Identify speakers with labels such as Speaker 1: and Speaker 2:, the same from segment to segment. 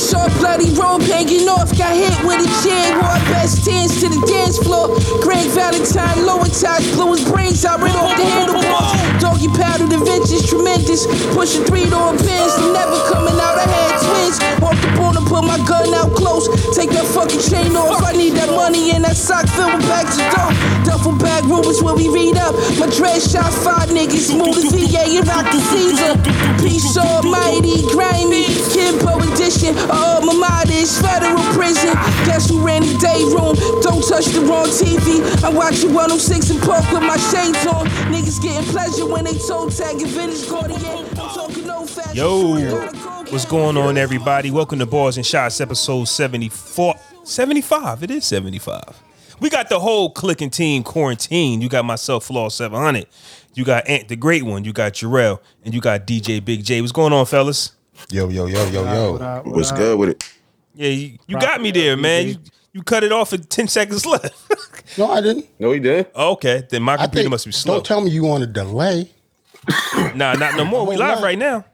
Speaker 1: short, bloody robe hanging off. Got hit with a jam, wore best dance to the dance floor. Greg Valentine, lower ties, blew his brains out right off the handlebars. Doggy paddle, the vintage tremendous. Pushing three door pins, never coming out. I had twins. Walked up on and put my gun out close. Take that fucking chain off. I need that money in that sock filled with bags of dope. Duffel bag rumors where we read up. My dread shot five niggas. Move to VA and rock the Caesar. Peace almighty, grimy. Kimpo edition. Oh, my mind is federal prison. Guess who ran the day room? Don't touch the wrong TV. I'm watching 106 and Park with my shades on. Niggas getting pleasure when they toe tagging vintage Gordier. I'm talking old fashioned.
Speaker 2: Yo, what's going on, everybody? Welcome to Bars and Shots, episode 74. 75, it is 75. We got the whole clicking team quarantined. You got myself, Flaw 700. You got Ant the Great One. You got Jarrell. And you got DJ Big J. What's going on, fellas?
Speaker 3: Yo, yo, yo, yo, yo.
Speaker 4: What What's good with it?
Speaker 2: Yeah, you, you got me there, man. You, you cut it off at 10 seconds left.
Speaker 3: No, I didn't.
Speaker 4: No, he did.
Speaker 2: okay, then my
Speaker 3: I
Speaker 2: computer
Speaker 3: think-
Speaker 2: must be slow.
Speaker 3: Don't tell me you on a delay.
Speaker 2: nah, not no more. We
Speaker 3: Wait,
Speaker 2: live
Speaker 3: what?
Speaker 2: right now.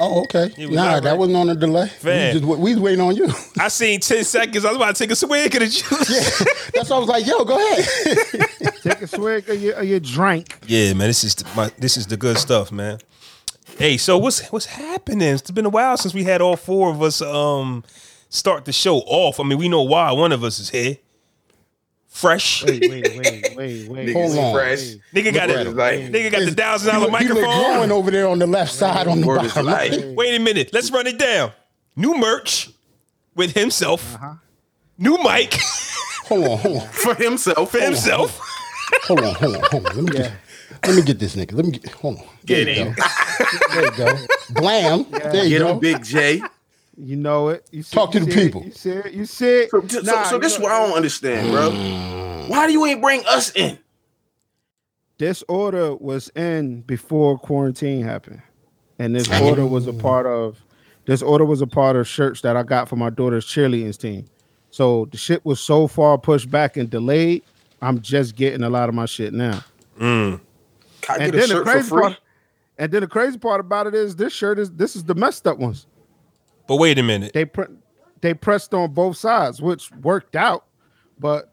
Speaker 3: Oh, okay.
Speaker 2: Yeah, we
Speaker 3: Nah,
Speaker 2: got
Speaker 3: that
Speaker 2: right.
Speaker 3: wasn't on a delay.
Speaker 2: Fam.
Speaker 3: We, just, we was waiting on you.
Speaker 2: I seen 10 seconds. I was about to take a swig of the
Speaker 3: yeah.
Speaker 2: juice.
Speaker 3: That's why I was like, yo, go ahead.
Speaker 5: Take a swig of your, of your drink.
Speaker 2: Yeah, man, this is the, my this is the good stuff, man. Hey, so what's what's happening? It's been a while since we had all four of us um start the show off. I mean, we know why one of us is here. Fresh.
Speaker 5: Wait, wait, wait, wait, wait.
Speaker 3: Hold
Speaker 4: Niggas
Speaker 3: on.
Speaker 4: fresh.
Speaker 2: Nigga got
Speaker 4: Word
Speaker 2: a,
Speaker 4: is life.
Speaker 2: nigga got the thousand dollar
Speaker 3: He look
Speaker 2: microphone.
Speaker 3: glowing over there on the left side on the
Speaker 4: Word is
Speaker 3: bottom.
Speaker 4: life.
Speaker 2: Wait a minute. Let's run it down. New merch with himself. New mic
Speaker 3: Hold on, hold on,
Speaker 4: Uh-huh. For himself.
Speaker 2: for himself.
Speaker 3: hold on, hold on, hold on. Let me get, let me get this nigga. Let me get. Hold on. There
Speaker 4: Get
Speaker 3: you
Speaker 4: him.
Speaker 3: go. There you go. Blam. There you
Speaker 4: Get
Speaker 3: go.
Speaker 4: him, Big J.
Speaker 5: You know it. You see,
Speaker 3: Talk to
Speaker 5: you
Speaker 3: the
Speaker 5: see it,
Speaker 3: people.
Speaker 5: You see it. You see it.
Speaker 4: So, so-
Speaker 5: Nah,
Speaker 4: so
Speaker 5: you
Speaker 4: this is
Speaker 5: know-
Speaker 4: what I don't understand, bro. Why do you ain't bring us in?
Speaker 5: This order was in before quarantine happened, and this order was a part of. This order was a part of shirts that I got for my daughter's cheerleading team. So the shit was so far pushed back and delayed. I'm just getting a lot of my shit now.
Speaker 2: Mm.
Speaker 4: Can I
Speaker 5: And
Speaker 4: get a
Speaker 5: then the
Speaker 4: shirt for
Speaker 5: crazy
Speaker 4: free?
Speaker 5: part. And then the crazy part about it is this shirt is this is the messed up ones.
Speaker 2: But wait a minute.
Speaker 5: they pre- they pressed on both sides, which worked out. But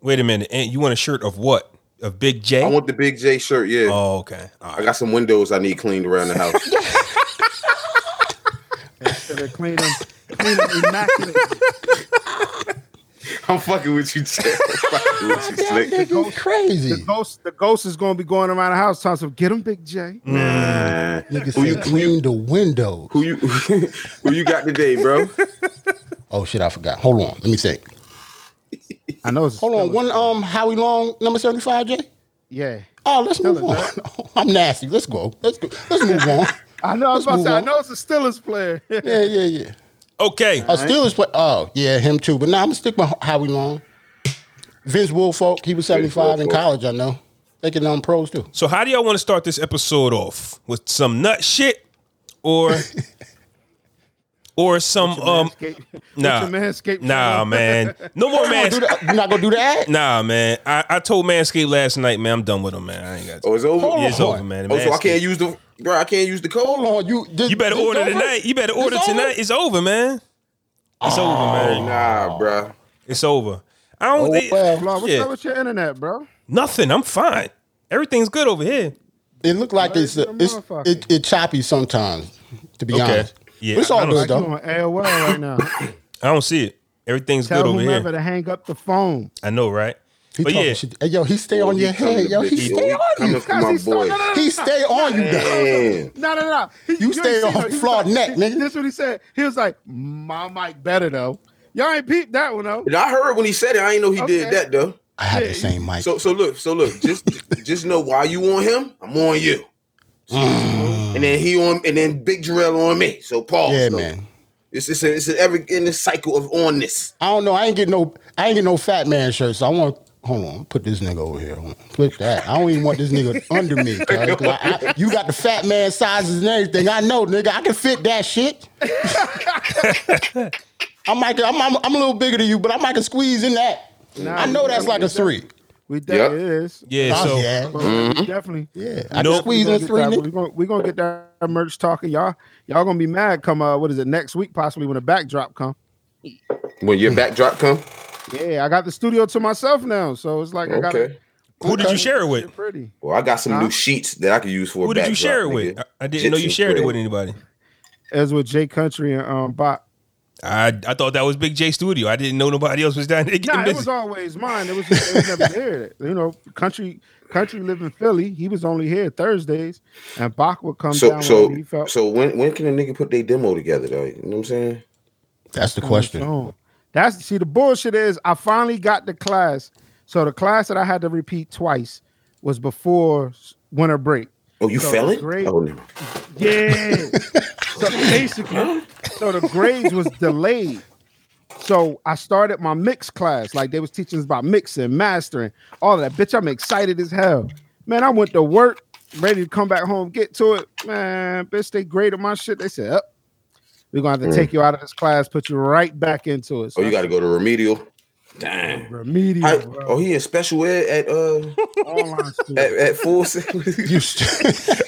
Speaker 2: Wait a minute. And you want a shirt of what? Of Big J?
Speaker 4: I want the Big J shirt, yeah.
Speaker 2: oh, okay. All right.
Speaker 4: I got some windows I need cleaned around the house.
Speaker 5: they clean them, clean them immaculate.
Speaker 4: I'm fucking with you, J. I'm fucking with you,
Speaker 3: That
Speaker 4: slick.
Speaker 3: nigga
Speaker 5: The
Speaker 3: crazy.
Speaker 5: ghost, the ghost is going to be going around the house talking. Get him, Big J.
Speaker 4: Nah.
Speaker 3: Mm. Nigga
Speaker 4: Who you,
Speaker 3: said
Speaker 4: who you,
Speaker 3: clean the window.
Speaker 4: who you, who you got today, bro?
Speaker 3: Oh shit, I forgot. Hold on. Let me think.
Speaker 5: I know. It's
Speaker 3: Hold on. One um Howie Long number 75, Jay?
Speaker 5: yeah.
Speaker 3: Oh, let's move on. I'm nasty. Let's go. Let's go. Let's move on.
Speaker 5: I know. I
Speaker 3: Let's
Speaker 5: was about to say.
Speaker 3: move
Speaker 5: I
Speaker 3: on.
Speaker 5: know it's a Steelers player.
Speaker 3: Yeah, yeah, yeah.
Speaker 2: Okay.
Speaker 3: A Steelers play. Oh, yeah, him too. But now I'm gonna stick with Howie Long. Vince Wilfork, he was 75 in
Speaker 4: Wilfork.
Speaker 3: college, I know. They can on pros too.
Speaker 2: So how do y'all want to start this episode off with some nut shit or or some um
Speaker 5: Escape- put
Speaker 2: nah
Speaker 5: your Manscaped
Speaker 2: nah
Speaker 5: on.
Speaker 2: man no more
Speaker 3: You're
Speaker 2: man
Speaker 3: not gonna do that?
Speaker 2: nah man I, I told Manscaped last night man I'm done with him man I ain't got
Speaker 4: Oh, it's over?
Speaker 3: Hold
Speaker 2: Yeah, it's
Speaker 3: on.
Speaker 2: over man
Speaker 4: Oh, so I
Speaker 2: Manscaped-
Speaker 4: can't use the, bro, I can't use the code?
Speaker 3: Hold on, you this-
Speaker 2: you better
Speaker 3: this
Speaker 2: order
Speaker 3: over?
Speaker 2: tonight you better order
Speaker 3: over?
Speaker 2: tonight it's over man it's over man
Speaker 4: Nah, bro.
Speaker 2: it's over I don't
Speaker 3: Oh,
Speaker 2: think
Speaker 3: well,
Speaker 5: Flaw, what's
Speaker 2: Yeah.
Speaker 5: up with your internet, bro?
Speaker 2: nothing I'm fine everything's good over here
Speaker 3: it looked like it's
Speaker 5: You're a
Speaker 3: it's
Speaker 5: motherfucker.
Speaker 3: it, it choppy sometimes, to be
Speaker 2: Okay.
Speaker 3: honest.
Speaker 2: Yeah,
Speaker 3: But it's
Speaker 2: I
Speaker 3: all
Speaker 2: don't-
Speaker 3: good
Speaker 5: Like you
Speaker 3: though.
Speaker 5: on AOL right now.
Speaker 2: I don't see it everything's
Speaker 5: Tell
Speaker 2: good over
Speaker 5: whomever
Speaker 2: here
Speaker 5: to hang up the phone.
Speaker 2: I know right
Speaker 3: He
Speaker 2: but
Speaker 3: talking
Speaker 2: yeah
Speaker 3: shit. Hey, yo, he stay
Speaker 5: Oh,
Speaker 3: on your head, yo. He stay on
Speaker 4: Coming
Speaker 3: you.
Speaker 4: for my
Speaker 5: Guys, he
Speaker 4: boy.
Speaker 5: started-
Speaker 3: He stay on you. though.
Speaker 4: Damn.
Speaker 5: No, no, no. He-
Speaker 3: You stay
Speaker 5: ain't seen
Speaker 3: on
Speaker 5: her. He
Speaker 3: flawed
Speaker 5: was like-
Speaker 3: neck, nigga.
Speaker 5: That's what he said. He was like, my mic better though. Y'all ain't peeped that one though.
Speaker 4: And I heard when he said it. I ain't know he did
Speaker 5: Okay.
Speaker 4: that though.
Speaker 3: I have the same mic.
Speaker 4: So so look, so look, just just know why you on him, I'm on you.
Speaker 2: Mm.
Speaker 4: And then he on and then Big Jarrell on me. So Paul.
Speaker 3: yeah,
Speaker 4: so
Speaker 3: man.
Speaker 4: It's it's a, it's a every in this cycle of onness.
Speaker 3: I don't know. I ain't get no. I ain't get no fat man shirt. So I want. Hold on. Put this nigga over here. Hold on, Flip that. I don't even want this nigga under me. cuz, 'cause I- I- you got the fat man sizes and everything. I know, nigga. I can fit that shit. I might. I'm, I'm. I'm a little bigger than you, but I might can squeeze in that. I know that's like a three.
Speaker 5: We de-
Speaker 4: Yep.
Speaker 5: it is.
Speaker 2: Yeah,
Speaker 3: Oh,
Speaker 2: so
Speaker 3: yeah.
Speaker 5: But we definitely.
Speaker 3: Yeah. I
Speaker 2: Nope.
Speaker 3: can squeeze in three
Speaker 5: We're
Speaker 3: niggas.
Speaker 5: gonna, we gonna get that merch talking, y'all. Y'all gonna be mad come uh what is it next week possibly when the backdrop come.
Speaker 4: When your backdrop come,
Speaker 5: Yeah, I got the studio to myself now, so it's like I got
Speaker 4: okay.
Speaker 5: it
Speaker 2: who did you share it with?
Speaker 5: pretty.
Speaker 4: Well, I got some new sheets that I could use for. a
Speaker 2: Who did you
Speaker 4: backdrop,
Speaker 2: share it with?
Speaker 4: nigga.
Speaker 2: I, I didn't know you
Speaker 4: Jitsu
Speaker 2: shared it
Speaker 4: quick.
Speaker 2: with anybody.
Speaker 5: As with Jay Country and um Bot.
Speaker 2: I I thought that was Big J Studio. I didn't know nobody else was down there getting
Speaker 5: Nah, it was
Speaker 2: busy.
Speaker 5: always mine. It was just it was never there. You know, country country lived in Philly. He was only here Thursdays, and Bach would come
Speaker 4: So
Speaker 5: down
Speaker 4: so
Speaker 5: when he felt
Speaker 4: so when when can a nigga put their demo together though? You know what I'm saying?
Speaker 3: That's the
Speaker 5: on
Speaker 3: question.
Speaker 5: his own. That's see the bullshit is I finally got the class. So the class that I had to repeat twice was before s- winter break.
Speaker 4: Oh, you
Speaker 5: So
Speaker 4: fell it?
Speaker 5: great.
Speaker 4: Oh no.
Speaker 5: Yeah. so basically, so the grades was delayed. So I started my mix class. Like they was teaching us about mixing, mastering, all that. Bitch, I'm excited as hell. Man, I went to work, ready to come back home, get to it. Man, bitch, they graded my shit. They said, up. We're gonna have to take you out of this class, put you right back into
Speaker 4: Mm.
Speaker 5: it.
Speaker 4: Oh,
Speaker 5: So
Speaker 4: you got to go to remedial. Damn.
Speaker 5: remedial
Speaker 4: I-
Speaker 5: bro.
Speaker 4: oh, he in special ed at uh
Speaker 5: online school.
Speaker 4: at, at full. Se-
Speaker 3: You st-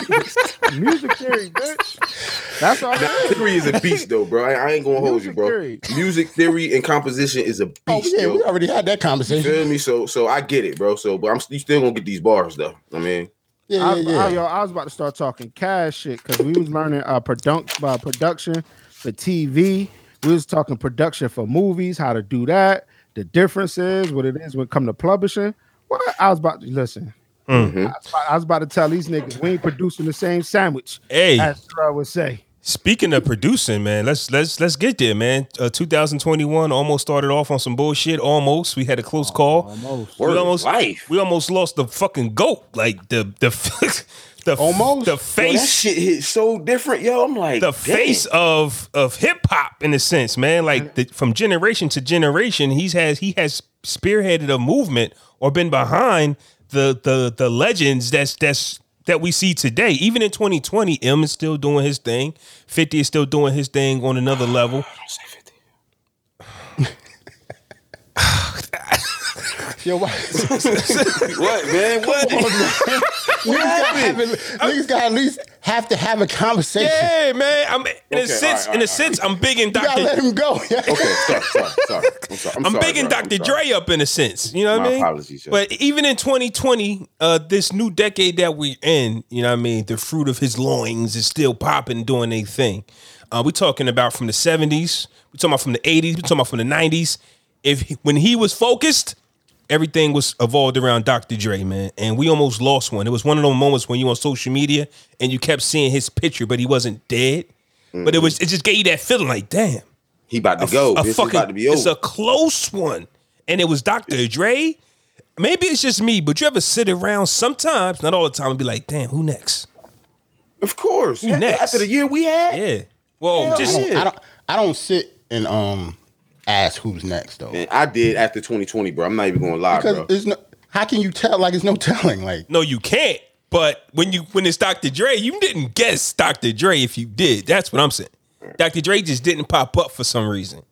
Speaker 5: Music theory, bitch. That's all that is.
Speaker 4: theory is a beast though, bro. I, I ain't gonna hold you,
Speaker 5: Music
Speaker 4: bro.
Speaker 5: theory.
Speaker 4: Music theory and composition is a beast.
Speaker 3: oh, yeah,
Speaker 4: yo.
Speaker 3: we already had that
Speaker 4: You
Speaker 3: conversation.
Speaker 4: feel me? So so I get it, bro. So but I'm you still gonna get these bars though. I mean,
Speaker 3: Yeah,
Speaker 5: I, I,
Speaker 3: yeah, yeah.
Speaker 5: yo, I was about to start talking cash shit because we was learning uh, produc- uh, production for TV. We was talking production for movies, how to do that, the differences, what it is when it come to publishing. What I was about to listen.
Speaker 2: Mm-hmm.
Speaker 5: I, was about, I was about to tell these niggas we ain't producing the same sandwich.
Speaker 2: Hey.
Speaker 5: as I would say.
Speaker 2: Speaking of producing, man, let's let's let's get there, man. Uh, 2021 almost started off on some bullshit. Almost, we had a close call. Almost, we
Speaker 4: Word
Speaker 2: almost
Speaker 4: life.
Speaker 2: we almost lost the fucking goat. Like the the f- the f-
Speaker 3: Almost?
Speaker 2: the
Speaker 4: Yo, that
Speaker 2: face
Speaker 4: shit hit so different, yo. I'm like
Speaker 2: the
Speaker 4: damn.
Speaker 2: face of of hip hop in a sense, man. Like the, from generation to generation, he's has he has spearheaded a movement or been behind the the the legends that's that's that we see today. Even in 2020, M is still doing his thing. 50 is still doing his thing on another level.
Speaker 3: Yo, why?
Speaker 4: What man? What? happened?
Speaker 3: Niggas gotta, have, niggas gotta at least have to have a conversation.
Speaker 2: Yeah, man. I'm in a
Speaker 4: Okay, all right,
Speaker 2: sense, in
Speaker 4: all
Speaker 2: a
Speaker 4: right,
Speaker 2: sense, I'm bigging
Speaker 3: You gotta let
Speaker 2: Dr.
Speaker 3: him go.
Speaker 4: okay, sorry, sorry, sorry. I'm sorry. I'm,
Speaker 2: I'm
Speaker 4: sorry,
Speaker 2: bigging
Speaker 4: bro. I'm
Speaker 2: Dr.
Speaker 4: sorry.
Speaker 2: Dre up in a sense. You know what I
Speaker 4: My
Speaker 2: mean?
Speaker 4: apologies, yo.
Speaker 2: But even in 2020, uh, this new decade that we're in, you know what I mean? The fruit of his loins is still popping, doing a thing. Uh, we're talking about from the 70s. We're talking about from the 80s. We're talking about from the 90s. If he- when he was focused, everything was evolved around Dr. Dre, man. And we almost lost one. It was one of those moments when you on social media and you kept seeing his picture, but he wasn't dead. But it
Speaker 4: Mm-hmm.
Speaker 2: was it just gave you that feeling like, damn
Speaker 4: He about to go.
Speaker 2: a
Speaker 4: this
Speaker 2: fucking,
Speaker 4: is about to be over.
Speaker 2: It's a close one. And it was Dr. Dre. Maybe it's just me, but you ever sit around sometimes, not all the time, and be like, damn, who next?
Speaker 4: of course. After-
Speaker 2: next?
Speaker 4: After the year we had.
Speaker 2: Yeah. Well,
Speaker 3: Oh, I,
Speaker 2: just
Speaker 3: don't, I don't. I don't sit and um ask who's next though,
Speaker 4: Man, I did after 2020, bro. I'm not even gonna lie,
Speaker 3: because
Speaker 4: bro.
Speaker 3: there's no. How can you tell? Like, it's no telling. Like,
Speaker 2: no, you can't. But when you when it's Dr. Dre, you didn't guess Dr. Dre if you did. That's what I'm saying. Dr. Dre just didn't pop up for some reason.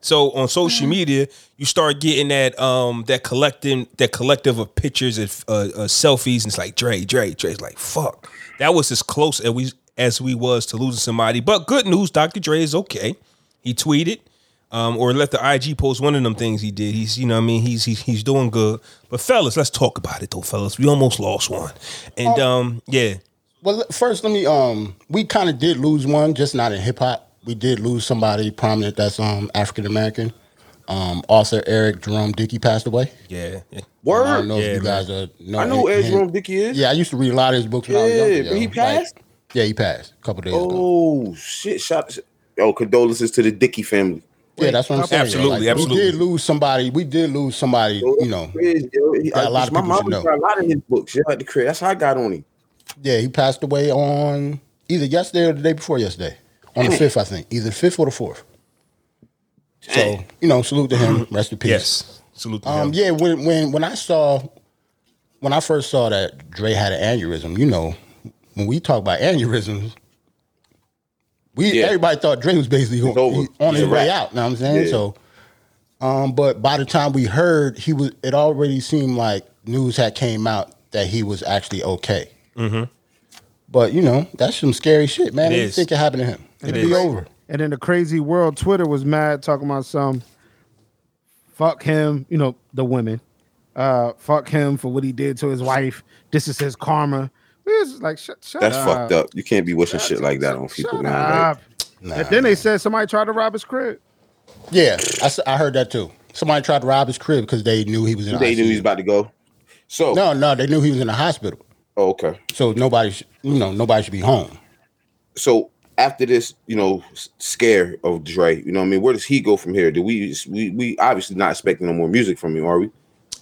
Speaker 2: So on social media, you start getting that um that collecting that collective of pictures and uh, uh, selfies, and it's like Dre, Dre, Dre's like fuck. That was as close as we as we was to losing somebody. But good news, Dr. Dre is okay. He tweeted, um, or let the IG post one of them things he did. He's you know what I mean he's he's, he's doing good. But fellas, let's talk about it though, fellas. We almost lost one, and um yeah,
Speaker 3: Oh. well, le- first let me. Um, we kind of did lose one, just not in hip hop. We did lose somebody prominent that's um African American. Um, also Eric Jerome Dickey passed away.
Speaker 2: yeah, yeah.
Speaker 4: Word.
Speaker 3: I don't know
Speaker 2: Yeah,
Speaker 3: if you guys are know.
Speaker 4: I know
Speaker 3: him-
Speaker 4: Ed
Speaker 3: him.
Speaker 4: Jerome Dickey is.
Speaker 3: Yeah, I used to read a lot of his books when I was
Speaker 4: Yeah,
Speaker 3: younger.
Speaker 4: but
Speaker 3: yo.
Speaker 4: he passed?
Speaker 3: yeah, he passed a couple days ago.
Speaker 4: Oh shit! Shout. Oh, condolences to the Dickey family.
Speaker 3: Yeah, that's what I'm saying. yo.
Speaker 2: Absolutely,
Speaker 3: Like,
Speaker 2: absolutely.
Speaker 3: We did lose somebody. We did lose somebody. You know,
Speaker 4: Crazy, yo. He-
Speaker 3: Yeah, a
Speaker 4: I-
Speaker 3: lot of
Speaker 4: my
Speaker 3: people
Speaker 4: mom
Speaker 3: should know.
Speaker 4: got a lot of his books. Yeah, at the crib. That's how I got on him.
Speaker 3: Yeah, he passed away on either yesterday or the day before yesterday. On the fifth, I think. Either the fifth or the fourth. So, you know, salute to him. Rest in peace.
Speaker 2: yes, salute to
Speaker 3: Um,
Speaker 2: him.
Speaker 3: yeah, when when when I saw when I first saw that Dre had an aneurysm, you know, when we talk about aneurysms, we
Speaker 4: Yeah.
Speaker 3: everybody thought Dre was basically on,
Speaker 4: over.
Speaker 3: he- on
Speaker 4: He's
Speaker 3: his
Speaker 4: a
Speaker 3: way
Speaker 4: wrap.
Speaker 3: out. You know what I'm saying?
Speaker 4: Yeah.
Speaker 3: So Um, but by the time we heard, he was. It already seemed like news had came out that he was actually okay.
Speaker 2: Mm-hmm.
Speaker 3: But you know, that's some scary shit, man. What
Speaker 2: It
Speaker 3: do you
Speaker 2: is.
Speaker 3: think it happened to him? It'd be
Speaker 2: is.
Speaker 3: over.
Speaker 5: And then the crazy world Twitter was mad talking about some fuck him, you know, the women. Uh fuck him for what he did to his wife. This is his karma. It's just like shut shut
Speaker 6: That's
Speaker 5: up.
Speaker 6: fucked up. You can't be wishing shit like that on people,
Speaker 5: Shut
Speaker 6: man. Like,
Speaker 5: up. And then they said somebody tried to rob his crib.
Speaker 3: Yeah, I, s- I heard that too. Somebody tried to rob his crib because they knew he was in.
Speaker 6: they
Speaker 3: ICU.
Speaker 6: knew he was about to go. So
Speaker 3: No, no, they knew he was in the hospital.
Speaker 6: oh, okay.
Speaker 3: So nobody, sh- you know, nobody should be home.
Speaker 6: So after this, you know, s- scare of Dre, you know, what I mean, where does he go from here? Do we we we obviously not expecting no more music from him, are we?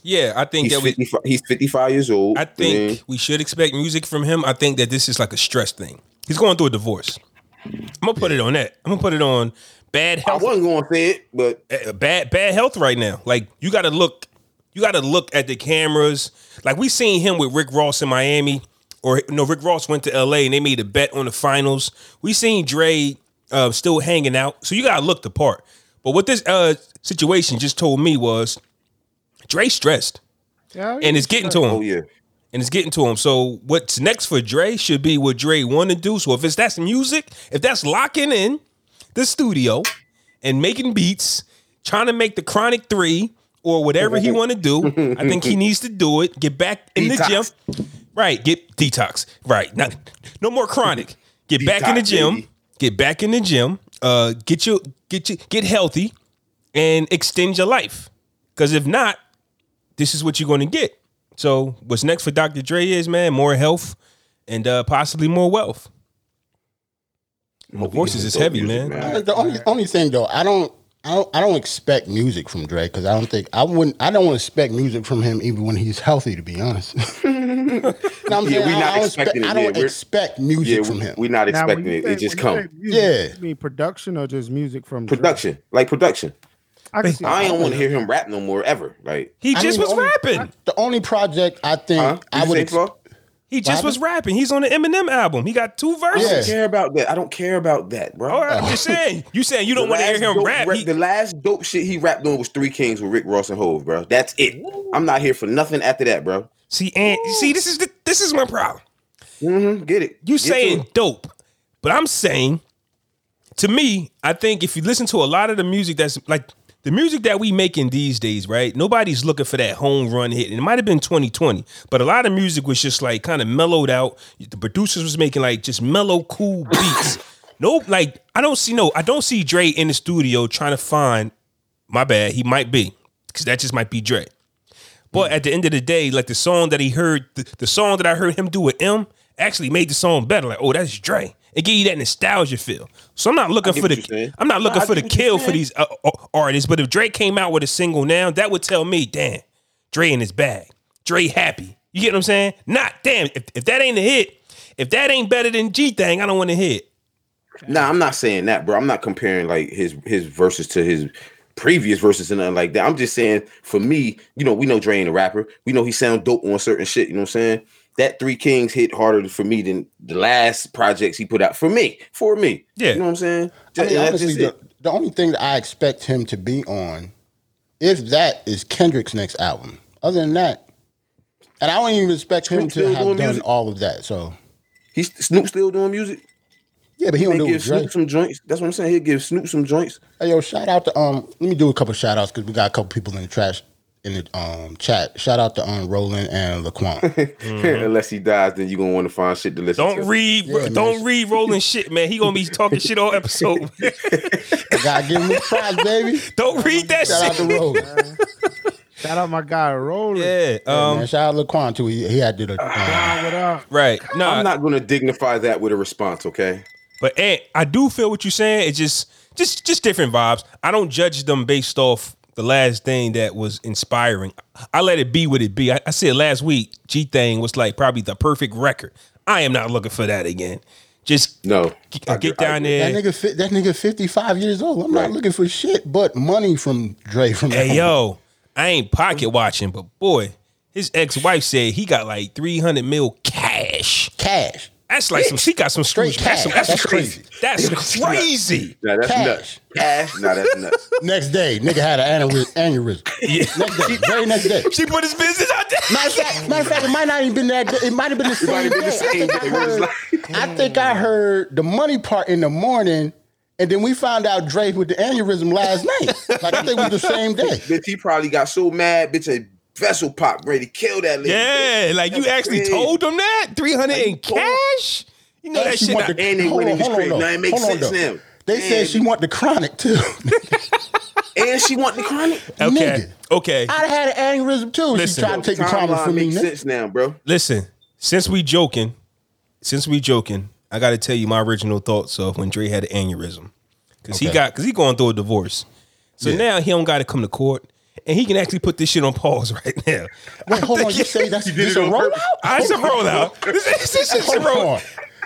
Speaker 2: Yeah, I think
Speaker 6: He's
Speaker 2: that we.
Speaker 6: fifty. He's fifty five years old.
Speaker 2: I think we should expect music from him. I think that this is like a stress thing. He's going through a divorce. I'm gonna put it on that. I'm gonna put it on bad
Speaker 6: I
Speaker 2: health.
Speaker 6: wasn't going to say it, but
Speaker 2: uh, bad bad health right now. Like you got to look, you got to look at the cameras. Like we seen him with Rick Ross in Miami, or no, Rick Ross went to L.A. and they made a bet on the finals. We seen Dre uh, still hanging out, so you got to look the part. But what this uh, situation just told me was Dre stressed,
Speaker 5: Yeah,
Speaker 2: and it's getting to him
Speaker 6: oh yeah,
Speaker 2: and it's getting to him. So what's next for Dre should be what Dre want to do. So if it's that's music, if that's locking in the studio and making beats, trying to make the Chronic Three or whatever he want to do, I think he needs to do it. Get back in
Speaker 4: Detox.
Speaker 2: the gym, right? Get detox, right? Not, no more Chronic. Get back in the
Speaker 4: Detox,
Speaker 2: gym.
Speaker 4: baby.
Speaker 2: Get back in the gym. Uh, get your get your, get healthy, and extend your life. Because if not, this is what you're going to get. So what's next for Dr. Dre is man more health and uh, possibly more wealth. My voices is heavy, man.
Speaker 3: Like, Uh, the only only thing though, I don't. I don't, I don't expect music from Dre because I don't think I wouldn't I don't expect music from him even when he's healthy to be honest. You know what I'm
Speaker 6: Yeah,
Speaker 3: saying?
Speaker 6: we not
Speaker 3: I don't
Speaker 6: expecting
Speaker 3: expect,
Speaker 6: it.
Speaker 3: I don't
Speaker 6: Yeah, we're-
Speaker 3: expect music
Speaker 6: yeah,
Speaker 3: from him.
Speaker 6: we, are not
Speaker 5: Now, when
Speaker 6: expecting
Speaker 5: you
Speaker 6: it.
Speaker 5: say-
Speaker 6: It just
Speaker 5: when you
Speaker 6: come
Speaker 5: say music,
Speaker 3: Yeah.
Speaker 5: you mean production or just music from Dre?
Speaker 6: production, like production.
Speaker 5: I can see
Speaker 6: I don't want to hear him rap no more ever. Like
Speaker 2: He
Speaker 3: I
Speaker 2: just
Speaker 3: mean,
Speaker 2: was
Speaker 3: the only-
Speaker 2: rapping.
Speaker 3: the only project I think
Speaker 6: huh?
Speaker 3: I
Speaker 6: You
Speaker 3: would
Speaker 6: say,
Speaker 3: ex-
Speaker 6: Flo?
Speaker 2: He just was rapping. He's on the Eminem album. He got two
Speaker 6: I
Speaker 2: verses.
Speaker 6: don't
Speaker 3: Yeah.
Speaker 6: care about that. I don't care about that, bro.
Speaker 2: All right, I'm just saying. You saying you don't
Speaker 6: The
Speaker 2: want to hear
Speaker 6: last
Speaker 2: him
Speaker 6: dope
Speaker 2: rap?
Speaker 6: rap-
Speaker 2: He-
Speaker 6: the last dope shit he rapped on was Three Kings with Rick Ross and Hove, bro. That's it. I'm not here for nothing after that, bro.
Speaker 2: see, and see, this is the, this is my problem.
Speaker 6: Mhm, Get it?
Speaker 2: You
Speaker 6: Get to
Speaker 2: saying
Speaker 6: it.
Speaker 2: dope, but I'm saying to me, I think if you listen to a lot of the music that's like the music that we making these days, right? Nobody's looking for that home run hit. And it might have been 2020, but a lot of music was just like kind of mellowed out. The producers was making like just mellow, cool beats. nope, like I don't see no, I don't see Dre in the studio trying to find. My bad, he might be because that just might be Dre. But at the end of the day, like the song that he heard, the, the song that I heard him do with M actually made the song better. Like, oh, that's Dre. It gave you that nostalgia feel. So I'm not looking for
Speaker 6: what you're
Speaker 2: the
Speaker 6: saying.
Speaker 2: I'm not looking
Speaker 6: I
Speaker 2: for the
Speaker 6: get what you're
Speaker 2: kill for
Speaker 6: saying.
Speaker 2: these uh, uh, artists. But if Dre came out with a single now, that would tell me, damn, Dre in his bag. Dre happy. You get what I'm saying? Not damn. If, if that ain't a hit, if that ain't better than G thing, I don't want to hit.
Speaker 6: Nah, I'm not saying that, bro. I'm not comparing like his his verses to his previous verses and nothing like that. I'm just saying for me, you know, we know Dre ain't a rapper. We know he sound dope on certain shit. You know what I'm saying? That Three Kings hit harder for me than the last projects he put out for me. For me,
Speaker 2: Yeah.
Speaker 6: You know what I'm
Speaker 3: I
Speaker 6: saying?
Speaker 3: mean,
Speaker 6: And that's
Speaker 3: honestly,
Speaker 6: just
Speaker 3: the,
Speaker 6: it.
Speaker 3: the only thing that I expect him to be on, if that is Kendrick's next album. Other than that, and I don't even expect him
Speaker 6: Snoop still
Speaker 3: to have
Speaker 6: doing
Speaker 3: done
Speaker 6: music?
Speaker 3: all of that. So
Speaker 6: He's Snoop still doing music.
Speaker 3: yeah, but he don't
Speaker 6: He'll
Speaker 3: do it
Speaker 6: give
Speaker 3: with Dre.
Speaker 6: Snoop some joints. That's what I'm saying. He'll give Snoop some joints.
Speaker 3: Hey yo, shout out to um. Let me do a couple shout outs because we got a couple people in the trash in the um chat. Shout out to um Roland and Laquan.
Speaker 6: Unless he dies, then you're gonna want to find shit to listen to.
Speaker 2: Mm-hmm. Don't read,
Speaker 3: man.
Speaker 2: don't read rolling shit, man. He gonna be talking shit all episode.
Speaker 3: gotta give him his props, baby.
Speaker 2: don't read that
Speaker 3: Shout out
Speaker 2: shit.
Speaker 3: to Roland.
Speaker 5: Shout out my guy Roland.
Speaker 2: Yeah. Um.
Speaker 3: Man, shout out Laquan too. He, he had did a. Um,
Speaker 5: What up?
Speaker 2: Right. No.
Speaker 6: I'm not gonna dignify that with a response, okay?
Speaker 2: But eh, I do feel what you're saying. It's just just just different vibes. I don't judge them based off the last thing that was inspiring. I let it be what it be. I, I said last week, G thing was like probably the perfect record. I am not looking for that again. Just
Speaker 6: No,
Speaker 2: I get
Speaker 6: I- I-
Speaker 2: down
Speaker 3: that
Speaker 2: there.
Speaker 3: nigga, fi- that nigga, fifty five years old. I'm
Speaker 6: Right.
Speaker 3: not looking for shit but money from Dre. From
Speaker 2: Hey
Speaker 3: that.
Speaker 2: yo, I ain't pocket watching, but boy, his ex wife said he got like 300 mil cash.
Speaker 3: cash.
Speaker 2: That's like some. She got some
Speaker 3: Straight
Speaker 2: screws. That's, some,
Speaker 3: cash.
Speaker 2: that's,
Speaker 3: That's
Speaker 2: crazy.
Speaker 3: crazy.
Speaker 2: That's crazy.
Speaker 6: Nah, that's nuts.
Speaker 3: Cash.
Speaker 6: Cash. Nah, that's nuts.
Speaker 3: Next day, nigga had an aneurysm. aneurysm. Next day, very next day.
Speaker 2: She put his business out there.
Speaker 3: Matter of fact, matter of fact, it might not even been that. Day. It might have been the
Speaker 6: might
Speaker 3: same
Speaker 6: have been the
Speaker 3: day. I
Speaker 6: same
Speaker 3: think I
Speaker 6: day. We was
Speaker 3: heard- I think I heard the money part in the morning, and then we found out Drake with the aneurysm last night. Like I think it was the same day.
Speaker 6: Bitch,
Speaker 4: Bitch, he probably got so mad, bitch, a vessel pop ready to kill that lady.
Speaker 2: Yeah, like you
Speaker 4: That's
Speaker 2: actually
Speaker 4: crazy.
Speaker 2: told them that three hundred in
Speaker 4: told-
Speaker 2: cash. You know that
Speaker 3: She
Speaker 2: shit.
Speaker 3: want
Speaker 2: Not,
Speaker 3: the-
Speaker 4: and they
Speaker 3: hold
Speaker 4: went
Speaker 3: on,
Speaker 4: in his
Speaker 3: hold on,
Speaker 4: crib.
Speaker 3: though.
Speaker 4: Now it makes
Speaker 3: Hold on,
Speaker 4: sense
Speaker 3: though.
Speaker 4: now.
Speaker 3: They said
Speaker 4: And-
Speaker 3: she want the chronic too.
Speaker 4: And she want the chronic.
Speaker 2: okay,
Speaker 3: nigga.
Speaker 2: okay.
Speaker 3: I'd have had an aneurysm too. if She
Speaker 2: Listen.
Speaker 3: tried to take the chronic
Speaker 4: Timeline
Speaker 3: from me.
Speaker 4: makes
Speaker 3: nigga.
Speaker 4: sense now, bro.
Speaker 2: Listen, since we joking, since we joking, I got to tell you my original thoughts of when Dre had an aneurysm because he
Speaker 3: Okay.
Speaker 2: got because he going through a divorce. So now he don't got to come to court, and he can actually put this shit on pause right now.
Speaker 3: Wait, hold on. You say that's
Speaker 6: did
Speaker 3: this
Speaker 6: it
Speaker 3: a
Speaker 6: on
Speaker 3: rollout?
Speaker 6: purpose.
Speaker 2: I should roll out. This, this, this shit's a
Speaker 3: Hold
Speaker 2: roll.
Speaker 3: on.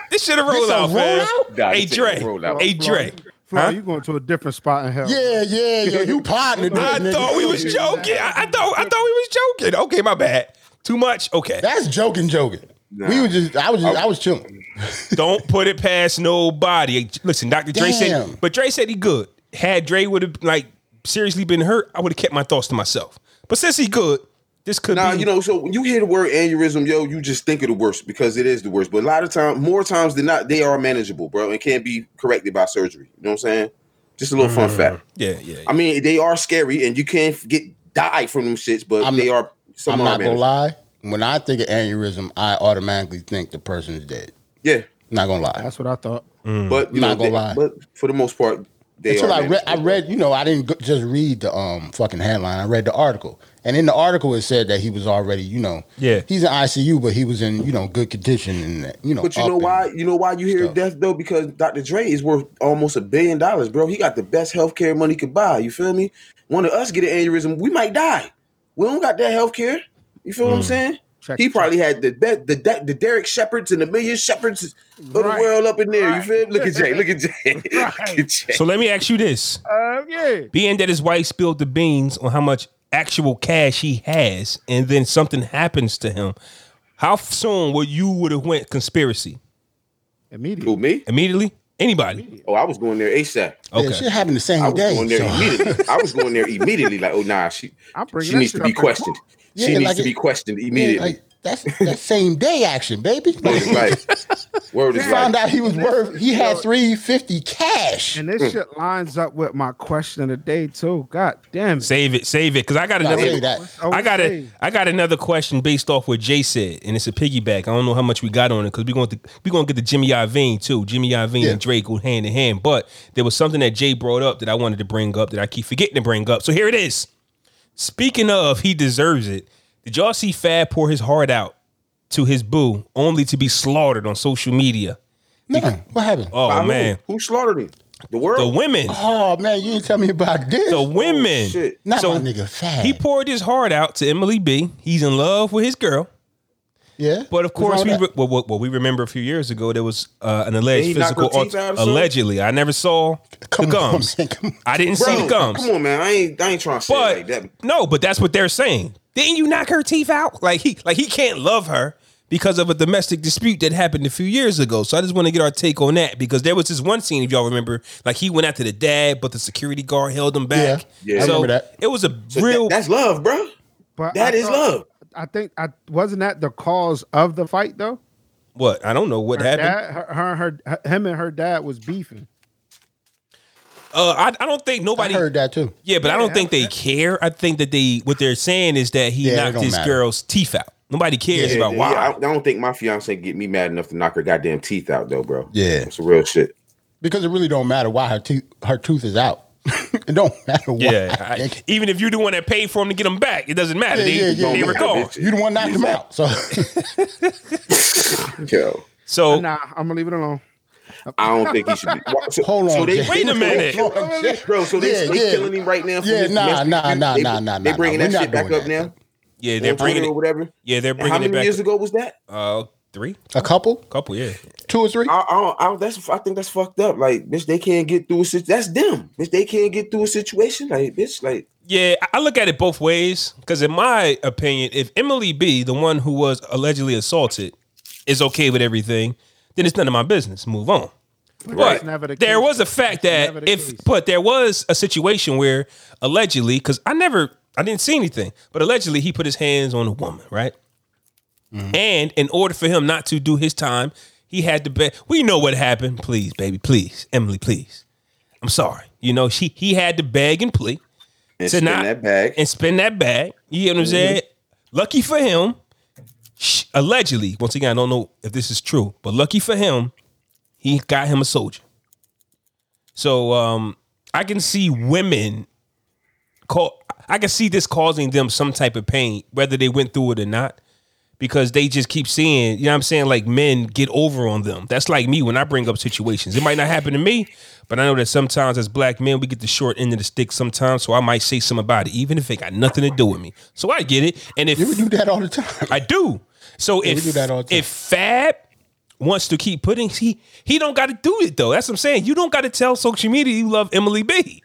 Speaker 2: This shit a roll out, man.
Speaker 3: rollout?
Speaker 6: Nah,
Speaker 2: Hey
Speaker 6: this
Speaker 2: Dre,
Speaker 6: ain't a rollout.
Speaker 2: hey Dre.
Speaker 5: Flo,
Speaker 2: Huh?
Speaker 5: you going to a different spot in hell?
Speaker 3: Yeah, yeah, yeah. You partnered. this
Speaker 2: I
Speaker 3: nigga.
Speaker 2: thought we was joking. I, I thought I thought we was joking. Okay, my bad. Too much. Okay,
Speaker 3: That's joking, joking. We were just, I was just, I was chilling.
Speaker 2: don't put it past nobody. Listen, Dr.
Speaker 3: Damn.
Speaker 2: Dre said, but Dre said he good. Had Dre would have like seriously been hurt, I would have kept my thoughts to myself. But since he good, this could
Speaker 6: Nah,
Speaker 2: be.
Speaker 6: you know, so when you hear the word aneurysm, yo, you just think of the worst because it is the worst. But a lot of time, more times than not, they are manageable, bro, and can be corrected by surgery. You know what I'm saying? Just a little fun fact.
Speaker 2: Mm-hmm. yeah, yeah.
Speaker 6: I mean, they are scary, and you can't get die from them shits, but
Speaker 3: I'm-
Speaker 6: they are. Some
Speaker 3: I'm
Speaker 6: are
Speaker 3: not gonna
Speaker 6: manageable.
Speaker 3: lie. When I think of aneurysm, I automatically think the person is dead.
Speaker 6: Yeah,
Speaker 3: Not gonna lie.
Speaker 5: That's what I thought.
Speaker 2: Mm.
Speaker 6: but you know,
Speaker 3: Mm. Not gonna
Speaker 6: they-
Speaker 3: lie.
Speaker 6: but for the most part, they
Speaker 3: Until
Speaker 6: are.
Speaker 3: I read, I
Speaker 6: manageable.
Speaker 3: read, you know, I didn't go- just read the um fucking headline. I read the article, and in the article it said that he was already, you know,
Speaker 2: Yeah.
Speaker 3: he's in ICU, but he was in, you know, good condition and you know.
Speaker 6: But you
Speaker 3: up
Speaker 6: know why?
Speaker 3: and-
Speaker 6: You know why you hear
Speaker 3: stuff.
Speaker 6: death though? Because Dr. Dre is worth almost a billion dollars, bro. He got the best healthcare money could buy. You feel me? One of us get an aneurysm, we might die. We don't got that healthcare. You feel what
Speaker 3: Mm.
Speaker 6: I'm saying?
Speaker 5: Check,
Speaker 6: he
Speaker 5: check.
Speaker 6: probably had the be- the De- the Derek Shepherds and the million Shepherds of the
Speaker 5: Right.
Speaker 6: world up in there.
Speaker 5: Right.
Speaker 6: You feel? me? Look at Jay. Look at Jay. Look at Jay.
Speaker 2: so let me ask you this:
Speaker 5: Uh, yeah.
Speaker 2: being that his wife spilled the beans on how much actual cash he has, and then something happens to him, how soon would you would have went conspiracy
Speaker 5: Immediately.
Speaker 6: Who me?
Speaker 2: immediately? Anybody?
Speaker 6: Oh, I was going there ASAP.
Speaker 3: Yeah,
Speaker 2: Okay.
Speaker 3: shit happened the
Speaker 6: I
Speaker 3: same
Speaker 6: was
Speaker 3: day.
Speaker 6: going there
Speaker 3: so-
Speaker 6: immediately. I was going there immediately. Like, oh nah, she
Speaker 5: I'm bringing
Speaker 6: she
Speaker 5: that
Speaker 6: needs
Speaker 5: shit
Speaker 6: to be
Speaker 5: up there.
Speaker 6: questioned.
Speaker 3: Yeah,
Speaker 6: she needs
Speaker 3: like
Speaker 6: to
Speaker 3: it-
Speaker 6: be questioned
Speaker 3: Yeah,
Speaker 6: immediately.
Speaker 3: like, that's that same day action, baby.
Speaker 6: Word is life. Word is
Speaker 3: found
Speaker 6: life.
Speaker 3: out he was worth. He had three fifty cash.
Speaker 5: And this shit lines up with my question of the day too. God damn it.
Speaker 2: Save it, save it, because I got another.
Speaker 3: say that.
Speaker 2: I got
Speaker 5: it.
Speaker 2: a, I got another question based off what Jay said, and it's a piggyback. I don't know how much we got on it because we're going to we're going to get the Jimmy Iovine too. Jimmy Iovine
Speaker 3: Yeah.
Speaker 2: and Drake go hand in hand, but there was something that Jay brought up that I wanted to bring up that I keep forgetting to bring up. So here it is. Speaking of, he deserves it. Did y'all see Fab pour his heart out to his boo, only to be slaughtered on social media?
Speaker 3: No, what happened?
Speaker 2: Oh
Speaker 6: By who?
Speaker 2: man,
Speaker 6: who slaughtered him? The world.
Speaker 2: the women,
Speaker 3: Oh man, you didn't tell me about this.
Speaker 2: the women.
Speaker 6: Oh, shit.
Speaker 3: Not
Speaker 2: so-
Speaker 3: my nigga Fab.
Speaker 2: He poured his heart out to Emily B. He's in love with his girl.
Speaker 3: yeah,
Speaker 2: But of
Speaker 3: What's wrong
Speaker 2: course, we
Speaker 3: with
Speaker 2: re- well, well, well, we remember a few years ago there was uh, an alleged
Speaker 6: Did he knock
Speaker 2: physical.
Speaker 6: her teeth
Speaker 2: alter-
Speaker 6: out or something?
Speaker 2: allegedly, I never saw
Speaker 3: Come
Speaker 2: the
Speaker 3: on,
Speaker 2: gums.
Speaker 3: man, come on.
Speaker 2: I didn't see
Speaker 6: Bro,
Speaker 2: the gums.
Speaker 6: Come on, man. I ain't. I ain't trying to say
Speaker 2: but
Speaker 6: it like that.
Speaker 2: no, but that's what they're saying. Didn't you knock her teeth out? Like he, like he can't love her because of a domestic dispute that happened a few years ago. So I just want to get our take on that because there was this one scene, if y'all remember, like he went after the dad, but the security guard held him back.
Speaker 3: Yeah,
Speaker 6: yeah. I
Speaker 2: so
Speaker 3: remember that.
Speaker 2: It was a
Speaker 6: So
Speaker 2: real.
Speaker 6: that- that's love, bro.
Speaker 5: But
Speaker 6: That
Speaker 5: I
Speaker 6: is
Speaker 5: thought-
Speaker 6: love.
Speaker 5: I think I wasn't that the cause of the fight though.
Speaker 2: what I don't know what
Speaker 5: Her
Speaker 2: happened.
Speaker 5: dad, her, her, her- him and her dad was beefing.
Speaker 2: Uh, I, I don't think
Speaker 3: I
Speaker 2: nobody
Speaker 3: heard that too.
Speaker 2: Yeah, but I don't think they care. I think that they what they're saying is that he
Speaker 3: Yeah, it
Speaker 2: knocked
Speaker 3: don't
Speaker 2: his
Speaker 3: matter.
Speaker 2: girl's teeth out. Nobody cares
Speaker 6: Yeah,
Speaker 2: about why.
Speaker 6: I, I don't think my fiance get me mad enough to knock her goddamn teeth out though, bro.
Speaker 3: Yeah.
Speaker 6: That's some real shit.
Speaker 3: Because it really don't matter why her tooth her tooth is out. it don't matter why.
Speaker 2: yeah, I-
Speaker 3: nigga.
Speaker 2: even if you're the one that paid for him to get him back, it doesn't matter.
Speaker 3: Yeah,
Speaker 2: they
Speaker 3: yeah, yeah,
Speaker 2: they
Speaker 3: yeah.
Speaker 2: were gone.
Speaker 3: you the one knocked him out. So
Speaker 6: Yo,
Speaker 2: So
Speaker 5: Nah, I'm gonna leave it alone.
Speaker 6: I don't think he should be. why- So,
Speaker 3: hold on.
Speaker 6: So they,
Speaker 3: Jay.
Speaker 2: Wait a minute.
Speaker 3: Hold on, Jay.
Speaker 6: bro. So they,
Speaker 3: Yeah,
Speaker 6: they
Speaker 3: yeah.
Speaker 6: killing him right now. for
Speaker 3: Yeah,
Speaker 6: this
Speaker 3: nah,
Speaker 6: domestic
Speaker 3: nah,
Speaker 6: abuse?
Speaker 3: nah,
Speaker 6: They-
Speaker 3: nah, nah,
Speaker 6: They
Speaker 3: nah,
Speaker 6: bringing
Speaker 3: nah.
Speaker 6: that
Speaker 3: We're
Speaker 6: shit
Speaker 3: not
Speaker 6: back
Speaker 3: doing
Speaker 6: up
Speaker 3: that.
Speaker 6: now.
Speaker 2: yeah, they're
Speaker 6: On
Speaker 2: bringing
Speaker 6: Twitter or
Speaker 2: it.
Speaker 6: whatever.
Speaker 2: Yeah, they're
Speaker 6: How
Speaker 2: bringing it
Speaker 6: many
Speaker 2: back.
Speaker 6: years ago was that?
Speaker 2: Uh, three,
Speaker 3: a couple,
Speaker 2: couple, yeah.
Speaker 3: two or three.
Speaker 6: I, I, I, that's I think that's fucked up. Like, bitch, they can't get through a situation. That's them. Bitch, they can't get through a situation. Like, bitch, like
Speaker 2: Yeah, I- I look at it both ways because, in my opinion, if Emily B, the one who was allegedly assaulted, is okay with everything, then it's none of my business. Move on.
Speaker 5: that's
Speaker 2: But
Speaker 5: never the
Speaker 2: there
Speaker 5: case,
Speaker 2: was a
Speaker 5: though.
Speaker 2: fact
Speaker 5: That's never
Speaker 2: that
Speaker 5: the
Speaker 2: if,
Speaker 5: case.
Speaker 2: but there was a situation where allegedly, because I never, I didn't see anything, but allegedly he put his hands on a woman, right?
Speaker 6: Mm-hmm.
Speaker 2: And in order for him not to do his time, he had to beg. We know what happened. Please, baby, please, Emily, please. I'm sorry. You know, she he had to beg and plea
Speaker 6: and
Speaker 2: to
Speaker 6: spin
Speaker 2: not
Speaker 6: that bag.
Speaker 2: and spin that bag. You get what I'm saying? Lucky for him, sh- allegedly. Once again, I don't know if this is true, but lucky for him, he got him a soldier. So um, I can see women call. I can see this causing them some type of pain, whether they went through it or not. Because they just keep seeing, you know what I'm saying, like men get over on them. That's like me when I bring up situations. It might not happen to me, but I know that sometimes as black men, we get the short end of the stick sometimes. So I might say something about it, even if it got nothing to do with me. So I get it. And if
Speaker 3: You would do that all the time.
Speaker 2: I do. So if
Speaker 3: we do that all the time.
Speaker 2: if Fab wants to keep putting he he don't got to do it though. That's what I'm saying. You don't got to tell social media you love Emily B.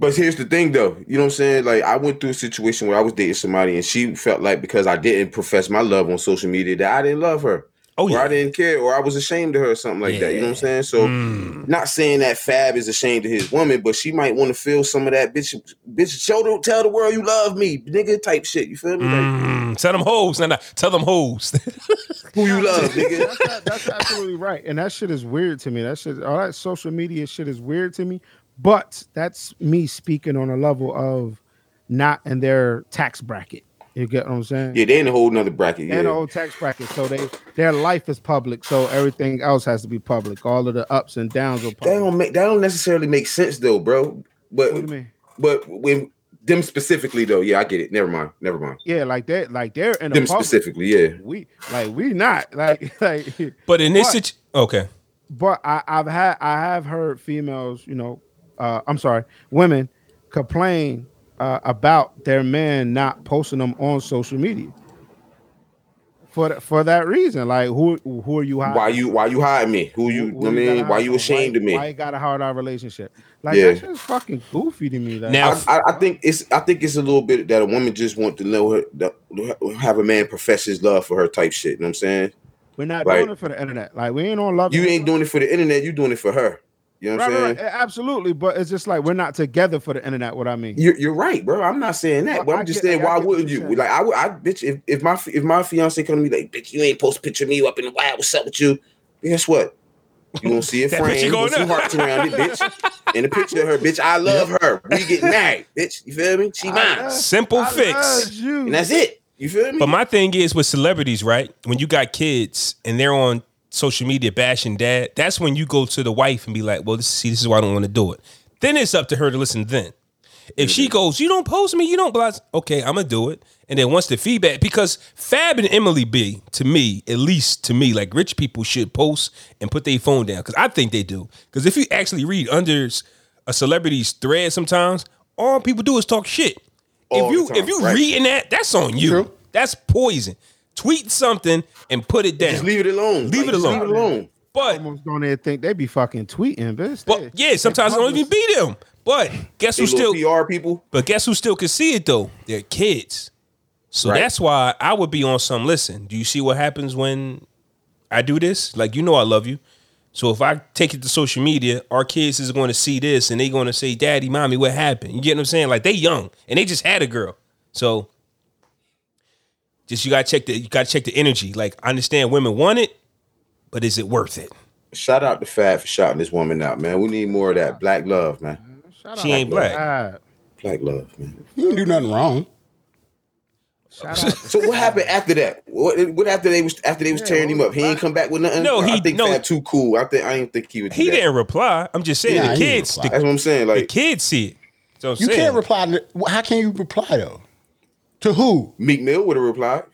Speaker 6: But here's the thing, though. You know what I'm saying? Like, I went through a situation where I was dating somebody, and she felt like because I didn't profess my love on social media that I didn't love her.
Speaker 2: Oh, yeah.
Speaker 6: Or I didn't care, or I was ashamed of her, or something like that. You know what I'm saying? So,
Speaker 5: Mm.
Speaker 6: not saying that Fab is ashamed of his woman, but she might want to feel some of that bitch, bitch, show the, tell the world you love me, nigga type shit. You feel me? Like,
Speaker 2: Mm, tell them hoes, nah, nah, tell them hoes.
Speaker 6: who you love, nigga?
Speaker 5: that's, not- that's absolutely right. And that shit is weird to me. That shit, all that social media shit is weird to me. But that's me speaking on a level of not in their tax bracket. You get what I'm saying?
Speaker 6: Yeah, they in a whole nother bracket. Yeah.
Speaker 5: Mm. And a whole tax bracket. So they their life is public. So everything else has to be public. All of the ups and downs are
Speaker 6: that
Speaker 5: public.
Speaker 6: don't make that don't necessarily make sense though, bro.
Speaker 5: What
Speaker 6: But
Speaker 5: do you mean?
Speaker 6: but when them specifically though, yeah, I get it. Never mind. Never mind.
Speaker 5: Yeah, like they like they're in
Speaker 6: Them
Speaker 5: a public.
Speaker 6: specifically, yeah.
Speaker 5: We like we not like like
Speaker 2: but in this
Speaker 5: What?
Speaker 2: situation, okay.
Speaker 5: but I, I've had I have heard females, you know, uh, I'm sorry, women complain uh, about their man not posting them on social media for th- for that reason. Like who who are you hiding?
Speaker 6: Why you why you hiding me? Who you?
Speaker 5: Who
Speaker 6: I mean,
Speaker 5: gotta
Speaker 6: why
Speaker 5: hide
Speaker 6: you
Speaker 5: from?
Speaker 6: ashamed
Speaker 5: why,
Speaker 6: of me?
Speaker 5: Why you got to hard our relationship? Like
Speaker 6: Yeah.
Speaker 5: that's just fucking goofy to me. Like,
Speaker 2: Now-
Speaker 6: I, I, I think it's I think it's a little bit that a woman just want to know her that, have a man profess his love for her type shit. You know what I'm saying?
Speaker 5: we're not
Speaker 6: like-
Speaker 5: doing it for the internet. Like we ain't on love.
Speaker 6: You ain't doing it for the internet. You doing it for her. You know what
Speaker 5: Right,
Speaker 6: I'm
Speaker 5: right,
Speaker 6: saying?
Speaker 5: right. Absolutely, but it's just like we're not together for the internet. What I mean.
Speaker 6: You're, you're right, bro. I'm not saying that, but
Speaker 5: Well,
Speaker 6: I'm
Speaker 5: I
Speaker 6: just
Speaker 5: get-
Speaker 6: saying
Speaker 5: I
Speaker 6: why
Speaker 5: get what
Speaker 6: wouldn't you?
Speaker 5: you're saying.
Speaker 6: Like I would, I bitch. If, if my if my fiance come to me like, bitch, you ain't post a picture of me up in the wild. What's up with you? Guess what? You gonna see a
Speaker 2: That bitch
Speaker 6: frame
Speaker 2: you gonna
Speaker 6: with some
Speaker 2: know.
Speaker 6: hearts around it, bitch, and a picture of her, bitch. I love her. We get married, bitch. You feel me? She mine,
Speaker 2: Simple
Speaker 5: I
Speaker 2: fix.
Speaker 5: love you.
Speaker 6: and that's it. You feel me?
Speaker 2: But my thing is with celebrities, right? When you got kids and they're on social media bashing dad, that's when you go to the wife and be like, "Well, this see, this is why I don't want to do it." Then it's up to her to listen. Then, if she goes, "You don't post me, you don't blast," okay, I'm gonna do it. And then once the feedback, because Fab and Emily B, to me, at least to me, like rich people should post and put their phone down because I think they do. Because if you actually read under a celebrity's thread, sometimes all people do is talk shit. if
Speaker 6: All
Speaker 2: you
Speaker 6: the
Speaker 2: if
Speaker 6: time,
Speaker 2: you
Speaker 6: right.
Speaker 2: reading that, that's on you.
Speaker 3: True.
Speaker 2: That's poison. Tweet something and put it down.
Speaker 6: Just leave it alone.
Speaker 2: Leave it
Speaker 6: just
Speaker 2: alone.
Speaker 6: Leave it alone.
Speaker 2: but
Speaker 5: almost don't even think they be fucking tweeting, bitch.
Speaker 2: but
Speaker 5: They-
Speaker 2: yeah, sometimes it don't even be them. But guess
Speaker 6: They
Speaker 2: who still?
Speaker 6: still PR people.
Speaker 2: But guess who still can see it though? Their kids. So
Speaker 6: Right.
Speaker 2: that's why I would be on some. Listen, do you see what happens when I do this? Like you know, I love you. So if I take it to social media, our kids is going to see this and they going to say, "Daddy, mommy, what happened?" You get what I'm saying? Like they young and they just had a girl. So just you gotta check the you gotta check the energy. Like I understand women want it, but is it worth it?
Speaker 6: Shout out to Fab for shouting this woman out, man. We need more of that black love, man.
Speaker 5: Shout
Speaker 2: She ain't black.
Speaker 5: God.
Speaker 6: Black love, man.
Speaker 3: You didn't do nothing wrong.
Speaker 5: Shout out.
Speaker 6: So what happened after that? What, what after they was after they was tearing him up? He ain't come back with nothing.
Speaker 2: No,
Speaker 6: I
Speaker 2: he-
Speaker 6: think
Speaker 2: no.
Speaker 6: Fab too cool. I think I didn't think he would. do
Speaker 2: He
Speaker 6: that.
Speaker 2: didn't reply. I'm just saying
Speaker 3: Nah,
Speaker 2: the
Speaker 3: he didn't
Speaker 2: kids
Speaker 3: reply.
Speaker 2: the,
Speaker 6: That's what I'm saying.
Speaker 2: the
Speaker 6: Like
Speaker 2: kids see it. So I'm
Speaker 3: You
Speaker 2: saying,
Speaker 3: can't reply. To, how can you reply though? To who?
Speaker 6: Meek Mill would have replied.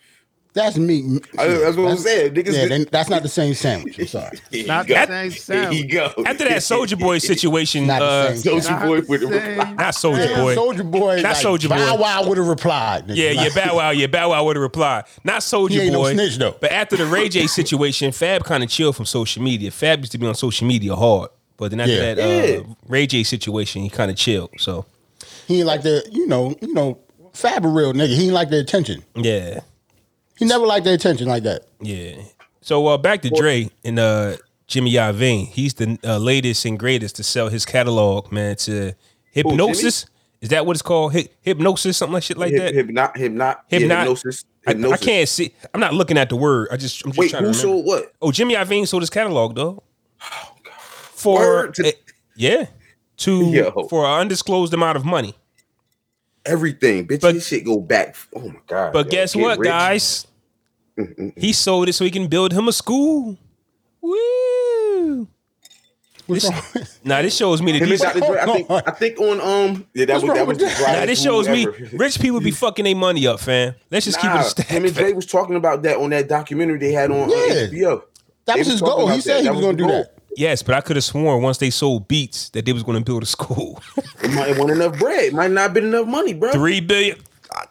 Speaker 3: That's me.
Speaker 6: I- that's what I'm saying. Niggas
Speaker 3: yeah,
Speaker 6: did-
Speaker 3: then that's not the same sandwich. I'm sorry.
Speaker 6: Here
Speaker 5: Not
Speaker 6: you
Speaker 5: the
Speaker 6: go.
Speaker 5: same
Speaker 6: Here you
Speaker 5: sound.
Speaker 6: go.
Speaker 2: After that Soldier Boy situation,
Speaker 3: Not the
Speaker 2: uh,
Speaker 3: same.
Speaker 6: Soulja
Speaker 5: Not
Speaker 6: Boy
Speaker 5: the
Speaker 6: would have
Speaker 5: same.
Speaker 6: replied.
Speaker 2: not Soldier Boy.
Speaker 3: Soldier boy.
Speaker 2: Not
Speaker 3: like,
Speaker 2: Soulja Boy.
Speaker 3: Bow Wow would have replied. nigga.
Speaker 2: yeah, yeah,
Speaker 3: Like,
Speaker 2: Bow Wow, yeah, Bow Wow would have replied. Not
Speaker 3: He
Speaker 2: Soldier
Speaker 3: ain't no
Speaker 2: Boy.
Speaker 3: snitch, though.
Speaker 2: But after the Ray J situation, Fab kind of chilled from social media. Fab used to be on social media hard, but then after
Speaker 3: Yeah.
Speaker 2: that uh,
Speaker 6: Yeah.
Speaker 2: Ray J situation, he kind of chilled. So
Speaker 3: He ain't like the you know you know Fab a real nigga. He ain't like the attention.
Speaker 2: yeah,
Speaker 3: He never liked the attention like that.
Speaker 2: yeah. So uh, back to Dre and uh, Jimmy Iovine. He's the uh, latest and greatest to sell his catalog, man. To Hypnosis. Is that what it's called? Hy- hypnosis, something like shit like that.
Speaker 6: Hypno- hypno- yeah,
Speaker 2: Hypno-
Speaker 6: hypnosis.
Speaker 2: I, I
Speaker 6: hypnosis.
Speaker 2: can't see. I'm not looking at the word. I just I'm just
Speaker 6: Wait,
Speaker 2: trying to
Speaker 6: who
Speaker 2: remember.
Speaker 6: sold what?
Speaker 2: Oh, Jimmy Iovine sold his catalog though. For
Speaker 6: Word to-
Speaker 2: eh, yeah, to
Speaker 6: Yo.
Speaker 2: for an undisclosed amount of money.
Speaker 6: Everything, bitch.
Speaker 2: But-
Speaker 6: this shit go back. Oh my god.
Speaker 2: But
Speaker 6: yo,
Speaker 2: guess
Speaker 6: get
Speaker 2: what,
Speaker 6: rich. Mm,
Speaker 2: guys? He sold it so he can build him a school. Woo!
Speaker 3: What's
Speaker 2: This-
Speaker 3: wrong?
Speaker 2: Now this shows me that
Speaker 6: Him and
Speaker 2: these,
Speaker 6: Dr. Dre, I think, I think on um yeah that
Speaker 3: What's
Speaker 6: was that
Speaker 3: wrong with
Speaker 6: was the
Speaker 3: that?
Speaker 6: driest
Speaker 2: now this
Speaker 6: move
Speaker 2: shows me
Speaker 6: ever.
Speaker 2: rich people be fucking their money up, fam. Let's just keep it
Speaker 6: Nah,
Speaker 2: a stack.
Speaker 6: him and Dre was talking about that on that documentary they had on uh,
Speaker 3: Yeah.
Speaker 6: HBO.
Speaker 3: That was
Speaker 6: They was
Speaker 3: his
Speaker 6: talking
Speaker 3: goal. He
Speaker 6: about
Speaker 3: said
Speaker 6: that.
Speaker 3: he
Speaker 6: That
Speaker 3: was
Speaker 6: was
Speaker 3: going to do
Speaker 6: his
Speaker 3: that.
Speaker 2: Yes, but I could have sworn once they sold Beats that they was going to build a school.
Speaker 6: It might have won enough bread. Might not been enough money, bro.
Speaker 2: Three billion. All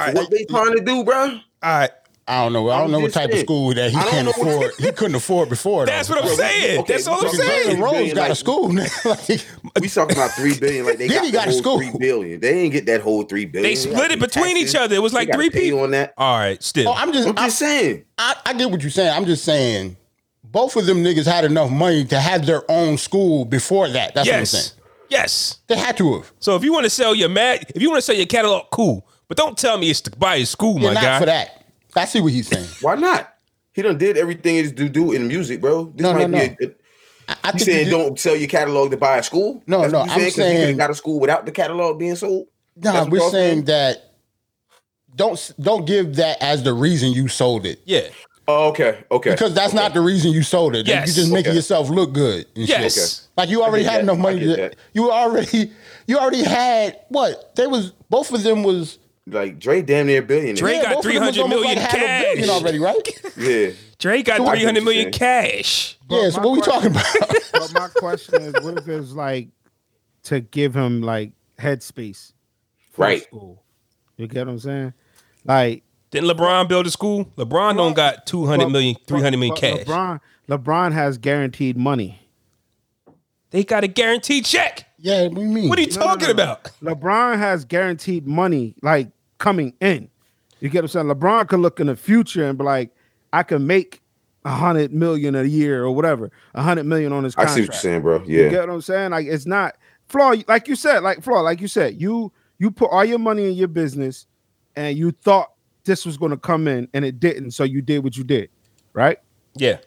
Speaker 2: right, all
Speaker 6: What they trying to do, bro?
Speaker 2: right.
Speaker 3: I don't know. I don't
Speaker 6: I'm
Speaker 3: know what
Speaker 6: just
Speaker 3: type of
Speaker 6: saying.
Speaker 3: school that he
Speaker 6: I don't
Speaker 3: can't
Speaker 6: know what-
Speaker 3: afford. He couldn't afford before.
Speaker 2: That's
Speaker 3: though.
Speaker 2: what I'm saying.
Speaker 6: okay,
Speaker 2: That's all I'm
Speaker 6: we talking
Speaker 2: saying.
Speaker 6: about-
Speaker 3: Rose
Speaker 6: Billion,
Speaker 3: got a
Speaker 6: like-
Speaker 3: school. man. like,
Speaker 6: We talking about three billion. Like they
Speaker 3: Then
Speaker 6: got,
Speaker 3: he got
Speaker 6: the
Speaker 3: a
Speaker 6: whole
Speaker 3: school.
Speaker 6: three billion. They ain't get that whole three billion.
Speaker 2: They split it between each other. It was like three people.
Speaker 6: on that.
Speaker 2: All right, still.
Speaker 3: oh, I'm just.
Speaker 6: I'm
Speaker 3: I,
Speaker 6: just saying.
Speaker 3: I, I get what you're saying. I'm just saying. Both of them niggas had enough money to have their own school before that. That's what I'm saying.
Speaker 2: yes, yes.
Speaker 3: They had to have.
Speaker 2: So if you want to sell your mag, if you want to sell your catalog, cool. But don't tell me it's to buy a school,
Speaker 3: Yeah,
Speaker 2: Oh my
Speaker 3: not
Speaker 2: guy.
Speaker 3: for that. I see what he's saying.
Speaker 6: Why not? He done did everything he's to do in music, bro. This
Speaker 3: No, no,
Speaker 6: might
Speaker 3: no.
Speaker 6: be. A, a,
Speaker 3: I, I
Speaker 6: you
Speaker 3: think he
Speaker 6: saying
Speaker 3: did-
Speaker 6: don't sell your catalog to buy a school?
Speaker 3: No,
Speaker 6: That's
Speaker 3: no,
Speaker 6: what you
Speaker 3: I'm
Speaker 6: 'Cause you
Speaker 3: saying-
Speaker 6: could've got a school without the catalog being sold. That's
Speaker 3: Nah,
Speaker 6: what
Speaker 3: we're
Speaker 6: y'all
Speaker 3: saying that. Don't don't give that as the reason you sold it
Speaker 2: Yeah.
Speaker 6: Oh, okay, okay.
Speaker 3: because that's not the reason you sold it.
Speaker 2: Yes.
Speaker 3: You're just making
Speaker 6: Okay.
Speaker 3: yourself look good. and shit.
Speaker 2: Yes.
Speaker 3: Like you already
Speaker 6: get
Speaker 3: had
Speaker 6: that.
Speaker 3: enough money.
Speaker 6: I get
Speaker 3: To,
Speaker 6: that.
Speaker 3: you already you already had what? They was both of them was
Speaker 6: like Dre, damn near billionaire.
Speaker 2: Dre- They got
Speaker 3: both of them was
Speaker 2: 300
Speaker 3: almost
Speaker 2: million
Speaker 3: had a billion
Speaker 2: cash.
Speaker 3: already, right?
Speaker 6: yeah.
Speaker 2: Dre got
Speaker 3: So I
Speaker 2: three hundred
Speaker 6: get what
Speaker 2: million
Speaker 6: you're
Speaker 2: cash.
Speaker 3: yeah. So
Speaker 5: my
Speaker 3: what we talking
Speaker 5: question-
Speaker 3: about?
Speaker 5: But my question is, what if it's like to give him like headspace? for
Speaker 6: Right.
Speaker 5: School? You get what I'm saying? Like
Speaker 2: Didn't LeBron build a school? LeBron don't got 200
Speaker 5: but-
Speaker 2: million,
Speaker 5: but-
Speaker 2: 300 million
Speaker 5: but
Speaker 2: cash.
Speaker 5: LeBron, LeBron has guaranteed money.
Speaker 2: They got a guaranteed check.
Speaker 3: yeah. What do you mean?
Speaker 2: What are you
Speaker 5: no,
Speaker 2: talking
Speaker 5: no.
Speaker 2: about?
Speaker 5: LeBron has guaranteed money like coming in. You get what I'm saying? LeBron could look in the future and be like, I can make a hundred million a year or whatever, a hundred million on his
Speaker 6: I
Speaker 5: contract.
Speaker 6: see what you're saying, bro.
Speaker 5: You
Speaker 6: Yeah.
Speaker 5: get what I'm saying? Like it's not flaw. Like you said, like flaw. Like you said, you you put all your money in your business, and you thought this was going to come in, and it didn't. So you did what you did, right?
Speaker 2: Yeah.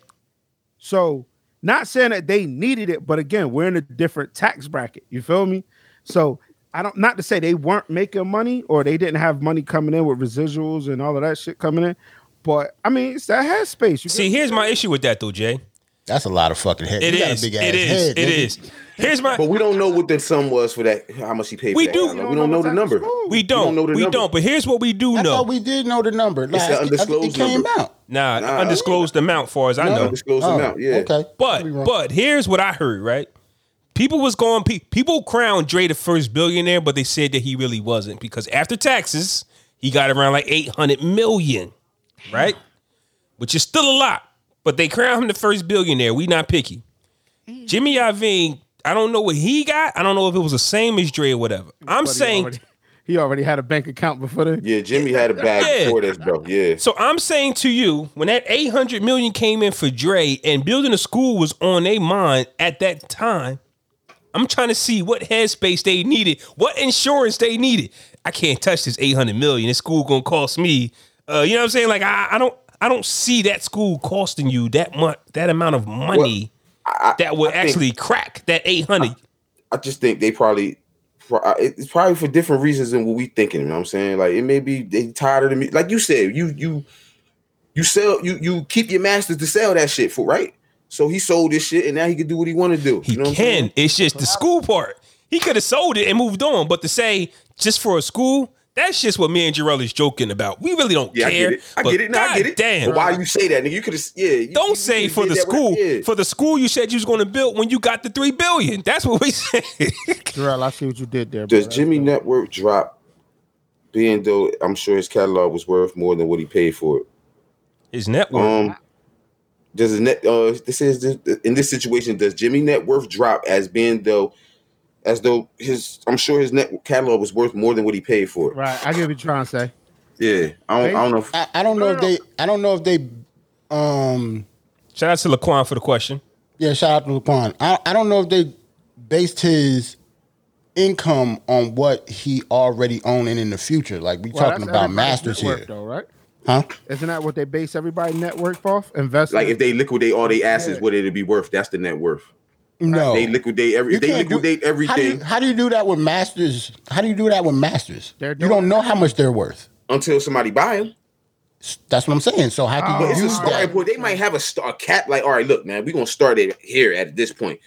Speaker 5: So not saying that they needed it, but again, we're in a different tax bracket. You feel me? So I don't not to say they weren't making money or they didn't have money coming in with residuals and all of that shit coming in, but I mean it's that headspace. You
Speaker 2: See,
Speaker 5: get-
Speaker 2: here's my issue with that though, Jay.
Speaker 3: That's a lot of fucking head.
Speaker 2: It
Speaker 3: you got
Speaker 2: is.
Speaker 3: a big
Speaker 2: It
Speaker 3: ass
Speaker 2: is.
Speaker 3: head.
Speaker 2: It
Speaker 3: nigga.
Speaker 2: is. Here's my.
Speaker 6: But we don't know what the sum was for that. How much he paid?
Speaker 2: We
Speaker 6: for
Speaker 2: do.
Speaker 6: That. catalog. we don't know
Speaker 5: what
Speaker 6: the
Speaker 5: type of
Speaker 6: number.
Speaker 5: school.
Speaker 2: We don't.
Speaker 6: know the
Speaker 2: We
Speaker 6: number.
Speaker 2: don't. But here's what we do
Speaker 3: I
Speaker 2: know.
Speaker 3: thought we did know the number. Like,
Speaker 6: an
Speaker 3: it
Speaker 6: undisclosed
Speaker 3: came
Speaker 6: number.
Speaker 3: out.
Speaker 2: nah,
Speaker 6: Nah.
Speaker 2: undisclosed amount, far as I know.
Speaker 6: Disclose
Speaker 5: Oh,
Speaker 6: them out. Yeah.
Speaker 3: Okay.
Speaker 2: But
Speaker 3: Could be wrong.
Speaker 2: but here's what I heard, right? People was going pe- people crowned Dre the first billionaire, but they said that he really wasn't because after taxes, he got around like 800 million, right? Which is still a lot, but they crowned him the first billionaire. We not picky.
Speaker 5: Mm.
Speaker 2: Jimmy Iovine, I don't know what he got. I don't know if it was the same as Dre or whatever. I'm
Speaker 5: But he
Speaker 2: saying
Speaker 5: already- he already had a bank account before the
Speaker 6: Yeah. Jimmy had a bag
Speaker 2: Yeah.
Speaker 6: before this, bro. Yeah.
Speaker 2: So I'm saying to you, when that 800 million came in for Dre and building a school was on their mind at that time, I'm trying to see what headspace they needed, what insurance they needed. I can't touch this 800 million. This school gonna cost me. Uh, you know what I'm saying? Like I, I don't, I don't see that school costing you that much, that amount of money that would
Speaker 6: think-
Speaker 2: actually crack that 800.
Speaker 6: I just think they probably pro- I- it's probably for different reasons than what we thinking. You know what I'm saying? Like it may be they tired of the mu- like you said, you you you sell you you keep your masters to sell that shit for, right? So he sold this shit and now he can do what he want to do.
Speaker 2: He
Speaker 6: you know what I'm saying?
Speaker 2: can. It's just the school part. He could have sold it and moved on, but to say just for a school, that's just what me and Jarrell is joking about. We really don't
Speaker 6: Yeah, I
Speaker 2: care.
Speaker 6: get it. I
Speaker 2: but
Speaker 6: get it. No, I get it.
Speaker 2: Damn.
Speaker 6: But why you say that? Nigga, you could have yeah. you-
Speaker 2: don't
Speaker 6: you
Speaker 2: say
Speaker 6: coulda
Speaker 2: for
Speaker 6: did
Speaker 2: the
Speaker 6: that when I
Speaker 2: school
Speaker 6: did.
Speaker 2: for the school you said you was going to build when you got the three billion. That's what we said.
Speaker 5: Jarrell, I see what you did there.
Speaker 6: Does
Speaker 5: bro.
Speaker 6: Jimmy Network drop? Being though, I'm sure his catalog was worth more than what he paid for it.
Speaker 2: His network.
Speaker 6: Um, does his net? Uh, this is in this situation. Does Jimmy net worth drop as being though, as though his? I'm sure his net catalog was worth more than what he paid for it.
Speaker 5: Right, I get what you're trying to say.
Speaker 6: Yeah, I don't. I don't know. If,
Speaker 3: I, I don't know if they. I don't know if they. Um,
Speaker 2: Shout out to Laquan for the question.
Speaker 3: Yeah, shout out to Laquan. I, I don't know if they based his income on what he already owned and in the future. Like we
Speaker 5: Well,
Speaker 3: talking
Speaker 5: that's
Speaker 3: about
Speaker 5: everybody's
Speaker 3: masters
Speaker 5: network,
Speaker 3: here,
Speaker 5: though, right?
Speaker 3: huh?
Speaker 5: Isn't that what they base everybody network off? Invest
Speaker 6: Like if they liquidate all their assets, what it'd be worth? That's the net worth.
Speaker 3: No,
Speaker 6: They liquidate every.
Speaker 3: You
Speaker 6: they
Speaker 3: can't do-
Speaker 6: liquidate
Speaker 3: How do, you,
Speaker 6: everything
Speaker 3: how do you do that with masters? How do you do that with masters?
Speaker 5: They're
Speaker 3: You
Speaker 5: doing
Speaker 3: don't know how much they're worth.
Speaker 6: until somebody buy them.
Speaker 3: That's what I'm saying. So how
Speaker 5: Oh,
Speaker 3: can
Speaker 6: But
Speaker 3: you
Speaker 6: it's a
Speaker 3: use that?
Speaker 6: starting point. They might have a, star, a cap. Like, all right, look, man, we're gonna start it here at this point.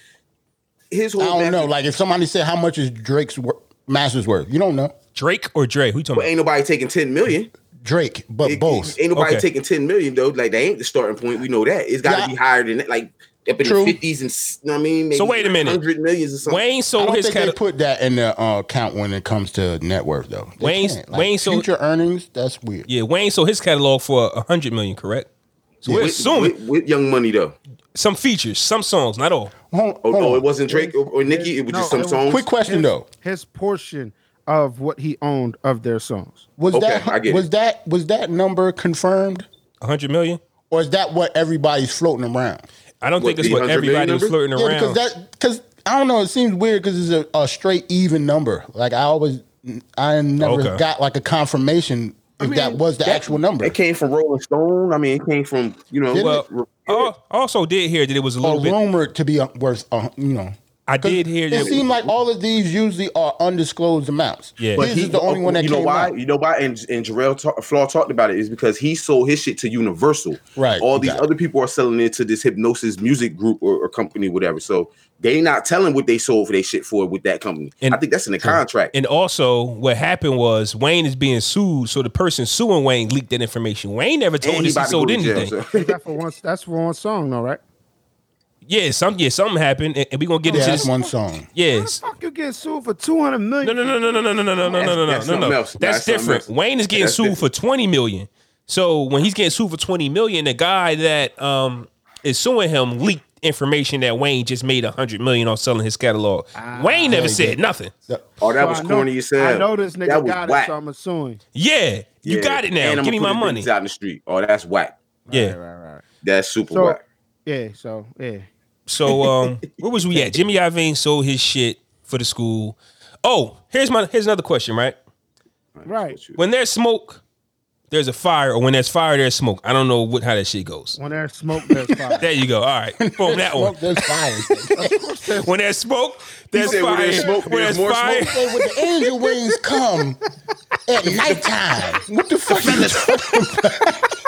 Speaker 6: His whole
Speaker 3: I don't know.
Speaker 6: master-
Speaker 3: Like if somebody said how much is Drake's wor- masters worth, you don't know
Speaker 2: Drake or Dre? Who you talking
Speaker 6: but ain't nobody taking ten million.
Speaker 3: Drake, but
Speaker 6: It-
Speaker 3: both.
Speaker 6: Ain't nobody
Speaker 2: Okay.
Speaker 6: taking ten million though. Like they ain't the starting point. We know that. It's got
Speaker 3: Yeah.
Speaker 6: to be higher than that. Like up in
Speaker 3: True.
Speaker 6: the fifties and s- you know what I mean.
Speaker 2: So wait a minute.
Speaker 6: hundred millions or
Speaker 2: about?
Speaker 6: something.
Speaker 2: Wayne
Speaker 3: I
Speaker 2: sold
Speaker 3: don't
Speaker 2: his
Speaker 3: think they
Speaker 2: catalog.
Speaker 3: put that in the uh, count when it comes to net worth, though. They
Speaker 2: Wayne's-
Speaker 3: can't. Like,
Speaker 2: Wayne's so-
Speaker 3: future earnings. That's weird.
Speaker 2: yeah, Wayne sold his catalog for a hundred million, correct? So we're
Speaker 6: with,
Speaker 2: assuming
Speaker 6: with, with Young Money though.
Speaker 2: some features, some songs, not all.
Speaker 3: Hold,
Speaker 6: Oh,
Speaker 3: hold
Speaker 6: oh,
Speaker 3: on.
Speaker 6: it wasn't Drake or, or Nicki. It was
Speaker 5: No,
Speaker 6: just
Speaker 5: it
Speaker 6: some
Speaker 5: was-
Speaker 6: songs.
Speaker 3: Quick question though.
Speaker 5: his portion of what he owned of their songs.
Speaker 3: Was
Speaker 6: Okay, I
Speaker 3: that
Speaker 6: get
Speaker 3: was
Speaker 6: it.
Speaker 3: that was that number confirmed,
Speaker 2: A hundred million.
Speaker 3: or is that what everybody's floating around?
Speaker 2: I don't
Speaker 6: What,
Speaker 2: think it's
Speaker 6: the
Speaker 2: what
Speaker 6: 100 million
Speaker 2: everybody was flirting
Speaker 6: number?
Speaker 3: Yeah, because
Speaker 2: around.
Speaker 3: that because I don't know. It seems weird because it's a, a straight even number. Like I always, I never
Speaker 2: Okay.
Speaker 3: got like a confirmation if that was the actual number.
Speaker 6: It came from Rolling Stone. I mean, it came from you know.
Speaker 3: Didn't
Speaker 2: well, I al- also did hear that it was a
Speaker 3: Or
Speaker 2: little bit.
Speaker 3: rumored to be uh, worth, uh, you know.
Speaker 2: I did hear
Speaker 3: It
Speaker 2: that.
Speaker 3: seemed like all of these usually are undisclosed amounts.
Speaker 2: Yeah.
Speaker 3: but oh,
Speaker 2: But
Speaker 3: this is the only one that
Speaker 6: oh, you know
Speaker 3: came
Speaker 6: why?
Speaker 3: out.
Speaker 6: You know why? And and Jarrell talk, Flaw talked about it is because he sold his shit to Universal.
Speaker 3: Right,
Speaker 6: All these
Speaker 3: exactly.
Speaker 6: other people are selling it to this hypnosis music group or, or company, whatever. So they not telling what they sold for their shit for with that company.
Speaker 2: And-
Speaker 6: I think that's in the contract.
Speaker 2: And also, what happened was Wayne is being sued, so the person suing Wayne leaked that information. Wayne never told
Speaker 6: And
Speaker 2: us he
Speaker 6: about to go
Speaker 2: sold
Speaker 6: to jail,
Speaker 2: anything.
Speaker 6: so.
Speaker 5: Is that for one, that's for one song, though, right?
Speaker 2: Yeah, some yeah, something happened, and, and we gonna get
Speaker 3: Yeah,
Speaker 2: into
Speaker 3: that's
Speaker 2: this.
Speaker 3: one song.
Speaker 2: Yes.
Speaker 5: Fuck, you get sued for two hundred million.
Speaker 2: No, no, no, no, no, no, no, no, no, no, no, no,
Speaker 6: That's- that's
Speaker 2: no,
Speaker 6: something
Speaker 2: no.
Speaker 6: else.
Speaker 2: That's
Speaker 6: That's something
Speaker 2: different.
Speaker 6: else.
Speaker 2: Wayne is getting
Speaker 6: That's
Speaker 2: sued for
Speaker 6: different.
Speaker 2: twenty million. So when he's getting sued for twenty million, the guy that um is suing him leaked information that Wayne just made a hundred million on selling his catalog.
Speaker 6: Ah,
Speaker 2: Wayne never
Speaker 3: Yeah,
Speaker 2: said
Speaker 3: yeah.
Speaker 2: nothing.
Speaker 6: oh, that
Speaker 5: So
Speaker 6: was
Speaker 5: I know-
Speaker 6: corny as hell.
Speaker 5: I know this
Speaker 6: That
Speaker 5: nigga
Speaker 6: was
Speaker 5: got
Speaker 6: whack.
Speaker 5: it, so I'm assuming.
Speaker 2: Yeah, you
Speaker 6: Yeah.
Speaker 2: got it now.
Speaker 6: And I'ma
Speaker 2: Give me
Speaker 6: put
Speaker 2: my
Speaker 6: the
Speaker 2: money.
Speaker 6: niggas Out in the street. Oh, that's whack.
Speaker 2: Yeah.
Speaker 6: That's super
Speaker 5: So
Speaker 6: whack.
Speaker 5: yeah, so yeah.
Speaker 2: So um, where was we at? Jimmy Iovine sold his shit for the school. Oh, here's my here's another question, right?
Speaker 5: Right.
Speaker 2: When there's smoke, there's a fire, or when there's fire, there's smoke. I don't know what how that shit goes.
Speaker 5: When there's smoke, there's fire.
Speaker 2: There you go. All right, boom, that one.
Speaker 3: Smoke, there's fire. Say,
Speaker 2: When there's smoke, there's
Speaker 6: said
Speaker 2: fire.
Speaker 6: when there's smoke,
Speaker 2: When
Speaker 6: there's
Speaker 2: there's
Speaker 6: more
Speaker 2: fire,
Speaker 3: when the angel wings come at nighttime, what the fuck is that?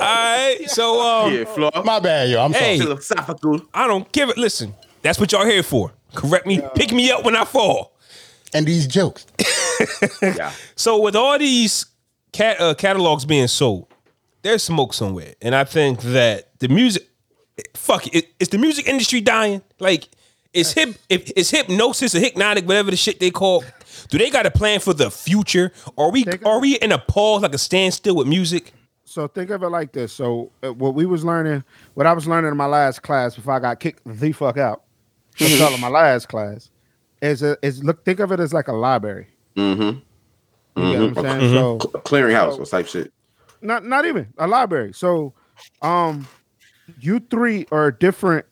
Speaker 2: all right. So um,
Speaker 6: Yeah, Flaw.
Speaker 3: My bad, yo. I'm
Speaker 2: Hey.
Speaker 3: sorry.
Speaker 6: Philosophical.
Speaker 2: I don't give it. Listen, that's what y'all here for. Correct me. Pick me up when I fall.
Speaker 3: And these jokes.
Speaker 6: Yeah.
Speaker 2: So with all these cat uh, catalogs being sold, there's smoke somewhere, and I think that the music, fuck, it, is the music industry dying? Like, is hip, if, is hypnosis or hypnotic, whatever the shit they call? Do they got a plan for the future? Are we
Speaker 5: They got-
Speaker 2: are we in a pause, like a standstill with music?
Speaker 5: So think of it like this. So uh, what we was learning, what I was learning in my last class before I got kicked the fuck out, for
Speaker 2: Mm-hmm.
Speaker 5: telling my last class, is a, is look. Think of it as like a library. Mm-hmm. You get what I'm saying? So
Speaker 6: Clearinghouse or type shit.
Speaker 5: not not even a library. So, um, you three are different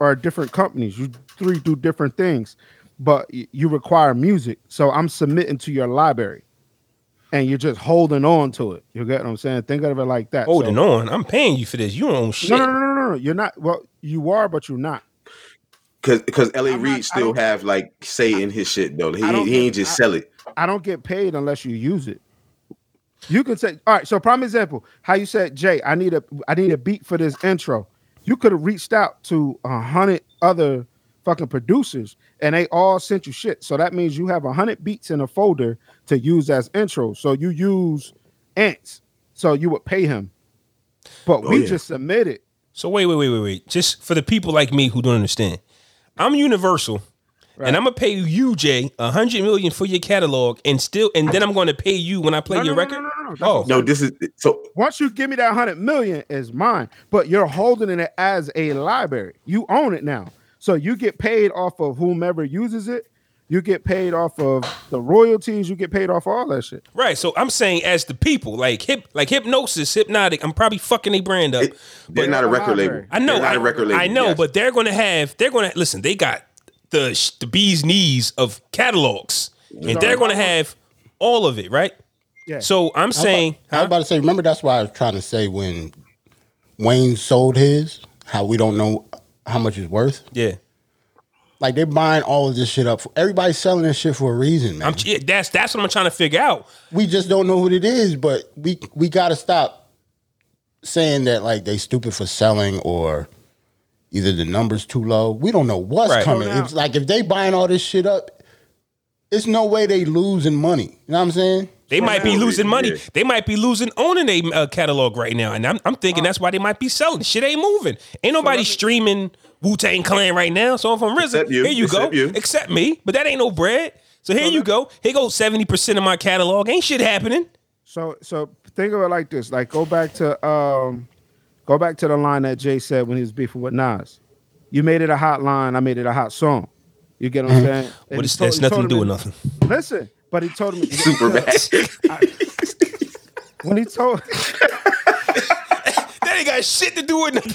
Speaker 5: are different companies. You three do different things, but y- you require music. So I'm submitting to your library, and you're just holding on to it. You get what I'm saying? Think of it like that.
Speaker 2: Holding
Speaker 5: so,
Speaker 2: on, I'm paying you for this. You don't own Oh, shit.
Speaker 5: No, no, no, no, no, no. You're not. Well, you are, but you're not.
Speaker 6: Cause, cause LA
Speaker 5: I'm not- I
Speaker 6: Reid still
Speaker 5: don't-
Speaker 6: have like say in his shit though. He,
Speaker 5: I don't
Speaker 6: ain't- he ain't
Speaker 5: get-
Speaker 6: just
Speaker 5: I-
Speaker 6: sell it.
Speaker 5: I don't get paid unless you use it. You can say, all right. So, prime example, how you said, Jay, I need a, I need a beat for this intro. You could have reached out to a hundred other fucking producers, and they all sent you shit. So that means you have a hundred beats in a folder to use as intro. So you use Ants. So you would pay him, but we
Speaker 6: yeah.
Speaker 5: just submitted.
Speaker 2: So wait, wait, wait, wait, wait. Just for the people like me who don't understand, I'm Universal, and I'm gonna pay you, Jay, a hundred million for your catalog, and still, and then I'm gonna pay you when I play
Speaker 5: No, no,
Speaker 2: your
Speaker 5: no,
Speaker 2: record.
Speaker 5: no, no, no, that's
Speaker 2: Oh,
Speaker 6: No, this is so
Speaker 5: Once you give me that hundred million, is mine. But you're holding it as a library. You own it now, so you get paid off of whomever uses it. You get paid off of the royalties. You get paid off all that shit.
Speaker 2: Right. So I'm saying as the people, like hip like hypnosis, hypnotic, I'm probably fucking their brand up.
Speaker 6: They're not a record label.
Speaker 2: I know.
Speaker 6: They're not
Speaker 2: I,
Speaker 6: a record label.
Speaker 2: I know,
Speaker 6: yes.
Speaker 2: but they're going to have. They're going to listen. They got the sh- the bees knees of catalogs, and they're going to have all of it, right?
Speaker 5: Yeah.
Speaker 2: So I'm saying,
Speaker 3: I was about to say, remember that's why I was trying to say when Wayne sold his, how we don't know how much it's worth.
Speaker 2: yeah,
Speaker 3: Like they're buying all of this shit up. For, everybody's selling this shit for a reason, man.
Speaker 2: I'm, yeah, that's that's what I'm trying to figure out.
Speaker 3: we just don't know what it is, but we we gotta stop saying that like they stupid for selling or either the numbers too low. We don't know what's
Speaker 2: Right.
Speaker 3: coming.
Speaker 5: Don't know.
Speaker 3: It's like if they buying all this shit up, it's no way they losing money. You know what I'm saying?
Speaker 2: They might be
Speaker 6: now,
Speaker 2: losing money.
Speaker 6: yeah.
Speaker 2: They might be losing owning a uh, catalog right now, and I'm, I'm
Speaker 5: Uh,
Speaker 2: thinking that's why they might be selling. Shit ain't moving. Ain't nobody streaming Wu Tang Clan right now. So if I'm RZA,
Speaker 6: Except you.
Speaker 2: here you go.
Speaker 6: Except you.
Speaker 2: Except me, but that ain't no bread. So here you go. Here goes seventy percent of my catalog. Ain't shit happening.
Speaker 5: So so think of it like this. Like go back to um go back to the line that Jay said when he was beefing with Nas. You made it a hot line, I made it a hot song. You get
Speaker 2: Mm-hmm.
Speaker 5: what I'm saying? And
Speaker 2: What
Speaker 5: he
Speaker 2: is
Speaker 5: told-
Speaker 2: that's
Speaker 5: he
Speaker 2: nothing to
Speaker 5: told
Speaker 2: do
Speaker 5: him
Speaker 2: with nothing.
Speaker 5: Listen, but he told him
Speaker 6: Super bad.
Speaker 5: when he told
Speaker 2: That ain't got shit to do with nothing.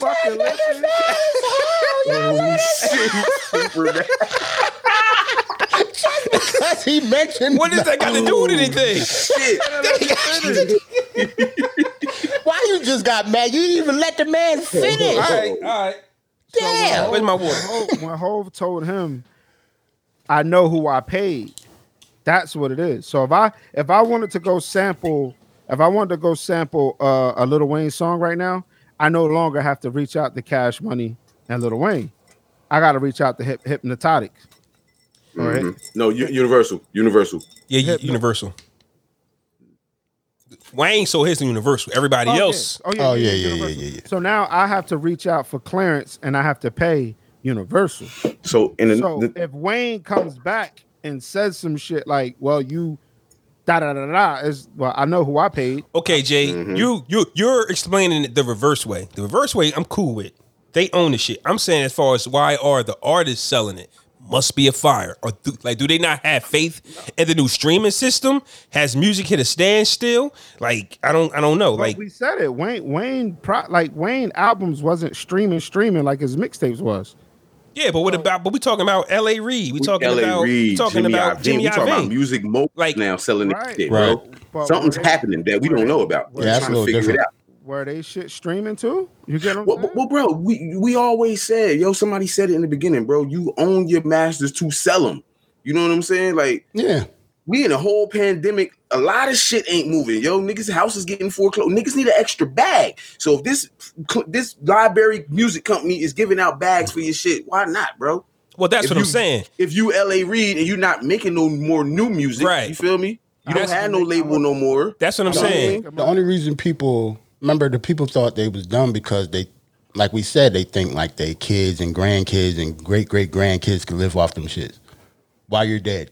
Speaker 5: fucking listen.
Speaker 6: Super bad.
Speaker 3: Because he mentioned
Speaker 2: What does that got to do with anything?
Speaker 6: Shit.
Speaker 3: Why you just got mad? You didn't even let the man finish.
Speaker 2: All right, all right.
Speaker 3: Damn.
Speaker 2: Where's my water?
Speaker 5: Hov- when Hove told him, I know who I paid. That's what it is. So if I if I wanted to go sample, if I wanted to go sample uh, a Little Wayne song right now, I no longer have to reach out to Cash Money and Little Wayne. I got to reach out to Hip Hypnotic. All right?
Speaker 6: Mm-hmm. No, U- Universal. Universal.
Speaker 2: Yeah, U- Universal. Wayne sold his to Universal. Everybody
Speaker 5: Oh,
Speaker 2: else,
Speaker 5: Yeah.
Speaker 3: Oh, yeah, yeah, yeah,
Speaker 5: Universal.
Speaker 3: yeah, yeah.
Speaker 5: So now I have to reach out for clearance and I have to pay Universal.
Speaker 6: So in the,
Speaker 5: So
Speaker 6: the-
Speaker 5: if Wayne comes back and says some shit like, "Well, you da da da da," is well, I know who I paid.
Speaker 6: Oh,
Speaker 2: Okay, Jay,
Speaker 6: Mm-hmm.
Speaker 2: you you you're explaining it the reverse way. The reverse way, I'm cool with. They own the shit. I'm saying as far as why are the artists selling it? Must be a fire, or do, like do they not have faith in the new streaming system? Has music hit a standstill? Like I don't I don't know.
Speaker 5: But
Speaker 2: Like
Speaker 5: we said it. Wayne Wayne pro, like Wayne albums wasn't streaming streaming like his mixtapes was.
Speaker 2: yeah, but what about? But we talking about L.A. Reid. We talking
Speaker 6: L.A.
Speaker 2: about we
Speaker 6: Reid,
Speaker 2: talking
Speaker 6: Jimmy
Speaker 2: about
Speaker 6: Iovine.
Speaker 2: Jimmy
Speaker 6: we talking about
Speaker 2: Iovine.
Speaker 6: music mo
Speaker 2: Like-
Speaker 6: now selling
Speaker 5: Right.
Speaker 6: the shit,
Speaker 3: Right.
Speaker 6: bro.
Speaker 5: But
Speaker 6: Something's
Speaker 5: where-
Speaker 6: happening that we don't know about. We're
Speaker 3: Yeah, that's
Speaker 6: trying
Speaker 3: a
Speaker 6: to
Speaker 3: little
Speaker 6: figure
Speaker 3: different.
Speaker 6: it out.
Speaker 5: Were they shit streaming too? You get what I'm
Speaker 6: Well,
Speaker 5: saying?
Speaker 6: well, bro, we we always said, yo, somebody said it in the beginning, bro. You own your masters to sell them. You know what I'm saying? Like
Speaker 3: Yeah.
Speaker 6: we in a whole pandemic. A lot of shit ain't moving, yo. Niggas' house is getting foreclosed. Niggas need an extra bag. So if this this library music company is giving out bags for your shit, why not, bro?
Speaker 2: Well, that's
Speaker 6: If
Speaker 2: what I'm
Speaker 6: you-
Speaker 2: saying.
Speaker 6: If you L.A. Reid and you're not making no more new music,
Speaker 2: Right.
Speaker 6: You feel me? You
Speaker 2: That's-
Speaker 6: don't have no label no more.
Speaker 2: That's what I'm saying.
Speaker 3: The only reason people remember the people thought they was dumb because they, like we said, they think like they kids and grandkids and great great grandkids can live off them shits while you're dead.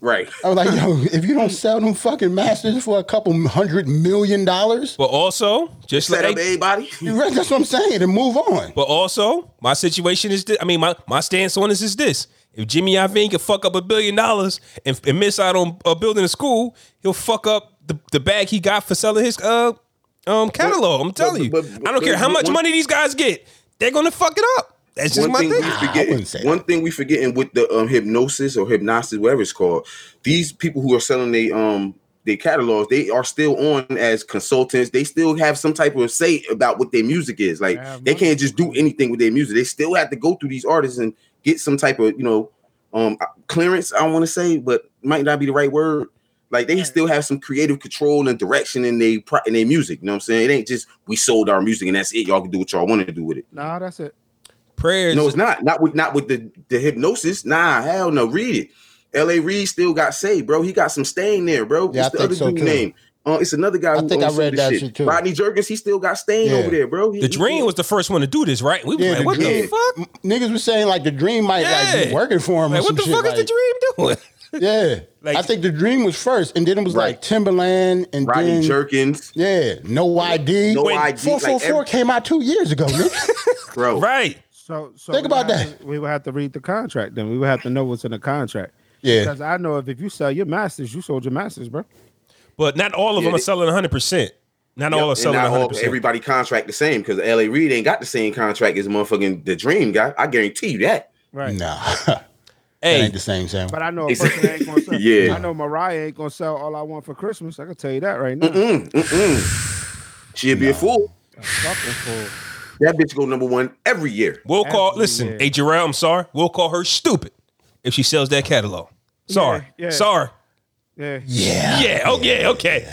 Speaker 6: Right.
Speaker 3: I was like, yo, if you don't sell them fucking masters for a couple hundred million dollars,
Speaker 2: But also, just
Speaker 6: Set
Speaker 2: like
Speaker 6: up everybody.
Speaker 3: you right, that's what I'm saying, and move on.
Speaker 2: But also, my situation is this. I mean, my, my stance on this is this. If Jimmy Iovine can fuck up a billion dollars and, and miss out on uh, building a school, he'll fuck up the, the bag he got for selling his uh um catalog. I'm telling
Speaker 6: but-
Speaker 2: you.
Speaker 6: but-
Speaker 2: I don't care how
Speaker 6: but
Speaker 2: much
Speaker 6: one-
Speaker 2: money these guys get. They're going to fuck it up. That's just
Speaker 6: one
Speaker 2: my
Speaker 6: thing
Speaker 2: thing.
Speaker 6: we
Speaker 3: wouldn't say
Speaker 6: forgetting. One thing we forgetting with the um, hypnosis or hypnosis, whatever it's called. These people who are selling they um their catalogs, they are still on as consultants. They still have some type of say about what their music is. Like
Speaker 5: Yeah,
Speaker 6: they can't just do anything with their music. They still have to go through these artists and get some type of you know um clearance. I want to say, but might not be the right word. Like they still have some creative control and direction in they pro- in their music. You know what I'm saying? It ain't just we sold our music and that's it. Y'all can do what y'all want to do with it.
Speaker 5: Nah, that's it.
Speaker 2: Prayers.
Speaker 6: No, it's not. Not with not with the, the hypnosis. Nah, hell no. Read it. L.A. Reed still got saved, bro. He got some stain there, bro. What's
Speaker 3: Yeah, I
Speaker 6: the
Speaker 3: think
Speaker 6: other
Speaker 3: so,
Speaker 6: dude
Speaker 3: too.
Speaker 6: name? Uh, it's another guy.
Speaker 3: I
Speaker 6: who
Speaker 3: think
Speaker 6: owns
Speaker 3: I
Speaker 6: some
Speaker 3: read
Speaker 6: of this
Speaker 3: that shit, too.
Speaker 6: Rodney Jerkins, he still got stain
Speaker 3: Yeah.
Speaker 6: over there, bro. Oh, He-
Speaker 2: The
Speaker 6: he-
Speaker 2: dream was the first one to do this, right? We was
Speaker 3: Yeah,
Speaker 2: like,
Speaker 3: the
Speaker 2: what the
Speaker 3: dream-
Speaker 2: fuck?
Speaker 3: Niggas was saying like the dream might like
Speaker 2: Yeah.
Speaker 3: be working for him.
Speaker 2: Like,
Speaker 3: or
Speaker 2: what
Speaker 3: some
Speaker 2: the
Speaker 3: shit,
Speaker 2: fuck is the
Speaker 3: like-
Speaker 2: dream doing?
Speaker 3: Yeah,
Speaker 2: Like-
Speaker 3: I think the dream was first, and then it was like
Speaker 6: Right.
Speaker 3: Timberland, and
Speaker 6: Rodney
Speaker 3: then
Speaker 6: Jerkins,
Speaker 3: yeah, no ID,
Speaker 6: No
Speaker 2: When
Speaker 6: ID,
Speaker 3: four four
Speaker 6: like
Speaker 3: four
Speaker 6: every-
Speaker 3: came out two years ago. nigga.
Speaker 6: bro.
Speaker 2: Right.
Speaker 5: So,
Speaker 3: Think
Speaker 5: so we would
Speaker 3: about
Speaker 5: have
Speaker 3: that.
Speaker 5: to- we would have to read the contract. Then we would have to know what's in the contract.
Speaker 3: Yeah.
Speaker 5: Because I know if, if you sell your masters, you sold your masters, bro.
Speaker 2: But not all of
Speaker 6: Yeah,
Speaker 2: them are
Speaker 6: they-
Speaker 2: selling 100%. Not all are
Speaker 6: and
Speaker 2: selling
Speaker 6: not
Speaker 2: 100%.
Speaker 6: all, everybody contract the same because L.A. Reid ain't got the same contract as motherfucking the Dream guy. I guarantee you that.
Speaker 5: Right.
Speaker 3: Nah, that
Speaker 2: hey,
Speaker 3: ain't the same sandwich.
Speaker 5: But I know a
Speaker 6: Exactly.
Speaker 5: person that ain't gonna sell.
Speaker 6: Yeah.
Speaker 5: I know Mariah ain't gonna sell all I want for Christmas. I can tell you that right now.
Speaker 6: She'd be a fool.
Speaker 5: Fucking fool.
Speaker 6: That bitch go number one every year.
Speaker 2: we'll call,
Speaker 5: Absolutely,
Speaker 2: listen,
Speaker 5: yeah.
Speaker 2: hey, Jarrell, I'm sorry. We'll call her stupid if she sells that catalog. Sorry.
Speaker 5: Yeah, yeah.
Speaker 2: Sorry.
Speaker 5: Yeah.
Speaker 3: yeah.
Speaker 2: Yeah, oh, yeah, okay.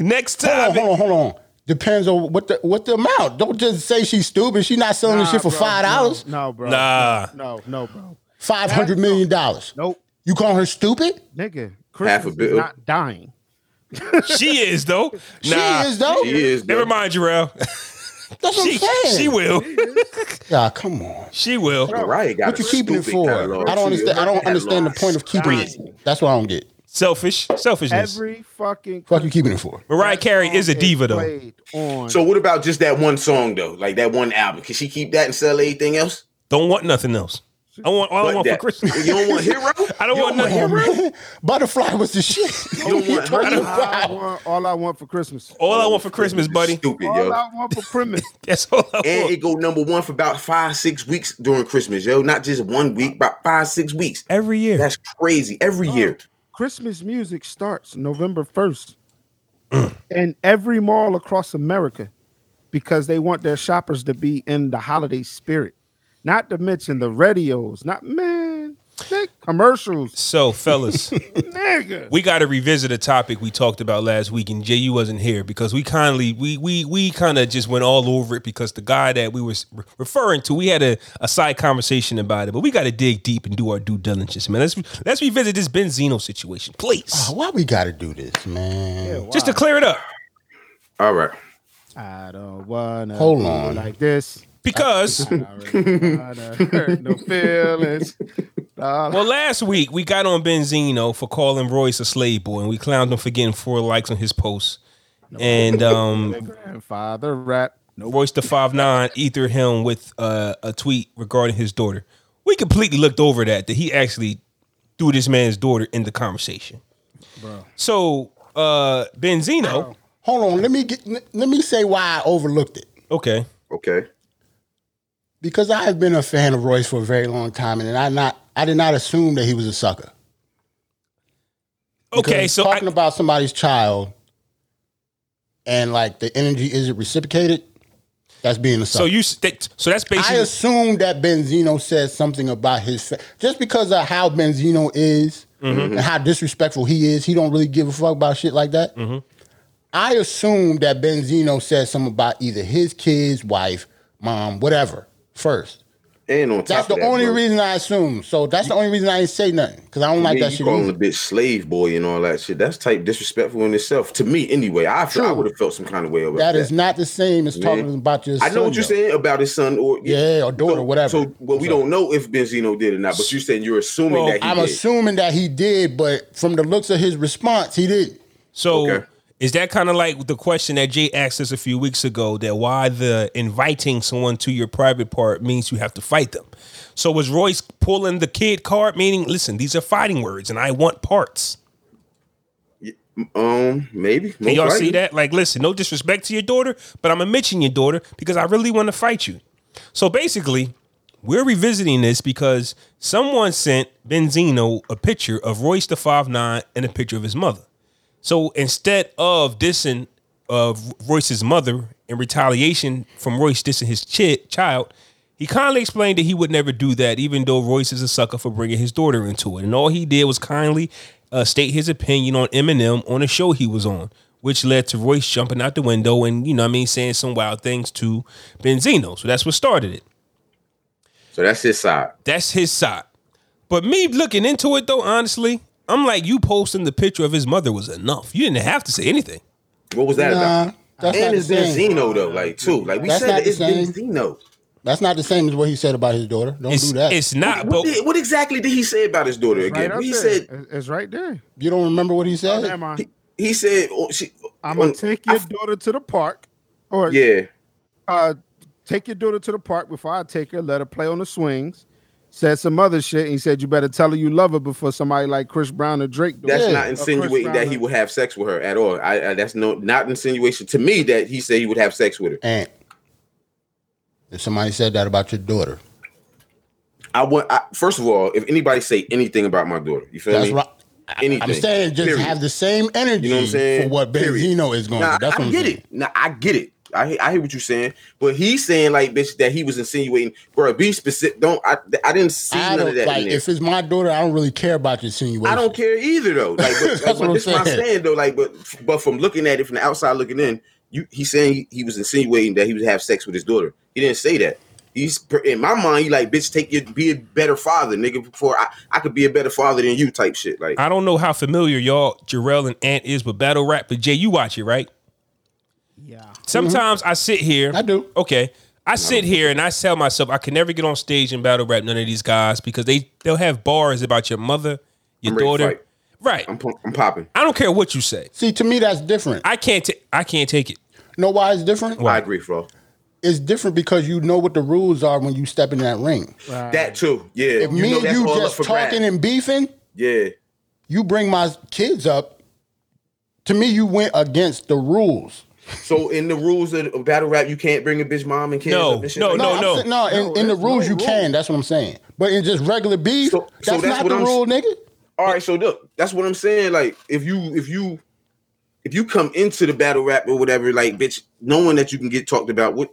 Speaker 2: Next
Speaker 3: Hold
Speaker 2: time.
Speaker 3: on, hold on, hold on. Depends on what the what the amount. Don't just say she's stupid. She's not selling this
Speaker 5: Nah,
Speaker 3: shit for
Speaker 5: bro,
Speaker 3: five dollars,
Speaker 5: No, no, bro.
Speaker 2: Nah.
Speaker 5: No, no, bro.
Speaker 3: five hundred million dollars.
Speaker 5: Nope.
Speaker 3: You call her stupid?
Speaker 5: Nigga,
Speaker 6: Half a
Speaker 5: Christmas is
Speaker 6: bill.
Speaker 5: not dying.
Speaker 2: She is, though. Nah.
Speaker 3: She is though.
Speaker 6: She is.
Speaker 2: Never
Speaker 6: though.
Speaker 2: mind, Jarrell.
Speaker 3: That's what
Speaker 2: She,
Speaker 3: I'm saying.
Speaker 2: she will.
Speaker 3: Nah, come on.
Speaker 2: She will.
Speaker 6: Mariah got
Speaker 3: What
Speaker 6: a
Speaker 3: you keeping it
Speaker 6: stupid
Speaker 3: for?
Speaker 6: catalog.
Speaker 3: I don't understand. I don't
Speaker 6: Catalog.
Speaker 3: understand the point of keeping
Speaker 5: Dying.
Speaker 3: it. That's what I don't get.
Speaker 2: Selfish. Selfishness.
Speaker 5: Every fucking
Speaker 3: Fuck you keeping it for?
Speaker 2: Mariah Carey is a diva, though.
Speaker 5: Played on.
Speaker 6: So what about just that one song though? Like that one album? Can she keep that and sell everything else?
Speaker 2: Don't want nothing else. I want all I
Speaker 6: But
Speaker 2: want
Speaker 6: that-
Speaker 2: for Christmas.
Speaker 6: You don't want hero?
Speaker 2: I don't want nothing.
Speaker 3: Oh, man. Butterfly was the shit.
Speaker 6: don't
Speaker 3: You
Speaker 6: want
Speaker 3: talking
Speaker 6: her.
Speaker 5: I
Speaker 3: about-
Speaker 5: want all I want for Christmas.
Speaker 2: All I want for Christmas, buddy.
Speaker 6: Stupid,
Speaker 5: all
Speaker 6: yo.
Speaker 5: I want for Christmas.
Speaker 2: That's all I
Speaker 6: And it
Speaker 2: want.
Speaker 6: go number one for about five, six weeks during Christmas, yo. Not just one week, about five, six weeks.
Speaker 2: Uh, Every year.
Speaker 6: That's crazy. Every year.
Speaker 5: Christmas music starts November 1st in every mall across America because they want their shoppers to be in the holiday spirit. Not to mention the radios, not man, they- commercials,
Speaker 2: So, fellas,
Speaker 5: nigga.
Speaker 2: we got to revisit a topic we talked about last week, and Jay, you wasn't here because we kindly we we we kind of just went all over it because the guy that we were re- referring to, we had a, a side conversation about it, but we got to dig deep and do our due diligence, man. Let's let's revisit this Benzino situation, please,
Speaker 3: Oh, Why we gotta do this, man?
Speaker 2: just to clear it up,
Speaker 6: All right.
Speaker 5: I don't wanna
Speaker 3: Hold
Speaker 5: be
Speaker 3: on.
Speaker 5: like this.
Speaker 2: because.
Speaker 5: no feelings.
Speaker 2: Well, last week we got on Benzino for calling Royce a slave boy, and we clowned him for getting four likes on his post. And um,
Speaker 5: Grandfather rap.
Speaker 2: Royce the five nine ethered him with uh, a tweet regarding his daughter. We completely looked over that that he actually threw this man's daughter in the conversation. So uh, Benzino,
Speaker 3: Hold on. Let me get. Let me say why I overlooked it.
Speaker 2: okay,
Speaker 6: Okay.
Speaker 3: because I have been a fan of Royce for a very long time, and I not I did not assume that he was a sucker. Because
Speaker 2: okay. So
Speaker 3: talking
Speaker 2: I,
Speaker 3: about somebody's child and like the energy isn't reciprocated, that's being a
Speaker 2: so
Speaker 3: sucker.
Speaker 2: you st- so that's
Speaker 3: I
Speaker 2: basically
Speaker 3: assume that Benzino says something about his fa- just because of how Benzino is
Speaker 2: Mm-hmm.
Speaker 3: and how disrespectful he is. He don't really give a fuck about shit like that.
Speaker 2: Mm-hmm.
Speaker 3: I assume that Benzino says something about either his kids, wife, mom, whatever first.
Speaker 6: And on top
Speaker 3: That's
Speaker 6: of
Speaker 3: the
Speaker 6: that,
Speaker 3: only
Speaker 6: bro,
Speaker 3: reason I assume. So that's the only reason I ain't say nothing because I don't like
Speaker 6: yeah,
Speaker 3: that
Speaker 6: you
Speaker 3: shit.
Speaker 6: calling
Speaker 3: either.
Speaker 6: the bitch slave boy and all that shit. That's type disrespectful in itself. To me, anyway. I feel I
Speaker 3: True.
Speaker 6: would have felt some kind of way about that.
Speaker 3: That is not the same as talking
Speaker 6: Man.
Speaker 3: about your.
Speaker 6: I know what you're
Speaker 3: son, though.
Speaker 6: saying about his son or
Speaker 3: Yeah, or daughter,
Speaker 6: so,
Speaker 3: whatever.
Speaker 6: So, well, we don't know if Benzino did or not, but you're saying you're assuming
Speaker 2: Well,
Speaker 6: that he
Speaker 3: I'm
Speaker 6: did.
Speaker 3: assuming that he did, but from the looks of his response, he did.
Speaker 2: So
Speaker 6: Okay.
Speaker 2: is that kind of like the question that Jay asked us a few weeks ago that why the inviting someone to your private part means you have to fight them? So was Royce pulling the kid card, meaning, listen, these are fighting words and I want parts.
Speaker 6: um, maybe.
Speaker 2: Can y'all see that? Like, listen, no disrespect to your daughter, but I'm gonna mention your daughter because I really want to fight you. So basically, we're revisiting this because someone sent Benzino a picture of Royce the five nine and a picture of his mother. So instead of dissing of Royce's mother in retaliation from Royce dissing his chi- child, he kindly explained that he would never do that, even though Royce is a sucker for bringing his daughter into it. And all he did was kindly uh, state his opinion on Eminem on a show he was on, which led to Royce jumping out the window and, you know what I mean, saying some wild things to Benzino. So that's what started it.
Speaker 6: So that's his side.
Speaker 2: That's his side. But me looking into it, though, honestly, I'm like, you posting the picture of his mother was enough. You didn't have to say anything.
Speaker 6: What was that
Speaker 3: Nah,
Speaker 6: about?
Speaker 3: that's not
Speaker 6: And
Speaker 3: the
Speaker 6: it's
Speaker 3: same.
Speaker 6: Benzino though, like too. Like we
Speaker 3: That's
Speaker 6: said,
Speaker 3: not
Speaker 6: that
Speaker 3: the
Speaker 6: it's
Speaker 3: same.
Speaker 6: Benzino.
Speaker 3: That's not the same as what he said about his daughter. Don't
Speaker 2: It's,
Speaker 3: do that.
Speaker 2: it's not, but
Speaker 6: What, did, what exactly did he say about his daughter
Speaker 5: Right
Speaker 6: again?
Speaker 5: up
Speaker 6: he
Speaker 5: there.
Speaker 6: said,
Speaker 5: It's- it's right there.
Speaker 3: you don't remember what he said?
Speaker 5: Am I?
Speaker 6: he said, oh, she,
Speaker 5: I'm gonna
Speaker 6: oh,
Speaker 5: take
Speaker 6: I
Speaker 5: your
Speaker 6: f-
Speaker 5: daughter to the park, or
Speaker 6: yeah,
Speaker 5: uh, Take your daughter to the park before I take her. Let her play on the swings. Said some other shit. And he said you better tell her you love her before somebody like Chris Brown or Drake. do it."
Speaker 6: That's
Speaker 3: Yeah.
Speaker 6: not
Speaker 5: Of course,
Speaker 6: insinuating that
Speaker 5: Brown-
Speaker 6: he would have sex with her at all. I, I that's no not insinuation to me that he said he would have sex with her.
Speaker 3: Aunt, if somebody said that about your daughter,
Speaker 6: I want I, first of all, if anybody say anything about my daughter, you feel
Speaker 3: that's
Speaker 6: me?
Speaker 3: right. I- I'm
Speaker 6: Anything.
Speaker 3: saying just
Speaker 6: Period.
Speaker 3: have the same energy
Speaker 6: You know what I'm saying?
Speaker 3: for what Benzino is going
Speaker 6: Now,
Speaker 3: to do. That's
Speaker 6: I,
Speaker 3: what I'm
Speaker 6: get
Speaker 3: saying.
Speaker 6: it. Now I get it. I hear- I hear what you're saying, but he's saying like bitch that he was insinuating. Bro, be specific. Don't I? I didn't see
Speaker 3: I
Speaker 6: none of
Speaker 3: don't
Speaker 6: that. in
Speaker 3: like
Speaker 6: there.
Speaker 3: if it's my daughter. I don't really care about your insinuation.
Speaker 6: I don't care either though. Like, but,
Speaker 3: That's
Speaker 6: like,
Speaker 3: what
Speaker 6: but
Speaker 3: I'm
Speaker 6: this is my
Speaker 3: saying.
Speaker 6: saying though. Like, but but from looking at it from the outside looking in, you he's saying he, he was insinuating that he would have sex with his daughter. He didn't say that. He's in my mind. He like, bitch, take your be a better father, nigga. Before I, I could be a better father than you, type shit. Like,
Speaker 2: I don't know how familiar y'all Jarrell and Ant is with battle rap, but Jay, you watch it, right?
Speaker 5: Yeah.
Speaker 2: Sometimes I sit here.
Speaker 3: I do.
Speaker 2: Okay. I sit here and I tell myself I can never get on stage and battle rap none of these guys because they they'll have bars about your mother, your
Speaker 6: I'm ready to
Speaker 2: daughter.
Speaker 6: fight.
Speaker 2: Right.
Speaker 6: I'm pu- I'm popping.
Speaker 2: I don't care what you say.
Speaker 3: See, to me, that's different.
Speaker 2: I can't ta- I can't take it.
Speaker 3: know why it's different?
Speaker 6: I agree, bro.
Speaker 3: It's different because you know what the rules are when you step in that ring.
Speaker 6: That too. Yeah.
Speaker 3: If me and you just talking and beefing,
Speaker 6: yeah.
Speaker 3: you bring my kids up. To me, you went against the rules.
Speaker 6: So in the rules of, of battle rap, you can't bring a bitch mom and kids.
Speaker 2: No,
Speaker 6: up and shit
Speaker 2: no,
Speaker 6: like that.
Speaker 3: No, I'm
Speaker 2: no.
Speaker 3: sa- no, in, in the
Speaker 5: that's
Speaker 3: rules
Speaker 5: no
Speaker 3: you can. That's what I'm saying. But in just regular beef,
Speaker 6: So- so
Speaker 3: that's,
Speaker 6: that's
Speaker 3: not
Speaker 6: what
Speaker 3: the
Speaker 6: I'm s-
Speaker 3: rule, nigga.
Speaker 6: All right, so look, that's what I'm saying. Like, if you if you if you come into the battle rap or whatever, like, bitch, knowing that you can get talked about, what?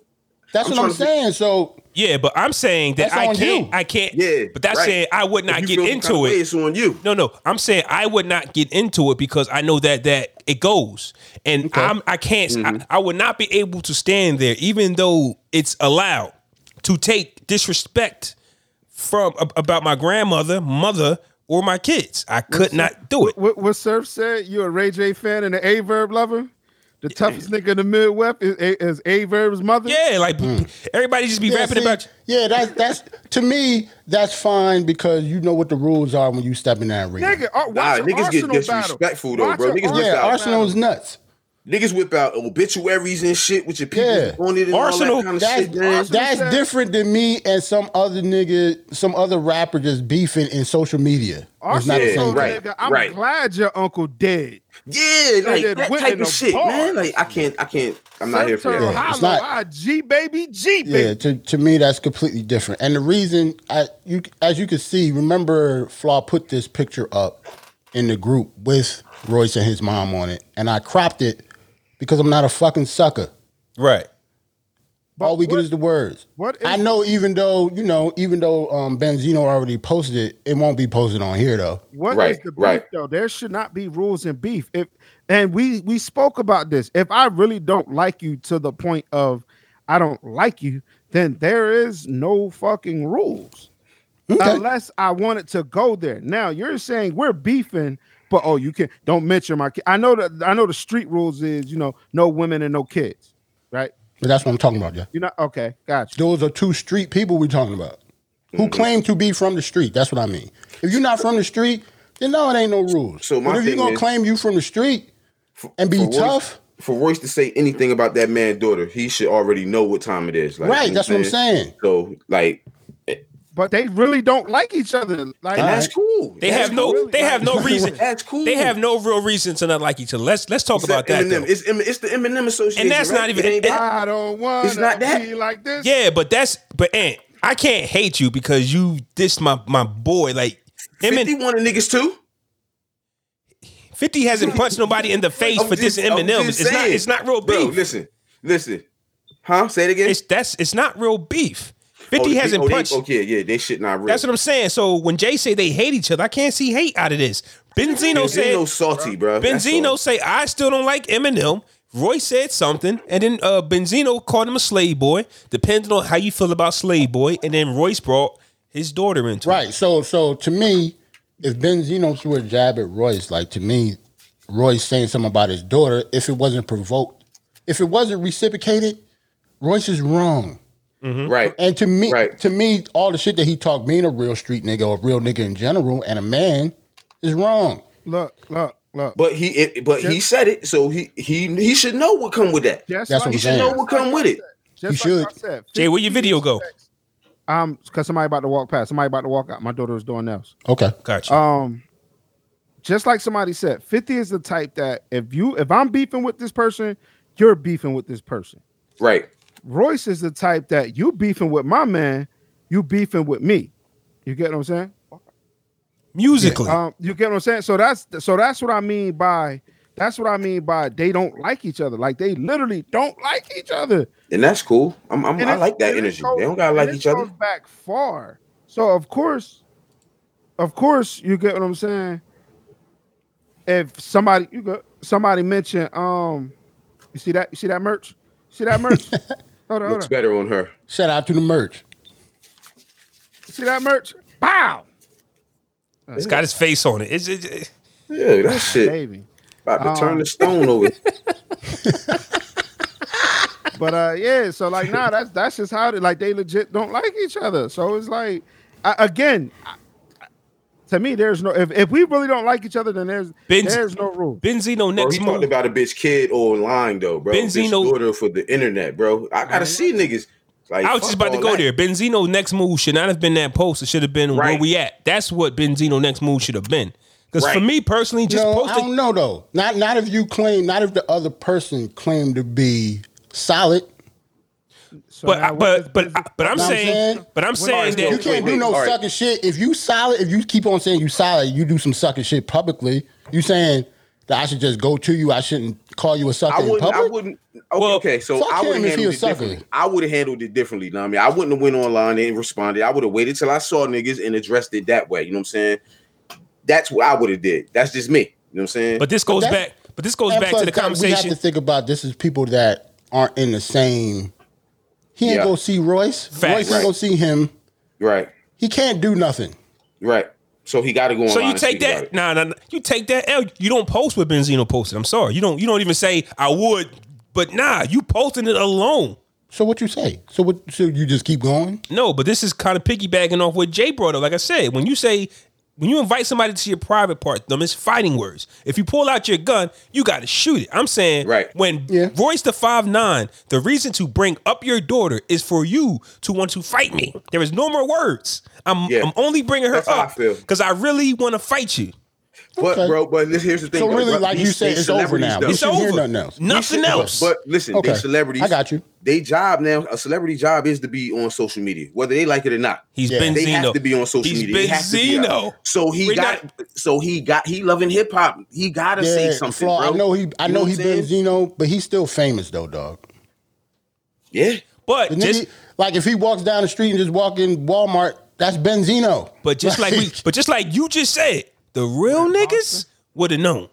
Speaker 3: That's
Speaker 6: I'm
Speaker 3: what I'm
Speaker 6: trying to
Speaker 3: saying. So
Speaker 2: Yeah, but I'm saying that
Speaker 3: That's
Speaker 2: I
Speaker 3: on
Speaker 2: can't
Speaker 3: you.
Speaker 2: I can't
Speaker 6: Yeah,
Speaker 2: but that's
Speaker 6: right.
Speaker 2: saying I would
Speaker 6: If
Speaker 2: not
Speaker 6: you
Speaker 2: get
Speaker 6: feel some kind of
Speaker 2: into
Speaker 6: way,
Speaker 2: it.
Speaker 6: It's on you.
Speaker 2: No, no. I'm saying I would not get into it because I know that that it goes, and I'm I can't.
Speaker 6: Mm-hmm.
Speaker 2: I, I would not be able to stand there, even though it's allowed to take disrespect from ab- about my grandmother, mother, or my kids. I could not do it.
Speaker 5: What, what Surf said? You a Ray J fan and an A Verb lover? The toughest nigga in the Midwest is A, is a Verb's mother.
Speaker 2: Yeah, like
Speaker 6: Mm.
Speaker 2: everybody just be
Speaker 3: yeah,
Speaker 2: rapping
Speaker 3: see,
Speaker 2: about.
Speaker 3: yeah, that's that's to me that's fine because you know what the rules are when you step in that ring.
Speaker 5: Nigga, uh,
Speaker 6: Nah,
Speaker 5: watch an
Speaker 6: niggas get
Speaker 5: Arsenal
Speaker 6: disrespectful
Speaker 5: battle.
Speaker 6: though,
Speaker 5: Watch
Speaker 6: bro.
Speaker 5: an
Speaker 6: Niggas whip
Speaker 3: yeah,
Speaker 6: out
Speaker 3: Arsenal's nuts.
Speaker 6: niggas whip out obituaries and shit with your people
Speaker 3: Yeah.
Speaker 6: on it and
Speaker 2: Arsenal,
Speaker 6: all that kind of
Speaker 3: That's
Speaker 6: shit, man.
Speaker 3: that's
Speaker 5: said-
Speaker 3: different than me and some other nigga, some other rapper just beefing in social media. It's not
Speaker 5: Arsenal
Speaker 3: the
Speaker 6: Yeah,
Speaker 3: same
Speaker 5: told
Speaker 3: thing.
Speaker 6: right,
Speaker 5: nigga, I'm
Speaker 6: right.
Speaker 5: glad your uncle dead.
Speaker 6: Yeah, like
Speaker 5: Nigga,
Speaker 6: that
Speaker 5: went
Speaker 6: type
Speaker 5: in
Speaker 6: of
Speaker 5: the
Speaker 6: shit, man.
Speaker 5: bars.
Speaker 6: Like, I can't, I can't. I'm not here for
Speaker 5: Turn
Speaker 6: that.
Speaker 3: Yeah, it's
Speaker 5: holla,
Speaker 3: not-
Speaker 5: I G baby G
Speaker 3: Yeah,
Speaker 5: baby.
Speaker 3: to, to me that's completely different. And the reason I you as you can see, remember Flaw put this picture up in the group with Royce and his mom on it, and I cropped it because I'm not a fucking sucker.
Speaker 2: Right.
Speaker 3: All we get
Speaker 5: what-
Speaker 3: is the words.
Speaker 5: what
Speaker 3: I
Speaker 5: is-
Speaker 3: know, even though you know, even though um, Benzino already posted it, it won't be posted on here though.
Speaker 5: What is
Speaker 6: Right,
Speaker 5: the beef
Speaker 6: right.
Speaker 5: though? There should not be rules in beef. If and we we spoke about this. If I really don't like you to the point of I don't like you, then there is no fucking rules. Unless I wanted to go there. Now you're saying we're beefing, but oh, you can don't mention my kid. I know that I know the street rules is you know no women and no kids, right?
Speaker 3: But that's what I'm talking about, yeah.
Speaker 5: You're not okay. Gotcha.
Speaker 3: Those are two street people we're talking about
Speaker 6: Mm-hmm.
Speaker 3: who claim to be from the street. That's what I mean. If you're not from the street, then no, it ain't no rules.
Speaker 6: So my
Speaker 3: but if you're
Speaker 6: thing
Speaker 3: gonna
Speaker 6: is-
Speaker 3: claim you from the street and be
Speaker 6: for Royce-
Speaker 3: tough,
Speaker 6: for Royce to say anything about that man daughter, he should already know what time it is. Like,
Speaker 3: right?
Speaker 6: you know
Speaker 3: That's what I'm saying.
Speaker 6: So like,
Speaker 5: But they really don't like each other. Like
Speaker 6: and that's cool.
Speaker 2: They
Speaker 6: That's
Speaker 2: have no.
Speaker 6: cool.
Speaker 2: They have no
Speaker 6: Like,
Speaker 2: reason.
Speaker 6: That's cool.
Speaker 2: They have no real reason to not like each other. Let's let's talk about
Speaker 6: Except
Speaker 2: that.
Speaker 6: Eminem.
Speaker 2: though.
Speaker 6: It's, Em- it's the Eminem Association,
Speaker 2: And that's
Speaker 6: right?
Speaker 2: not even-
Speaker 6: It ain't
Speaker 2: and-
Speaker 6: that-
Speaker 5: I don't want
Speaker 6: It's not that.
Speaker 5: be like this.
Speaker 2: Yeah, but that's but Ant, I can't hate you because you dissed my my boy. Like him
Speaker 6: Fifty
Speaker 2: and
Speaker 6: one of niggas too.
Speaker 2: 50 hasn't punched nobody in the face
Speaker 6: I'm
Speaker 2: for this
Speaker 6: just- I'm
Speaker 2: Eminem.
Speaker 6: just
Speaker 2: It's not
Speaker 6: saying.
Speaker 2: it's not real
Speaker 6: Bro,
Speaker 2: beef.
Speaker 6: listen, listen, huh? Say it again.
Speaker 2: It's that's it's not real beef. 50
Speaker 6: they-
Speaker 2: hasn't
Speaker 6: oh, they-
Speaker 2: punched.
Speaker 6: oh, yeah, yeah, they shit not real.
Speaker 2: That's what I'm saying. So when Jay say they hate each other, I can't see hate out of this. Benzino
Speaker 6: Benzino
Speaker 2: said
Speaker 6: salty, bro. That's all.
Speaker 2: Benzino say I still don't like Eminem. Roy said something, and then uh, Benzino called him a slave boy, depending on how you feel about slave boy. And then Royce brought his daughter into it.
Speaker 3: Right. So so to me, if Benzino threw a jab at Royce, like to me, Royce saying something about his daughter, if it wasn't provoked, if it wasn't reciprocated, Royce is wrong.
Speaker 6: right.
Speaker 3: And to me,
Speaker 6: Right.
Speaker 3: to me, all the shit that he talked, being a real street nigga or a real nigga in general and a man, is wrong.
Speaker 5: Look, look, look.
Speaker 6: But he, it, but he said it, so he he he should know what come with that.
Speaker 3: That's
Speaker 5: Just like
Speaker 3: what I'm
Speaker 6: He should know
Speaker 3: saying.
Speaker 6: what come with it.
Speaker 5: Just
Speaker 3: You
Speaker 5: like I
Speaker 3: should.
Speaker 5: said,
Speaker 2: Jay, where your video go?
Speaker 5: um, because somebody about to walk past. Somebody about to walk out. My daughter was doing nails.
Speaker 3: Okay.
Speaker 2: Gotcha.
Speaker 5: Um, just like somebody said, 50 is the type that if you if I'm beefing with this person, you're beefing with this person.
Speaker 6: Right.
Speaker 5: Royce is the type that you beefing with my man, you beefing with me. You get what I'm saying?
Speaker 2: Musically.
Speaker 5: Um, you get what I'm saying? So that's so that's what I mean by that's what I mean by they don't like each other. Like they literally don't like each other.
Speaker 6: And that's cool. I'm, I'm
Speaker 5: And
Speaker 6: I
Speaker 5: it-
Speaker 6: like that
Speaker 5: and it
Speaker 6: energy.
Speaker 5: goes-
Speaker 6: They don't gotta
Speaker 5: and
Speaker 6: like
Speaker 5: it
Speaker 6: each other.
Speaker 5: goes back far. So of course, of course, you get what I'm saying. If somebody you go, somebody mentioned, um, you see that you see that merch, see that merch. hold on, hold
Speaker 6: Looks
Speaker 5: on.
Speaker 6: better on her.
Speaker 3: Shout out to the merch.
Speaker 5: See that merch? Wow,
Speaker 2: it's got his face on it. It's, it, it-
Speaker 6: Yeah, that shit.
Speaker 5: baby. Um,
Speaker 6: About to turn the stone over.
Speaker 5: But uh, yeah, so like, nah, that's that's just how they, like they legit don't like each other. So it's like, I, again, I- to me, there's no if, if we really don't like each other, then there's
Speaker 2: Benz-
Speaker 5: there's no rule.
Speaker 2: Benzino
Speaker 6: Bro,
Speaker 2: next
Speaker 6: he talked
Speaker 2: month.
Speaker 6: about a bitch kid online though, bro. Bitch
Speaker 2: Benzino-
Speaker 6: daughter for the internet, bro. I gotta see niggas. Like
Speaker 2: I was
Speaker 6: fuck
Speaker 2: just about to
Speaker 6: all
Speaker 2: go
Speaker 6: that.
Speaker 2: there. Benzino next move should not have been that post. It should have been where
Speaker 6: Right.
Speaker 2: we at. That's what Benzino next move should have been. Because for
Speaker 6: Right.
Speaker 2: me personally, just
Speaker 3: no, I
Speaker 2: posting.
Speaker 3: don't know though. Not not if you claim, not if the other person claimed to be solid.
Speaker 5: So
Speaker 2: But
Speaker 5: now
Speaker 2: I,
Speaker 5: what
Speaker 2: but
Speaker 5: is
Speaker 2: but I- but I'm
Speaker 3: Know what I'm
Speaker 2: saying
Speaker 3: saying?
Speaker 2: but I'm saying
Speaker 6: Alright,
Speaker 3: You
Speaker 6: so-
Speaker 2: that
Speaker 3: can't
Speaker 6: wait,
Speaker 3: do no
Speaker 6: wait, all right.
Speaker 3: sucking shit. If you solid, if you keep on saying you solid, you do some sucking shit publicly. You saying that I should just go to you. I shouldn't call you a sucker
Speaker 6: I
Speaker 3: in
Speaker 6: wouldn't. I
Speaker 3: public.
Speaker 6: wouldn't. Okay,
Speaker 2: Well,
Speaker 6: okay so
Speaker 3: fuck
Speaker 6: I would
Speaker 3: him if
Speaker 6: have
Speaker 3: he
Speaker 6: handled
Speaker 3: was
Speaker 6: it
Speaker 3: sucker.
Speaker 6: differently. I would have handled it differently. Know what I mean, I wouldn't have went online and responded. I would have waited till I saw niggas and addressed it that way. You know what I'm saying? That's what I would have did. That's just me. You know what I'm saying?
Speaker 2: but this goes
Speaker 3: But that's-
Speaker 2: back but this goes
Speaker 3: And
Speaker 2: back to the
Speaker 3: plus, that- We
Speaker 2: conversation.
Speaker 3: have to think about this is people that aren't in the same. He ain't
Speaker 6: Yeah.
Speaker 3: gonna see Royce.
Speaker 2: Facts.
Speaker 3: Royce
Speaker 6: Right.
Speaker 3: ain't gonna see him.
Speaker 6: right,
Speaker 3: He can't do nothing.
Speaker 6: right. So he got to go online.
Speaker 2: So you
Speaker 6: and
Speaker 2: take
Speaker 6: speak about
Speaker 2: that
Speaker 6: it.
Speaker 2: nah, nah nah, you take that L you don't post what Benzino posted. I'm sorry. You don't you don't even say I would, but nah, you posting it alone.
Speaker 3: So what you say? So what? So you just keep going?
Speaker 2: No, but this is kind of piggybacking off what Jay brought up. Like I said, when you say when you invite somebody to your private part, them it's fighting words. If you pull out your gun, you got to shoot it. I'm saying,
Speaker 6: Right.
Speaker 2: When
Speaker 3: Yeah.
Speaker 2: Royce the five nine, the reason to bring up your daughter is for you to want to fight me. There is no more words. I'm
Speaker 6: Yeah.
Speaker 2: I'm only bringing her
Speaker 6: That's how I
Speaker 2: up
Speaker 6: feel.
Speaker 2: because I really want to fight you.
Speaker 6: But
Speaker 3: Okay.
Speaker 6: bro, but this- here's the thing.
Speaker 3: So
Speaker 6: though,
Speaker 3: really,
Speaker 6: bro,
Speaker 3: like you
Speaker 6: these-
Speaker 3: said,
Speaker 6: these
Speaker 3: it's over
Speaker 6: celebrities,
Speaker 3: now.
Speaker 6: though.
Speaker 3: We
Speaker 2: It's
Speaker 3: shouldn't hear
Speaker 2: over.
Speaker 3: nothing else. We
Speaker 2: Nothing
Speaker 3: shouldn't-
Speaker 2: else.
Speaker 6: But listen,
Speaker 3: Okay.
Speaker 6: they celebrities.
Speaker 3: I got you.
Speaker 6: They job now. A celebrity job is to be on social media, whether they like it or not.
Speaker 2: He's
Speaker 3: Yeah.
Speaker 2: Benzino.
Speaker 6: They have to be on social
Speaker 2: He's
Speaker 6: media. They have to be out.
Speaker 2: Benzino.
Speaker 6: So he
Speaker 2: We're
Speaker 6: got.
Speaker 2: not-
Speaker 6: so he got. He loving hip hop. He gotta say something.
Speaker 3: Flaw,
Speaker 6: bro.
Speaker 3: I know he. I
Speaker 6: You
Speaker 3: know,
Speaker 6: what
Speaker 3: he
Speaker 6: I'm saying?
Speaker 3: Benzino, but he's still famous though, dog.
Speaker 6: Yeah.
Speaker 2: But
Speaker 3: The
Speaker 2: just
Speaker 3: nigga, like if he walks down the street and just walk in Walmart, that's Benzino.
Speaker 2: But just like we, but just like you just said, the real niggas would have known.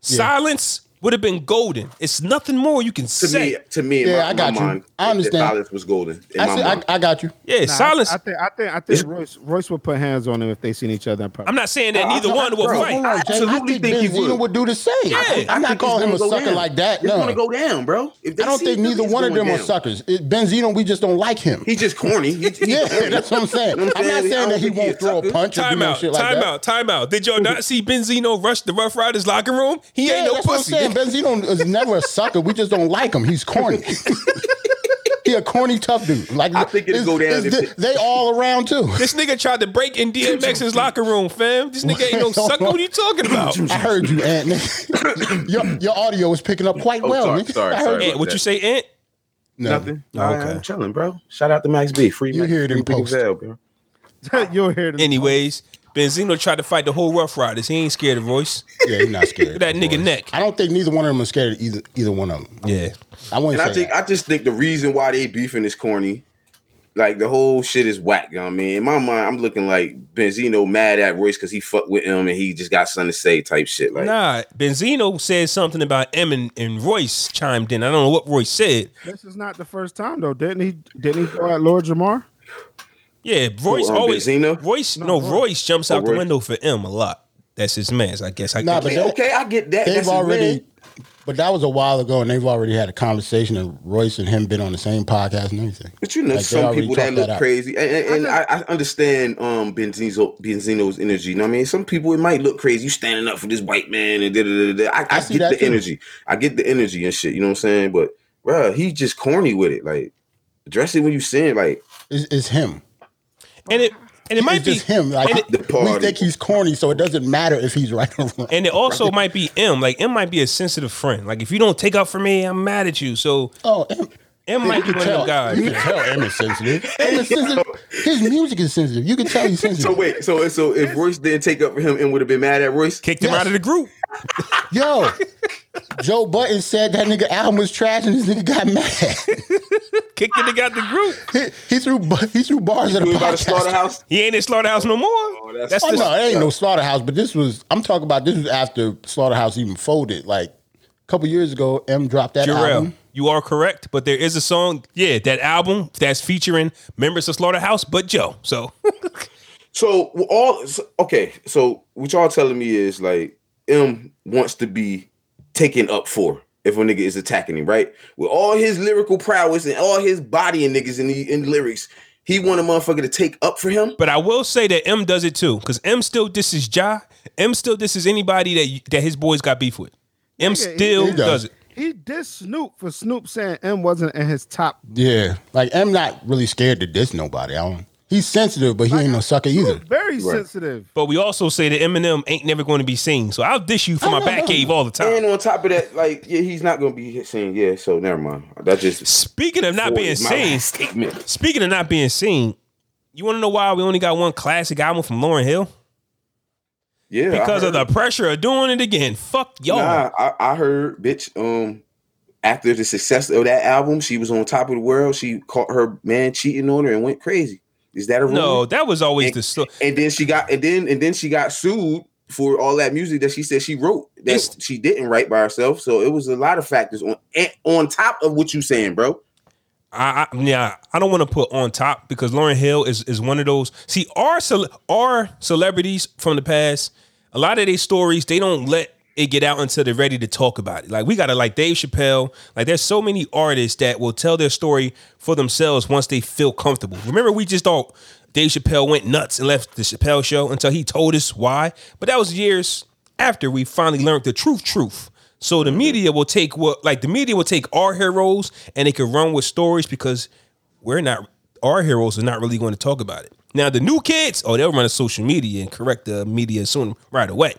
Speaker 2: Silence would have been golden. It's nothing more you can
Speaker 6: To
Speaker 2: say.
Speaker 6: me, to me, in
Speaker 3: Yeah,
Speaker 6: my,
Speaker 3: I got
Speaker 6: my
Speaker 3: you.
Speaker 6: mind,
Speaker 3: I understand.
Speaker 6: The silence was golden. In
Speaker 3: I,
Speaker 6: my
Speaker 3: see, I,
Speaker 6: mind.
Speaker 3: I got you.
Speaker 2: yeah,
Speaker 5: Nah, I-
Speaker 2: silence.
Speaker 5: I, think I think I think Royce Royce would put hands on him if they seen each other in public.
Speaker 2: I'm not saying that neither
Speaker 6: I-
Speaker 2: one will
Speaker 6: bro,
Speaker 2: fight.
Speaker 6: hold on. I absolutely
Speaker 3: think,
Speaker 6: think he
Speaker 3: Benzino
Speaker 6: would.
Speaker 3: do the same.
Speaker 2: Yeah.
Speaker 3: I'm
Speaker 6: I
Speaker 3: not
Speaker 6: think it's
Speaker 3: calling him
Speaker 6: gonna
Speaker 3: a
Speaker 6: go
Speaker 3: sucker
Speaker 6: down.
Speaker 3: like that.
Speaker 6: It's gonna
Speaker 3: No,
Speaker 6: go down, bro. If they
Speaker 3: I don't
Speaker 6: see
Speaker 3: think
Speaker 6: it,
Speaker 3: neither
Speaker 6: it's
Speaker 3: one of
Speaker 6: going
Speaker 3: them are
Speaker 6: down.
Speaker 3: suckers. It, Benzino, we just don't like him.
Speaker 6: He just corny. He, he
Speaker 3: yeah,
Speaker 6: corny.
Speaker 3: that's what I'm saying.
Speaker 6: You know what
Speaker 3: I'm
Speaker 6: I'm
Speaker 3: not
Speaker 6: saying? I
Speaker 3: saying
Speaker 6: don't
Speaker 3: that he
Speaker 6: think he
Speaker 3: won't
Speaker 6: a
Speaker 3: throw a
Speaker 6: sucker.
Speaker 3: punch or do
Speaker 2: Time
Speaker 3: no
Speaker 2: out,
Speaker 3: shit like
Speaker 2: time
Speaker 3: that.
Speaker 2: out, time out. Did y'all not see Benzino rush the Rough Riders locker room? He
Speaker 3: Yeah,
Speaker 2: ain't no
Speaker 3: that's what I'm
Speaker 2: pussy.
Speaker 3: saying. Benzino is never a sucker. We just don't like him. He's corny. he a corny tough dude. Like
Speaker 6: I think it'll
Speaker 3: it's-
Speaker 6: go down
Speaker 3: it's-
Speaker 6: if-
Speaker 3: They all around too.
Speaker 2: This nigga tried to break in DMX's locker room, fam. This nigga ain't no sucker. What are you talking about?
Speaker 3: I heard you, Ant. nigga. your, your audio was picking up quite
Speaker 6: Oh,
Speaker 3: well.
Speaker 6: sorry,
Speaker 3: nigga.
Speaker 6: sorry,
Speaker 3: I heard
Speaker 6: sorry.
Speaker 2: Ant, what you say, Ant?
Speaker 3: No.
Speaker 6: Nothing.
Speaker 2: Oh,
Speaker 6: Alright,
Speaker 2: okay.
Speaker 6: I'm chilling, bro. Shout out to Max B. Free
Speaker 3: You
Speaker 6: Max.
Speaker 3: hear it in
Speaker 6: free Big
Speaker 3: post.
Speaker 6: Zell, bro.
Speaker 5: You'll hear this.
Speaker 2: Anyways, Benzino tried to fight the whole Rough Riders. He ain't scared of Royce.
Speaker 3: Yeah, he's not scared.
Speaker 2: Look at that nigga neck.
Speaker 3: I don't think neither one of them is scared of either either one of them.
Speaker 2: Yeah.
Speaker 3: I wouldn't
Speaker 6: And
Speaker 3: say
Speaker 6: I think
Speaker 3: that.
Speaker 6: I just think the reason why they beefing is corny. Like the whole shit is whack, you know what I mean? In my mind, I'm looking like Benzino mad at Royce because he fucked with him and he just got something to say type shit. Like
Speaker 2: Nah, Benzino said something about M and, and Royce chimed in. I don't know what Royce said.
Speaker 5: This is not the first time though. Didn't he? Didn't he go at Lord Jamar?
Speaker 2: Yeah, Royce
Speaker 6: um,
Speaker 2: always
Speaker 6: Benzino? Oh,
Speaker 2: Royce no, Royce jumps out the
Speaker 6: Royce.
Speaker 2: window for M a lot. That's his man's, I guess. I
Speaker 3: Nah,
Speaker 2: guess.
Speaker 3: but
Speaker 6: okay,
Speaker 3: that-
Speaker 6: okay, I get that.
Speaker 3: they've
Speaker 6: That's already
Speaker 3: already, but that was a while ago, and they've already had a conversation. And Royce and him been on the same podcast and everything.
Speaker 6: but you know,
Speaker 3: Like, they
Speaker 6: some
Speaker 3: already
Speaker 6: people that
Speaker 3: talked
Speaker 6: look
Speaker 3: that out.
Speaker 6: crazy, and, and, and I, I understand um Benzino Benzino's energy. You know what I mean? Some people it might look crazy. You standing up for this white man and da da da da. I, I,
Speaker 3: I see
Speaker 6: get
Speaker 3: that
Speaker 6: the
Speaker 3: too.
Speaker 6: energy. I get the energy and shit. You know what I'm saying? But bruh, he's just corny with it. Like, address it when you sin. it, Like,
Speaker 3: It's, it's him.
Speaker 2: and it and it might
Speaker 3: it's
Speaker 2: be
Speaker 3: just him. Like
Speaker 2: and it-
Speaker 6: The
Speaker 3: we
Speaker 6: party.
Speaker 3: think he's corny, so it doesn't matter if he's right or wrong.
Speaker 2: And it also might be M. Like M might be a sensitive friend. Like if you don't take up for me, I'm mad at you. So
Speaker 3: oh, M,
Speaker 2: M might be
Speaker 3: you
Speaker 2: one of them
Speaker 3: tell.
Speaker 2: guys.
Speaker 3: you can tell M is sensitive. M is sensitive. His music is sensitive. You can tell he's sensitive.
Speaker 6: so wait, so so if Royce didn't take up for him and would have been mad at Royce,
Speaker 2: Kicked him
Speaker 3: Yes.
Speaker 2: out of the group.
Speaker 3: Yo, Joe Button said that nigga album was trash, and this nigga got mad.
Speaker 2: Kicked the nigga out the group.
Speaker 3: he, he threw bu- he threw bars at a
Speaker 6: we about to
Speaker 3: podcast.
Speaker 6: slaughterhouse.
Speaker 2: He ain't in slaughterhouse no more.
Speaker 6: that's-
Speaker 2: that's
Speaker 3: Oh
Speaker 2: the,
Speaker 3: no, it ain't no slaughterhouse, but this was I'm talking about this was after Slaughterhouse even folded. Like a couple years ago, M dropped that
Speaker 2: Jarrell.
Speaker 3: album.
Speaker 2: You are correct, but there is a song, yeah, that album that's featuring members of Slaughterhouse, but Joe. So
Speaker 6: So w- all so- okay. So what y'all telling me is like M wants to be taken up for if a nigga is attacking him, right? With all his lyrical prowess and all his body and niggas in the in lyrics, he want a motherfucker to take up for him.
Speaker 2: But I will say that M does it too, because M still disses Ja. M still disses anybody that that his boys got beef with. M
Speaker 5: Nigga, he-
Speaker 2: still
Speaker 3: he
Speaker 2: does.
Speaker 3: does.
Speaker 2: it.
Speaker 5: He dissed Snoop for Snoop saying M wasn't in his top.
Speaker 3: Yeah. Like M not really scared to diss nobody. I don't he's sensitive, but he ain't no sucker either.
Speaker 5: Very sensitive.
Speaker 2: But we also say that Eminem ain't never going to be seen. So I'll dish you for my
Speaker 3: no,
Speaker 2: back
Speaker 3: no.
Speaker 2: cave all the time.
Speaker 6: And on top of that, like yeah, he's not gonna be saying yeah. So never mind. That just
Speaker 2: Speaking of not being
Speaker 6: my
Speaker 2: seen,
Speaker 6: last statement.
Speaker 2: speaking of not being seen, you want to know why we only got one classic album from Lauren Hill?
Speaker 6: Yeah, I
Speaker 2: Because of
Speaker 6: heard-
Speaker 2: the pressure of doing it again. Fuck y'all.
Speaker 6: Nah, I, I heard, bitch. Um, after the success of that album, she was on top of the world. She caught her man cheating on her and went crazy. Is that a rumor?
Speaker 2: No, that was always
Speaker 6: And-
Speaker 2: the so-
Speaker 6: And then she got, and then and then she got sued for all that music that she said she wrote that
Speaker 2: This-
Speaker 6: she didn't write by herself. So it was a lot of factors on and on top of what you saying, bro.
Speaker 2: I, I yeah, I don't want to put on top because Lauren Hill is is one of those. See, our cele- our celebrities from the past, a lot of their stories they don't let it get out until they're ready to talk about it. Like we gotta like Dave Chappelle. Like there's so many artists that will tell their story for themselves once they feel comfortable. Remember, we just thought Dave Chappelle went nuts and left the Chappelle show until he told us why. But that was years after we finally learned the truth. Truth. So the
Speaker 6: Mm-hmm.
Speaker 2: media will take what like the media will take our heroes and they can run with stories because we're not our heroes are not really going to talk about it. Now the new kids, oh, they'll run to social media and correct the media soon right away.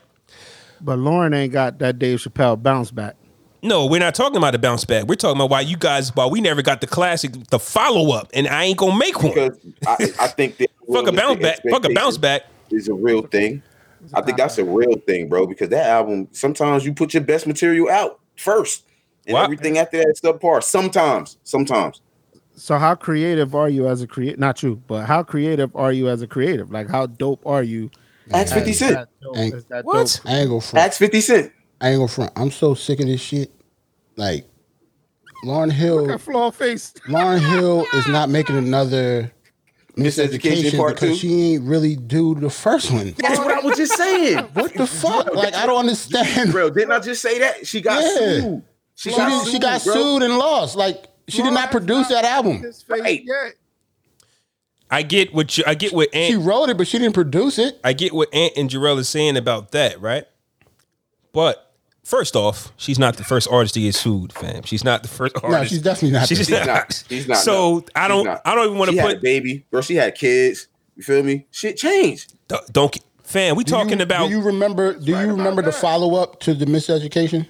Speaker 5: But Lauren ain't got that Dave Chappelle bounce back.
Speaker 2: No, we're not talking about a bounce back. We're talking about why you guys why we never got the classic, the follow up, and I ain't gonna make one.
Speaker 6: Because I, I think that
Speaker 2: Fuck a bounce back. Fuck a bounce back.
Speaker 6: is a real thing. I think that's a real thing, bro. Because that album, sometimes you put your best material out first, and
Speaker 2: Wow.
Speaker 6: everything after that is subpar. Sometimes, sometimes.
Speaker 5: So how creative are you as a creative? Not you, but how creative are you as a creative? Like how dope are you?
Speaker 6: Ask Fifty
Speaker 5: Is
Speaker 6: Cent.
Speaker 5: that dope?
Speaker 3: Ain't-
Speaker 5: Is that
Speaker 2: What?
Speaker 5: dope?
Speaker 3: I ain't go front.
Speaker 6: Ask Fifty Cent.
Speaker 3: I ain't go front. I'm so sick of this shit. Like Lauren Hill
Speaker 5: That flaw face.
Speaker 3: Lauren Hill is not making another
Speaker 6: Miseducation
Speaker 3: miseducation
Speaker 6: part two.
Speaker 3: because she ain't really do the first one.
Speaker 6: That's what I was just saying,
Speaker 3: What the fuck? Like I don't understand.
Speaker 6: bro. Didn't I just say that she got
Speaker 3: Yeah.
Speaker 6: sued? She,
Speaker 3: She, did, she got
Speaker 6: bro.
Speaker 3: sued and lost. Like she did not produce that album.
Speaker 5: His face
Speaker 6: Right.
Speaker 5: yet.
Speaker 2: I get what you I get what
Speaker 3: She
Speaker 2: Ant
Speaker 3: wrote it, but she didn't produce it.
Speaker 2: I get what Ant and Jarrell is saying about that, right? But first off, she's not the first artist to get sued, fam. She's not the first artist.
Speaker 3: No, she's definitely not.
Speaker 2: She's
Speaker 3: the-
Speaker 2: not.
Speaker 6: She's not. She's not.
Speaker 2: So
Speaker 6: no.
Speaker 2: I
Speaker 6: She's
Speaker 2: don't.
Speaker 6: not.
Speaker 2: I don't even want
Speaker 6: She
Speaker 2: to
Speaker 6: had a
Speaker 2: put.
Speaker 6: baby, bro. She had kids. You feel me? Shit changed.
Speaker 2: Don't- Don't fam. We
Speaker 3: Do you-
Speaker 2: talking about.
Speaker 3: Do you remember? Do you remember the follow up to the miseducation?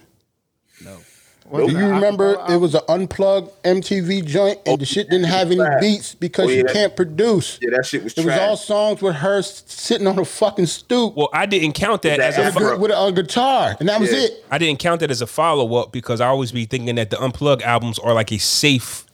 Speaker 5: What
Speaker 3: Do
Speaker 5: the-
Speaker 3: you remember it was an unplugged MTV joint and the shit didn't have any beats because
Speaker 6: Oh, yeah,
Speaker 3: she
Speaker 6: that-
Speaker 3: can't produce.
Speaker 6: Yeah, that shit was
Speaker 3: It was
Speaker 6: trash.
Speaker 3: all songs with her s- sitting on a fucking stoop
Speaker 2: well, I didn't count that
Speaker 6: That
Speaker 2: as a.
Speaker 6: effort.
Speaker 2: fo-
Speaker 3: with, with a guitar, and that was
Speaker 6: Yeah.
Speaker 3: it.
Speaker 2: I didn't count that as a follow up because I always be thinking that the unplug albums are like a safe.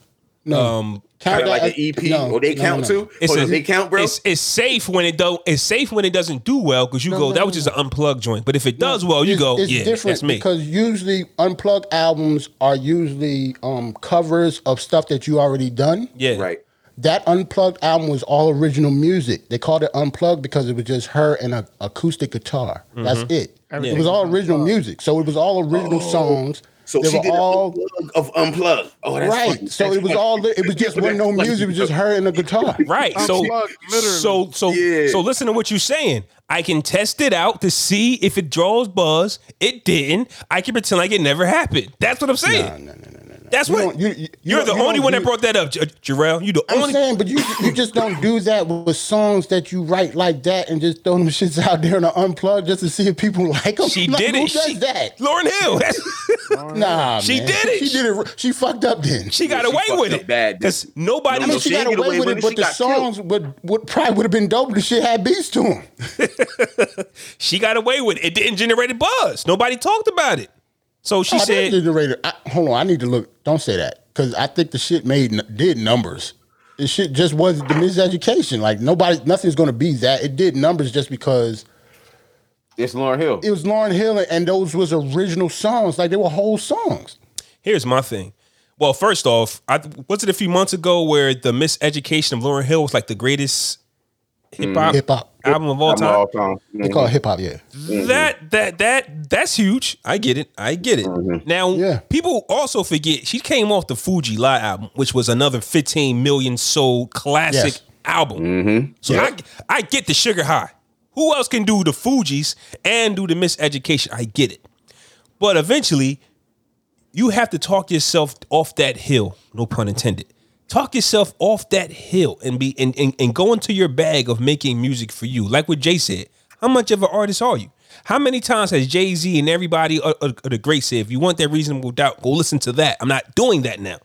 Speaker 3: No.
Speaker 2: Um,
Speaker 3: Count
Speaker 6: like
Speaker 3: that-
Speaker 6: an EP.
Speaker 3: no,
Speaker 6: oh, they
Speaker 3: no, no,
Speaker 6: count
Speaker 3: no.
Speaker 6: too. Oh,
Speaker 2: a-
Speaker 6: they count, bro.
Speaker 2: It's, it's safe when it don't. It's safe when it doesn't do well because you go that was just an unplugged joint. But if it does well, you
Speaker 3: it's,
Speaker 2: go
Speaker 3: it's
Speaker 2: Oh, yeah,
Speaker 3: different
Speaker 2: that's me.
Speaker 3: because usually unplugged albums are usually um, covers of stuff that you already done.
Speaker 2: yeah,
Speaker 6: Right.
Speaker 3: That unplugged album was all original music. They called it unplugged because it was just her and an acoustic guitar.
Speaker 5: Mm-hmm.
Speaker 3: That's it. It was all original music, so it was all original
Speaker 2: Oh.
Speaker 3: songs.
Speaker 6: So
Speaker 3: they
Speaker 6: she
Speaker 3: were
Speaker 6: did
Speaker 3: all
Speaker 6: all of unplug. Oh, that's
Speaker 3: right.
Speaker 6: funny.
Speaker 3: So
Speaker 6: That's
Speaker 3: it was
Speaker 6: funny.
Speaker 3: all. It was just one no music. It was just her and a guitar.
Speaker 2: Right. So,
Speaker 5: Unplugged, literally.
Speaker 2: so, so,
Speaker 6: Yeah.
Speaker 2: so, listen to what you're saying. I can test it out to see if it draws buzz. It didn't. I can pretend like it never happened. That's what I'm saying.
Speaker 3: No, no, no, no, no,
Speaker 2: That's
Speaker 3: You
Speaker 2: what
Speaker 3: don't- you- you-
Speaker 2: you, are
Speaker 3: you
Speaker 2: the
Speaker 3: don't
Speaker 2: only one that
Speaker 3: do-
Speaker 2: brought that up, J- Jarrell. You the
Speaker 3: I'm
Speaker 2: only.
Speaker 3: saying, but you you just don't do that with songs that you write like that and just throw them shits out there and unplug just to see if people like them.
Speaker 2: She
Speaker 3: Like,
Speaker 2: did
Speaker 3: who
Speaker 2: it.
Speaker 3: Does
Speaker 2: She,
Speaker 3: that?
Speaker 2: Lauren Hill.
Speaker 3: Nah,
Speaker 2: She
Speaker 3: man.
Speaker 2: did it.
Speaker 3: She did it. She fucked up then.
Speaker 2: she got
Speaker 6: she
Speaker 2: away
Speaker 6: fucked
Speaker 2: with
Speaker 6: up
Speaker 2: it.
Speaker 6: bad.
Speaker 2: Because nobody.
Speaker 3: I mean,
Speaker 6: No,
Speaker 3: she,
Speaker 6: she
Speaker 3: got
Speaker 6: didn't
Speaker 3: away,
Speaker 6: get away
Speaker 3: with
Speaker 6: with
Speaker 3: it,
Speaker 6: it.
Speaker 3: but
Speaker 6: She
Speaker 3: the
Speaker 6: got killed.
Speaker 3: songs would, would probably would have been dope if she had beats to them.
Speaker 2: she got away with it. It didn't generate a buzz. Nobody talked about it. So she
Speaker 3: Oh, I
Speaker 2: said,
Speaker 3: did the rated. I, hold on, I need to look. Don't say that because I think the shit made n- did numbers. The shit just was the miseducation. Like nobody, nothing's gonna be that. It did numbers just because
Speaker 6: It's Lauren Hill.
Speaker 3: it was Lauren Hill and those was original songs. Like they were whole songs.
Speaker 2: Here's my thing. Well, first off, I was it a few months ago where the miseducation of Lauren Hill was like the greatest hip hop
Speaker 3: Hip hop.
Speaker 2: Mm-hmm. album of all
Speaker 6: I'm
Speaker 2: time.
Speaker 6: all time.
Speaker 3: They call it hip hop. Yeah.
Speaker 2: That that that that's huge. I get it. I get it. Now,
Speaker 3: Yeah.
Speaker 2: people also forget she came off the Fuji Live album, which was another 15 million sold classic
Speaker 3: Yes.
Speaker 2: album.
Speaker 4: Mm-hmm.
Speaker 2: So I I get the sugar high. Who else can do the Fuji's and do the miseducation? I get it. But eventually, you have to talk yourself off that hill, no pun intended. Talk yourself off that hill and be and, and, and go into your bag of making music for you. Like what Jay said, how much of an artist are you? How many times has Jay Z and everybody of of- of the great said, if you want that reasonable doubt, go listen to that? I'm not doing that now.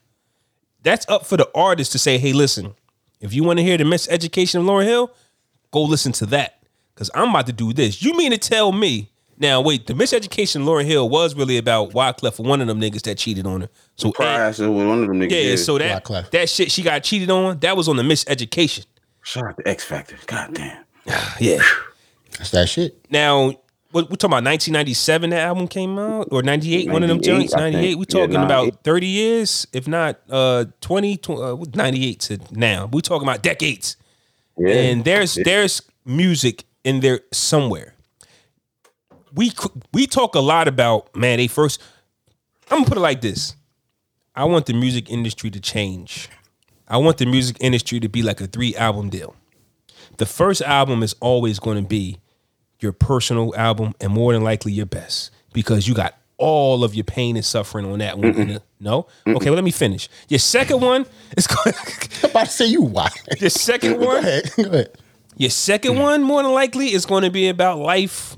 Speaker 2: That's up for the artist to say, hey, listen, if you want to hear the miseducation of Lauren Hill, go listen to that because I'm about to do this. You mean to tell me now? Wait, the miseducation of Lauren Hill was really about Wyclef, one of them niggas that cheated on her. So eh,
Speaker 6: Pride with one of them niggas.
Speaker 2: yeah,
Speaker 6: did.
Speaker 2: so that
Speaker 3: Wyclef.
Speaker 2: that shit she got cheated on, that was on the miseducation.
Speaker 6: shout out to X Factor. God damn.
Speaker 2: Yeah.
Speaker 3: That's that shit.
Speaker 2: Now what we're talking about 1997 that album came out or 98 one of them
Speaker 6: 98,
Speaker 2: joints
Speaker 6: I think.
Speaker 2: 98 we're
Speaker 6: Yeah,
Speaker 2: talking
Speaker 6: nah, it-
Speaker 2: about 30 years if not uh 20 tw- uh, 98 to now we're talking about decades
Speaker 6: Yeah.
Speaker 2: and there's there's music in there somewhere. We c- we talk a lot about man. They first. I'm gonna put it like this. I want the music industry to change. I want the music industry to be like a three album deal. The first album is always going to be your personal album and more than likely your best because you got all of your pain and suffering on that one. No? Okay, well, let me finish. Your second one is going
Speaker 3: I'm about to say you why.
Speaker 2: your second
Speaker 3: Go
Speaker 2: one
Speaker 3: ahead. Go ahead.
Speaker 2: your second one, more than likely, is going to be about life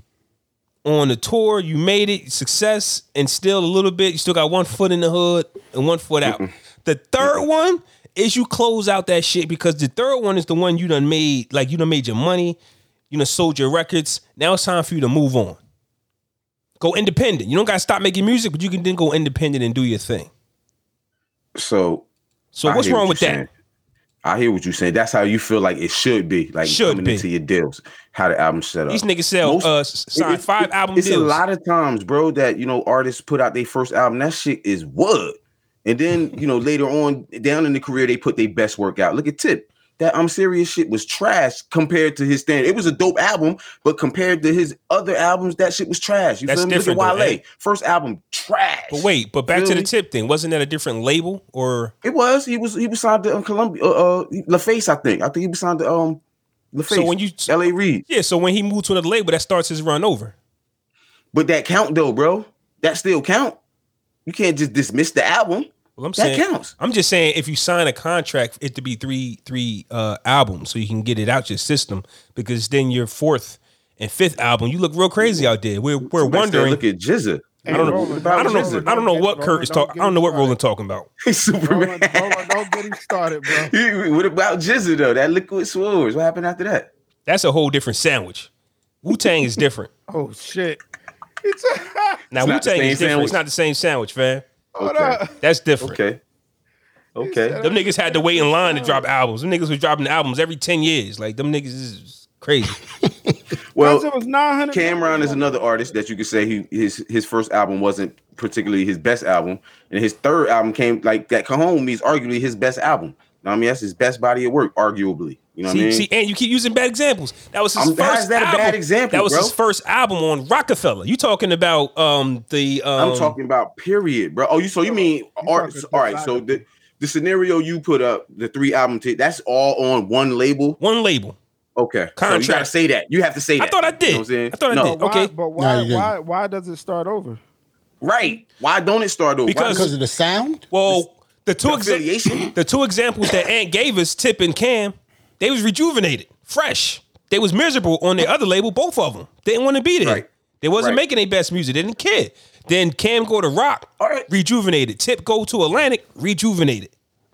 Speaker 2: on the tour. You made it, success, and still a little bit. You still got one foot in the hood and one foot out. The third one is you close out that shit because the third one is the one you done made. Like you done made your money, you done sold your records. Now it's time for you to move on. Go independent. You don't got to stop making music, but you can then go independent and do your thing.
Speaker 6: So
Speaker 2: So
Speaker 6: I
Speaker 2: what's
Speaker 6: hear
Speaker 2: wrong
Speaker 6: what
Speaker 2: with
Speaker 6: you're
Speaker 2: that?
Speaker 6: saying. I hear what you're saying. That's how you feel like it should be, like
Speaker 2: Should
Speaker 6: coming
Speaker 2: be.
Speaker 6: into your deals, how the album set up.
Speaker 2: These niggas sell
Speaker 6: Most-
Speaker 2: uh s- sign
Speaker 6: it- it-
Speaker 2: five album
Speaker 6: It's
Speaker 2: deals.
Speaker 6: a lot of times, bro, that you know artists put out their first album. That shit is wood, and then you know later on down in the career they put their best work out. Look at Tip. That I'm serious shit was trash compared to his stand. It was a dope album, but compared to his other albums, that shit was trash. You
Speaker 2: That's
Speaker 6: feel me? Look at
Speaker 2: different though,
Speaker 6: Wale.
Speaker 2: eh?
Speaker 6: First album, trash.
Speaker 2: But wait, but back to the
Speaker 6: Really?
Speaker 2: tip thing. Wasn't that a different label or
Speaker 6: It was. He was. He was signed to um, Columbia. Uh, uh, LaFace, I think. I think he was signed to um, LaFace.
Speaker 2: So when you-
Speaker 6: L.A. Reid,
Speaker 2: yeah? So when he moved to another label, that starts his run over.
Speaker 6: but that count though, bro. That still count. You can't just dismiss the album.
Speaker 2: Well, I'm
Speaker 6: That
Speaker 2: saying
Speaker 6: counts.
Speaker 2: I'm just saying if you sign a contract, it to be three three uh, albums, so you can get it out your system. Because then your fourth and fifth album, you look real crazy out there. We're we're
Speaker 6: Somebody said,
Speaker 2: wondering.
Speaker 6: Look at Jizza.
Speaker 5: Hey,
Speaker 2: I don't know.
Speaker 5: Roland,
Speaker 2: I don't know.
Speaker 5: Roland,
Speaker 2: I don't know
Speaker 5: get-
Speaker 2: what Kurt is
Speaker 5: Roland,
Speaker 2: talking. I don't know
Speaker 5: get
Speaker 2: what
Speaker 5: me
Speaker 2: Roland talking about.
Speaker 6: Superman.
Speaker 5: started. Roland, Roland, don't get him started, bro.
Speaker 6: what about Jizza though? That liquid swords. What happened after that?
Speaker 2: That's a whole different sandwich. Wu Tang is different.
Speaker 5: Oh shit! It's
Speaker 2: Now
Speaker 6: It's
Speaker 2: Wu Tang
Speaker 6: not the
Speaker 2: is different.
Speaker 6: same
Speaker 2: It's
Speaker 6: sandwich.
Speaker 2: not the same sandwich, man.
Speaker 5: hold
Speaker 6: Okay.
Speaker 5: up.
Speaker 2: That's different.
Speaker 6: Okay. Okay.
Speaker 2: Them niggas had to wait in line to drop albums. Them niggas was dropping albums every 10 years. Like them niggas is crazy.
Speaker 5: Well, it
Speaker 6: Well,
Speaker 5: was nine hundred.
Speaker 6: Cameron is another artist that you could say he his his first album wasn't particularly his best album, and his third album came like that. Come home is arguably his best album. Know what I mean, that's his best body of work, arguably. You know what
Speaker 2: see,
Speaker 6: I mean?
Speaker 2: see, and you keep using bad examples. That was his
Speaker 6: Um, how
Speaker 2: first
Speaker 6: is that a
Speaker 2: album.
Speaker 6: bad example,
Speaker 2: That was
Speaker 6: bro?
Speaker 2: his first album on Rockefeller. You talking about um the um
Speaker 6: I'm talking about period, bro. Oh, you so you mean art?
Speaker 5: talking
Speaker 6: All right, so the the scenario you put up, the three album, tape, that's all on one label.
Speaker 2: one label.
Speaker 6: Okay, So you gotta
Speaker 2: Contract.
Speaker 6: say that. You have to say
Speaker 2: I
Speaker 6: that.
Speaker 2: thought I did.
Speaker 6: You know what I'm saying?
Speaker 2: I thought I
Speaker 6: no.
Speaker 2: did.
Speaker 5: Why,
Speaker 2: Okay.
Speaker 5: but why?
Speaker 3: you didn't.
Speaker 5: why? Why does it start over?
Speaker 6: Right. Why don't it start over?
Speaker 2: Because-
Speaker 6: Why-
Speaker 3: because of the sound.
Speaker 2: Well, the two exa-
Speaker 6: affiliation?
Speaker 2: the two examples that Ant gave us, Tip and Cam, they was rejuvenated, fresh. They was miserable on their other label, both of them. They didn't want to be there.
Speaker 6: Right.
Speaker 2: They wasn't
Speaker 6: Right.
Speaker 2: making their best music. They didn't care. Then Cam go to Rock,
Speaker 6: All right.
Speaker 2: rejuvenated. Tip go to Atlantic, rejuvenated.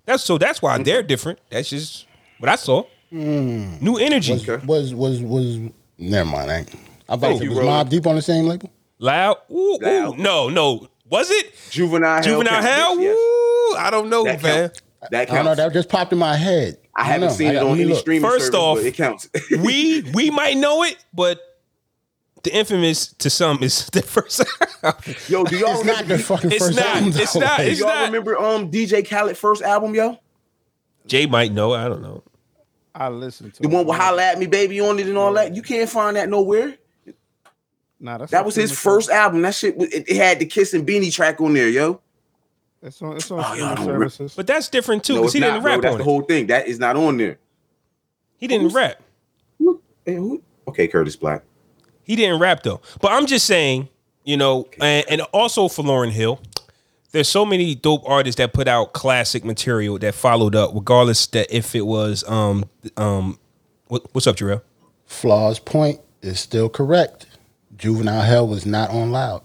Speaker 2: That's so that's why
Speaker 6: Mm-hmm.
Speaker 2: they're different. That's just what I saw.
Speaker 6: Hmm.
Speaker 2: New energy.
Speaker 3: Was was was. Never mind. I ain't. I
Speaker 6: Thank
Speaker 3: about to
Speaker 6: Oh, you,
Speaker 3: was
Speaker 6: Roland.
Speaker 3: Mob Deep on the same label.
Speaker 2: Loud. Ooh,
Speaker 6: Loud.
Speaker 2: ooh. No, no. Was it?
Speaker 6: juvenile hell.
Speaker 2: Juvenile
Speaker 6: counts.
Speaker 2: hell?
Speaker 6: Yes, yes.
Speaker 2: Ooh, I don't know,
Speaker 6: That
Speaker 2: man.
Speaker 6: counts. That
Speaker 3: I don't
Speaker 6: counts.
Speaker 3: know. That just popped in my head.
Speaker 6: I haven't
Speaker 3: don't know.
Speaker 6: seen it
Speaker 3: got-
Speaker 6: on
Speaker 3: let me
Speaker 6: any
Speaker 3: look.
Speaker 6: streaming
Speaker 2: First
Speaker 6: service,
Speaker 2: off,
Speaker 6: but it counts.
Speaker 2: we we might know it, but the infamous to some is the first.
Speaker 6: yo, do y'all
Speaker 3: It's not
Speaker 6: remember?
Speaker 3: the fucking
Speaker 2: It's
Speaker 3: first
Speaker 2: not,
Speaker 3: album.
Speaker 2: it's
Speaker 3: though.
Speaker 2: not,
Speaker 6: do
Speaker 2: it's-
Speaker 6: y'all remember um DJ Khaled first album, yo?
Speaker 2: Jay might know. I don't know.
Speaker 5: I listened to
Speaker 6: The
Speaker 5: it.
Speaker 6: one with "Holla at Me, Baby" on it and all that. You can't find that nowhere.
Speaker 5: Nah, that's
Speaker 6: That
Speaker 5: on
Speaker 6: was his
Speaker 5: streaming
Speaker 6: first album. That shit, was- it, it had the Kiss and Beanie track on there, yo.
Speaker 5: ser- It's on. It's on
Speaker 6: Oh, y'all
Speaker 5: streaming
Speaker 6: don't re-
Speaker 5: services.
Speaker 2: But that's different too, because
Speaker 6: it's
Speaker 2: he
Speaker 6: not,
Speaker 2: didn't
Speaker 6: bro.
Speaker 2: rap
Speaker 6: That's
Speaker 2: on
Speaker 6: the
Speaker 2: it.
Speaker 6: whole thing. That is not on there.
Speaker 2: he didn't rap.
Speaker 6: Hey, who- Okay, Curtis Black.
Speaker 2: He didn't rap though. But I'm just saying, you know, and, and also for Lauren Hill, there's so many dope artists that put out classic material that followed up, regardless that if it was um um what, what's up, Jarrell?
Speaker 3: Flaw's point is still correct. Juvenile Hell was not on loud.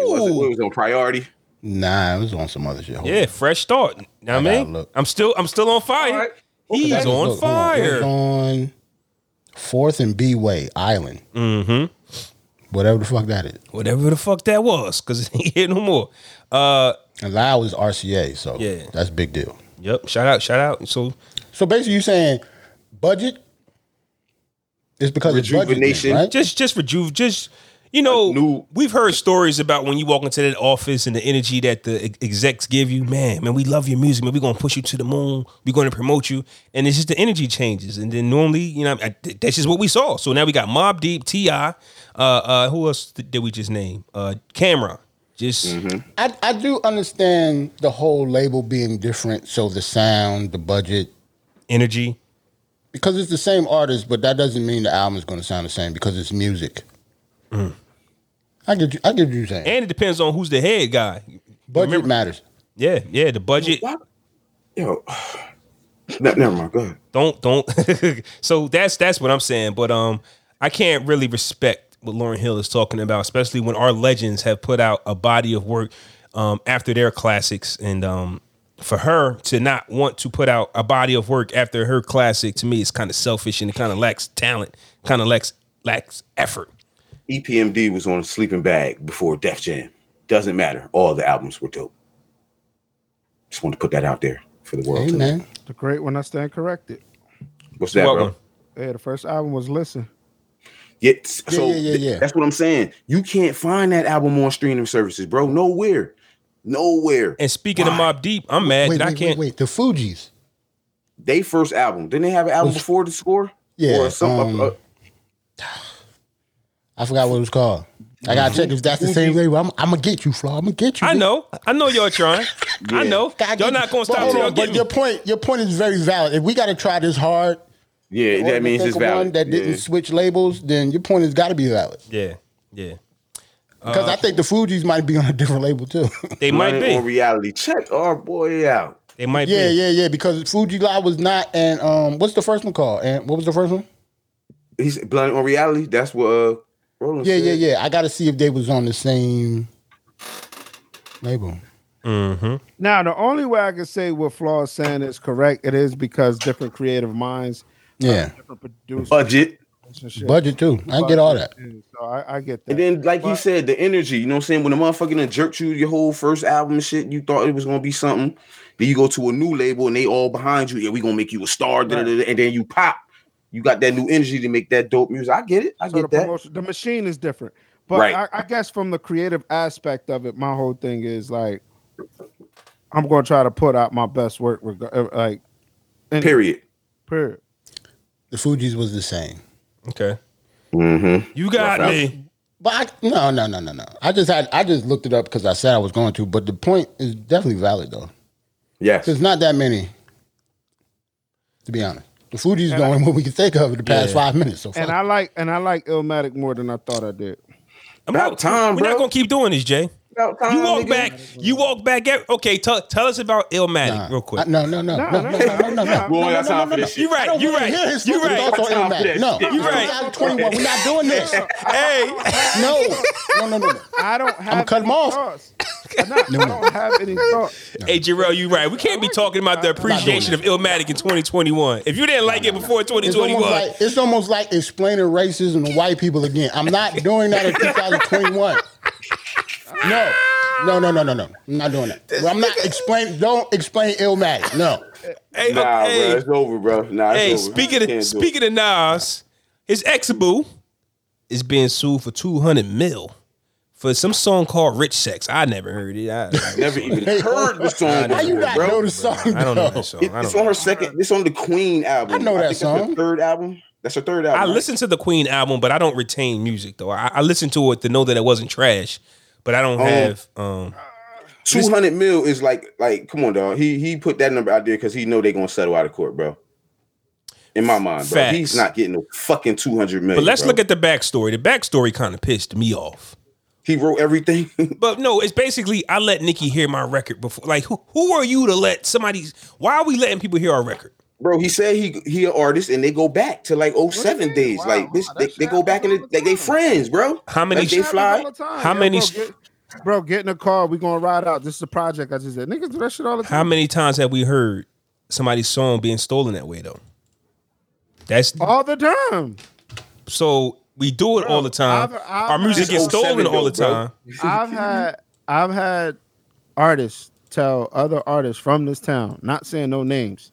Speaker 6: It was, it was on priority.
Speaker 3: Nah, it was on some other shit. Hold
Speaker 2: Yeah, fresh start. Know what
Speaker 3: I
Speaker 2: I
Speaker 3: gotta
Speaker 2: mean,
Speaker 3: look.
Speaker 2: I'm still I'm still on fire.
Speaker 6: All right.
Speaker 3: on.
Speaker 2: He's
Speaker 3: That was-
Speaker 2: on
Speaker 3: look, hold on. It
Speaker 2: fire.
Speaker 3: was on Fourth and B Way Island. Mm-hmm. Whatever the fuck that is.
Speaker 2: whatever the fuck that was, because he here no more. Uh,
Speaker 3: And loud is RCA, so
Speaker 2: Yeah.
Speaker 3: that's a big deal.
Speaker 2: yep. Shout out, shout out. So
Speaker 3: So basically, you saying budget? It's because
Speaker 6: Rejuvenation.
Speaker 3: of budget, then, right?
Speaker 2: just, just rejuve, just you know,
Speaker 6: Like new-
Speaker 2: we've heard stories about when you walk into that office and the energy that the ex- execs give you. Man, man, we love your music, man. We're gonna push you to the moon. We're gonna promote you, and it's just the energy changes. And then normally, you know, I, th- that's just what we saw. So now we got Mob Deep, Ti, uh, uh, who else th- did we just name? Uh, Cameron. Just
Speaker 3: I, I do understand the whole label being different. So the sound, the budget,
Speaker 2: energy.
Speaker 3: because it's the same artist, but that doesn't mean the album is going to sound the same because it's music. I get you. I get you saying
Speaker 2: And it depends on who's the head guy.
Speaker 3: budget
Speaker 2: remember-
Speaker 3: matters.
Speaker 2: Yeah, yeah. The budget.
Speaker 6: Why- Yo, ne- never mind. Go ahead.
Speaker 2: don't don't so that's that's what i'm saying but um i can't really respect what lauren hill is talking about especially when our legends have put out a body of work um after their classics and um for her to not want to put out a body of work after her classic to me is kind of selfish and it kind of lacks talent kind of lacks lacks effort
Speaker 6: E EPMD was on Sleeping Bag before Def Jam. Doesn't matter. All the albums were dope. Just want to put that out there for the world.
Speaker 3: Hey
Speaker 6: to know.
Speaker 3: man,
Speaker 5: The great one. I stand corrected.
Speaker 6: What's that,
Speaker 2: What
Speaker 6: bro?
Speaker 2: one?
Speaker 5: Yeah, the first album was Listen.
Speaker 6: Yeah, s- so
Speaker 3: yeah, yeah,
Speaker 6: th-
Speaker 3: yeah.
Speaker 6: that's what I'm saying. You can't find that album on streaming services, bro. Nowhere. Nowhere.
Speaker 2: and speaking of
Speaker 6: Why?
Speaker 2: mob deep i'm mad
Speaker 3: wait,
Speaker 2: that i
Speaker 3: wait, wait,
Speaker 2: can't
Speaker 3: wait. The Fugees.
Speaker 6: they first album. Didn't they have an album before the score?
Speaker 3: Yeah,
Speaker 6: Or some,
Speaker 3: um,
Speaker 6: uh, uh,
Speaker 3: I forgot what it was called. I gotta check if that's the same label. I'm, I'm gonna get you, Flaw. I'm gonna get you.
Speaker 2: i know i know y'all trying i know
Speaker 3: Gotta get
Speaker 2: y'all
Speaker 3: you.
Speaker 2: not gonna
Speaker 3: But
Speaker 2: stop
Speaker 3: hold
Speaker 2: till
Speaker 3: on,
Speaker 2: y'all
Speaker 3: But
Speaker 2: get
Speaker 3: your
Speaker 2: me.
Speaker 3: point, your point is very valid. If we gotta try this hard,
Speaker 6: yeah,
Speaker 3: or
Speaker 6: that means
Speaker 3: think
Speaker 6: it's
Speaker 3: of one
Speaker 6: valid.
Speaker 3: That
Speaker 6: Yeah.
Speaker 3: didn't switch labels, then your point has got to be valid.
Speaker 2: yeah yeah
Speaker 3: Because I think the Fugees might be on a different label too.
Speaker 2: Uh, they might
Speaker 6: Running on
Speaker 2: be
Speaker 6: reality. Check our boy out.
Speaker 2: they might be
Speaker 3: yeah, yeah, yeah. Because Fuji Live was not. And um, what's the first one called? And what was the first one?
Speaker 6: He's blunted on reality. That's what uh Roland
Speaker 3: Yeah,
Speaker 6: said.
Speaker 3: yeah, yeah. I got to see if they was on the same label.
Speaker 2: Mm-hmm.
Speaker 5: Now, the only way I can say what Flaw is saying is correct, it is because different creative minds, uh,
Speaker 3: Yeah,
Speaker 5: different producers,
Speaker 6: Budget.
Speaker 5: and shit.
Speaker 3: budget too. I get all that.
Speaker 5: And So I, I get that.
Speaker 6: And then, like you
Speaker 5: But-
Speaker 6: said, the energy, you know what I'm saying? When the motherfucker done jerked you your whole first album and shit, you thought it was gonna be something. Then you go to a new label and they all behind you. Yeah, we gonna make you a star, da, da, da, da, and then you pop. You got that new energy to make that dope music. I get it. I
Speaker 5: so the
Speaker 6: get that.
Speaker 5: promotion, the machine is different. But
Speaker 6: Right.
Speaker 5: I, I guess from the creative aspect of it, my whole thing is like, I'm going to try to put out my best work, reg- uh, like, and-
Speaker 6: Period.
Speaker 5: period.
Speaker 3: The Fugees was the same.
Speaker 2: okay
Speaker 6: Mm-hmm.
Speaker 2: you got
Speaker 6: Rough
Speaker 2: me
Speaker 3: But I, no, no, no, no, no. I just had I just looked it up because I said I was going to. But the point is definitely valid though.
Speaker 6: Yes.
Speaker 3: There's not that many, to be honest. The Fugees is the only one we can think of in the past five minutes. So far.
Speaker 5: And I like and I like Illmatic more than I thought I did.
Speaker 2: I'm
Speaker 6: About
Speaker 2: not,
Speaker 6: time,
Speaker 2: We're not
Speaker 6: bro.
Speaker 2: gonna keep doing this, Jay.
Speaker 7: About time
Speaker 2: You walk
Speaker 7: nigga.
Speaker 2: back. You walk back. At, okay, tell tell us about Illmatic
Speaker 3: Nah.
Speaker 2: real quick.
Speaker 3: I- Uh, No, no, no,
Speaker 5: Nah,
Speaker 3: no,
Speaker 5: nah,
Speaker 3: no, no, no, no,
Speaker 5: nah.
Speaker 3: no.
Speaker 6: Boy, that's time for this shit.
Speaker 2: you right. You
Speaker 3: You're
Speaker 2: right. You right.
Speaker 3: Thoughts on Illmatic. No,
Speaker 6: You
Speaker 3: you
Speaker 2: right.
Speaker 3: right. 21. We're not doing this.
Speaker 2: Hey,
Speaker 3: No, no, no, no. no.
Speaker 5: I don't have.
Speaker 3: cut 'em
Speaker 5: any
Speaker 3: off.
Speaker 5: thoughts. I'm not- I don't have any thoughts.
Speaker 2: hey, Jarrell, you right. We can't be talking about the appreciation of Illmatic in 2021. If you didn't like it before
Speaker 3: It's almost,
Speaker 2: 2021,
Speaker 3: like, it's almost like explaining racism to white people again. I'm not doing that in 2021. No, no, no, no, no, no. I'm not doing that. I'm not explaining. Don't explain Illmatic. No.
Speaker 2: hey,
Speaker 6: Nah, bro,
Speaker 2: okay.
Speaker 6: it's over, bro. Nah, it's
Speaker 2: Hey,
Speaker 6: over.
Speaker 2: speaking
Speaker 6: Can't do
Speaker 2: of
Speaker 6: it.
Speaker 2: speaking of Nas, his Exabu is being sued for 200 mil for some song called "Rich Sex." I never heard it. I,
Speaker 6: never even heard the song.
Speaker 3: Why you
Speaker 6: before,
Speaker 3: not
Speaker 6: bro.
Speaker 3: know the song?
Speaker 2: I don't know
Speaker 3: though?
Speaker 2: that song.
Speaker 6: It-
Speaker 2: I
Speaker 6: it's
Speaker 2: don't.
Speaker 6: on
Speaker 2: Know.
Speaker 6: her second. It's on the Queen album.
Speaker 3: I know that
Speaker 6: think that's her
Speaker 3: song.
Speaker 6: third album. That's her third album.
Speaker 2: I
Speaker 6: right?
Speaker 2: listened to the Queen album, but I don't retain music though. I, I listened to it to know that it wasn't trash, but I
Speaker 6: Oh.
Speaker 2: don't have. Um,
Speaker 6: Two hundred mil is like like come on, dog. He he put that number out there because he know they gonna settle out of court, bro. In my mind, bro,
Speaker 2: Facts.
Speaker 6: he's not getting no fucking two hundred million.
Speaker 2: but let's
Speaker 6: bro.
Speaker 2: look at the backstory. The backstory kind of pissed me off.
Speaker 6: he wrote everything.
Speaker 2: But no, it's basically I let Nikki hear my record before. Like, who, who are you to let somebody? Why are we letting people hear our record?
Speaker 6: Bro, he said he he an artist and they go back to like oh seven days.
Speaker 5: Wow,
Speaker 6: like this,
Speaker 5: wow,
Speaker 6: they,
Speaker 5: that
Speaker 6: they
Speaker 5: shit
Speaker 6: go back in the,
Speaker 5: happens all
Speaker 6: like
Speaker 5: the
Speaker 6: they
Speaker 5: time.
Speaker 6: friends, bro.
Speaker 2: How many?
Speaker 6: Like, they
Speaker 5: Happens
Speaker 6: fly.
Speaker 5: all the time.
Speaker 2: How many
Speaker 5: Bro
Speaker 2: sh-
Speaker 5: get, bro, get in the car. We gonna ride out. This is a project I just did. Niggas do that shit all the time.
Speaker 2: How many times have we heard somebody's song being stolen that way though? That's
Speaker 5: all the time.
Speaker 2: so we do it all the time.
Speaker 5: I've- I've
Speaker 2: Our music
Speaker 5: heard-
Speaker 2: gets
Speaker 6: This 07
Speaker 2: stolen all the
Speaker 6: though,
Speaker 2: time.
Speaker 6: bro.
Speaker 5: I've had I've had artists tell other artists from this town, not saying no names.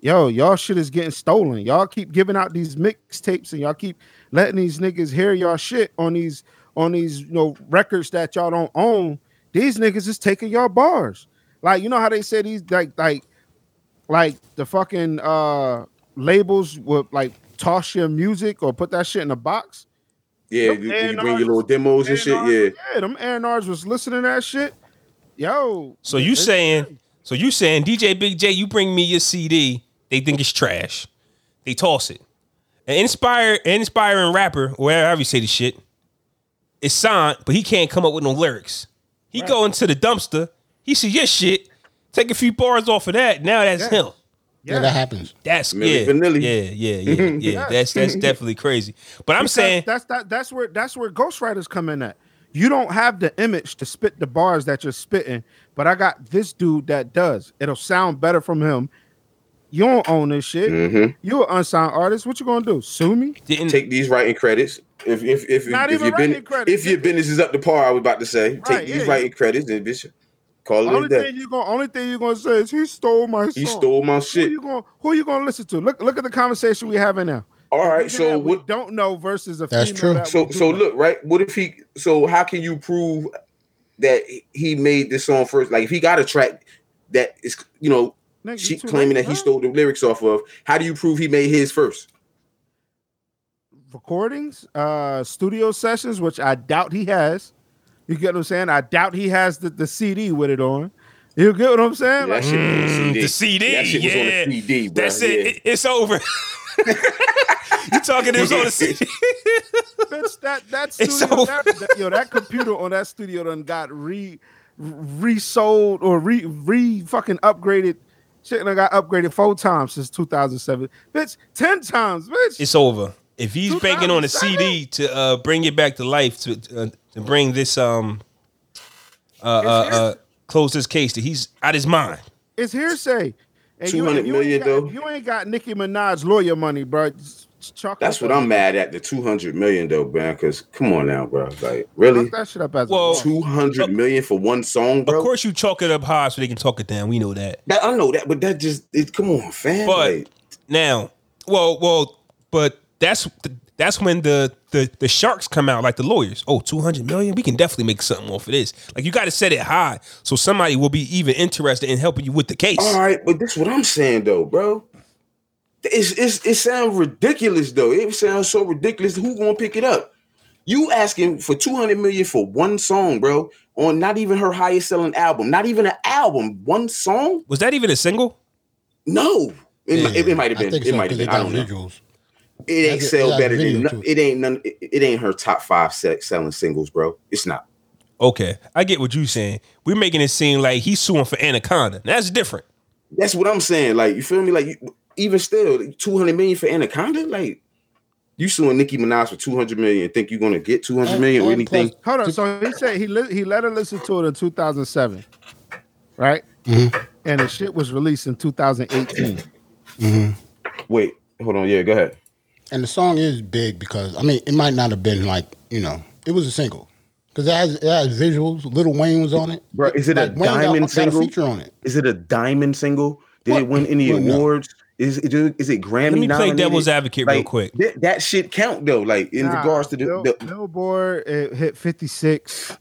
Speaker 5: Yo, y'all shit is getting stolen. Y'all keep giving out these mixtapes and y'all keep letting these niggas hear y'all shit on these on these you know records that y'all don't own. These niggas is taking y'all bars. Like you know how they say these like like like the fucking uh labels would like toss your music or put that shit in a box.
Speaker 6: Yeah,
Speaker 5: Them
Speaker 6: you,
Speaker 5: A&Rs
Speaker 6: you bring your little demos and shit.
Speaker 5: A&Rs
Speaker 6: Yeah,
Speaker 5: yeah, them A&Rs was listening to that shit. Yo,
Speaker 2: So you saying? So you saying DJ Big J? You bring me your CD. They think it's trash. They toss it. An inspired, inspiring rapper, or however you say this shit, is signed, but he can't come up with no lyrics. He go into the dumpster. He see your shit. Take a few bars off of that. Now that's him.
Speaker 3: Yeah, that happens.
Speaker 2: That's
Speaker 6: Milli
Speaker 2: yeah,
Speaker 6: Vanilli.
Speaker 2: yeah, yeah, yeah, yeah. That's that's definitely crazy. But I'm saying
Speaker 5: that's that that's where that's where ghostwriters come in at. You don't have the image to spit the bars that you're spitting, but I got this dude that does. It'll sound better from him. You don't own this shit.
Speaker 6: Mm-hmm.
Speaker 5: You're an unsigned artist. What you gonna do? Sue me?
Speaker 2: didn't
Speaker 6: take these writing credits. If if if,
Speaker 5: Not
Speaker 6: if,
Speaker 5: even
Speaker 6: your
Speaker 5: writing
Speaker 6: business,
Speaker 5: credits.
Speaker 6: if your business is up to par, I was about to say,
Speaker 5: Right,
Speaker 6: take these
Speaker 5: yeah.
Speaker 6: writing credits and bitch, call it
Speaker 5: Only
Speaker 6: a day.
Speaker 5: thing you gonna only thing you're gonna say is he stole my
Speaker 6: He
Speaker 5: song."
Speaker 6: stole my
Speaker 5: Who
Speaker 6: shit.
Speaker 5: you gonna who you gonna listen to? Look look at the conversation we having now.
Speaker 6: All right,
Speaker 5: Nigga
Speaker 6: so
Speaker 5: that we
Speaker 6: what?
Speaker 5: don't know versus a
Speaker 3: That's true.
Speaker 5: female that we
Speaker 6: So
Speaker 5: do
Speaker 6: so
Speaker 5: know.
Speaker 6: look, right? What if he? So how can you prove that he made this song first? Like if he got a track that is, you know,
Speaker 5: Nigga, you
Speaker 6: she
Speaker 5: too
Speaker 6: claiming
Speaker 5: late,
Speaker 6: that he
Speaker 5: bro.
Speaker 6: stole the lyrics off of. How do you prove he made his first?
Speaker 5: recordings, uh, studio sessions, which I doubt he has. You get what I'm saying? I doubt he has the, the CD with it on. You get what I'm saying? Like,
Speaker 6: That shit was on
Speaker 2: Mm, the CD.
Speaker 6: That shit was
Speaker 2: yeah.
Speaker 6: on the CD, bro.
Speaker 2: That's it.
Speaker 6: Yeah.
Speaker 2: It- It's over. you talking it was on the CD.
Speaker 5: bitch, that that
Speaker 2: It's
Speaker 5: studio,
Speaker 2: over.
Speaker 5: that, that- yo, that computer on that studio done got re resold or re re fucking upgraded. Shit, I got upgraded four times since 2007. Bitch, ten times, bitch.
Speaker 2: It's over. If he's banking on a CD to uh, bring it back to life, to uh, to bring this um uh, uh, uh close this case, that he's out his mind.
Speaker 5: It's hearsay. And you-
Speaker 6: 200
Speaker 5: you
Speaker 6: million,
Speaker 5: ain't got-
Speaker 6: though.
Speaker 5: You ain't got Nicki Minaj lawyer money, bro. Just chalk
Speaker 6: That's
Speaker 5: up
Speaker 6: what
Speaker 5: on
Speaker 6: I'm mad at. The 200 million though, man. Because come on now, bro. Like really,
Speaker 5: Fuck that shit up as a
Speaker 2: Well,
Speaker 5: law.
Speaker 6: 200 million for one song, bro.
Speaker 2: Of course, you chalk it up high so they can talk it down. We know that.
Speaker 6: That- I know that, but that just it. Come on, fam.
Speaker 2: But
Speaker 6: like,
Speaker 2: now, well, well, but that's that's when the the the sharks come out, like the lawyers. Oh, 200 million? We can definitely make something off of this. Like you got to set it high so somebody will be even interested in helping you with the case.
Speaker 6: all right, but this what I'm saying though, bro. It's, it's it sounds ridiculous though. It sounds so ridiculous. Who gonna pick it up? You asking for 200 million for one song, bro, on not even her highest selling album, not even an album, one song?
Speaker 2: Was that even a single?
Speaker 6: No. It, mi- it, it might have
Speaker 3: I
Speaker 6: been.
Speaker 3: think
Speaker 6: It
Speaker 3: so,
Speaker 6: might
Speaker 3: 'cause
Speaker 6: have
Speaker 3: they
Speaker 6: been. I
Speaker 3: got
Speaker 6: don't know.
Speaker 3: visuals.
Speaker 6: it ain't
Speaker 3: That's a-
Speaker 6: sell
Speaker 3: that's a
Speaker 6: better than
Speaker 3: video,
Speaker 6: no-
Speaker 3: too.
Speaker 6: it ain't none. It, it ain't her top five se- selling singles, bro. It's not.
Speaker 2: Okay, I get what you're saying. We're making it seem like he's suing for Anaconda. That's different.
Speaker 6: That's what I'm saying. Like, you feel me? Like, you, even still, two hundred million for Anaconda. Like, you suing Nicki Minaj for two hundred million? Think you're gonna get two hundred million or
Speaker 3: And plus-
Speaker 6: anything?
Speaker 5: Hold on. So he said he li- he let her listen to it in 2007, right?
Speaker 6: Mm-hmm,
Speaker 5: And the shit was released in 2018.
Speaker 6: Wait, hold on. Yeah, go ahead.
Speaker 3: And the song is big because I mean it might not have been like you know it was a single because it has, it has visuals. Little Wayne was on it.
Speaker 6: Bro, is it a
Speaker 3: Like, Wayne got-
Speaker 6: diamond
Speaker 3: got a
Speaker 6: single?
Speaker 3: feature on it.
Speaker 6: Is it a diamond single? Did it win any
Speaker 3: Well, no.
Speaker 6: awards? Is it is it Grammy?
Speaker 2: Let me play
Speaker 6: nominated?
Speaker 2: devil's advocate real
Speaker 6: Like,
Speaker 2: quick.
Speaker 6: that- that shit count though. Like in
Speaker 5: Nah,
Speaker 6: regards to the,
Speaker 5: Bill-
Speaker 6: the
Speaker 5: Billboard, it hit 56.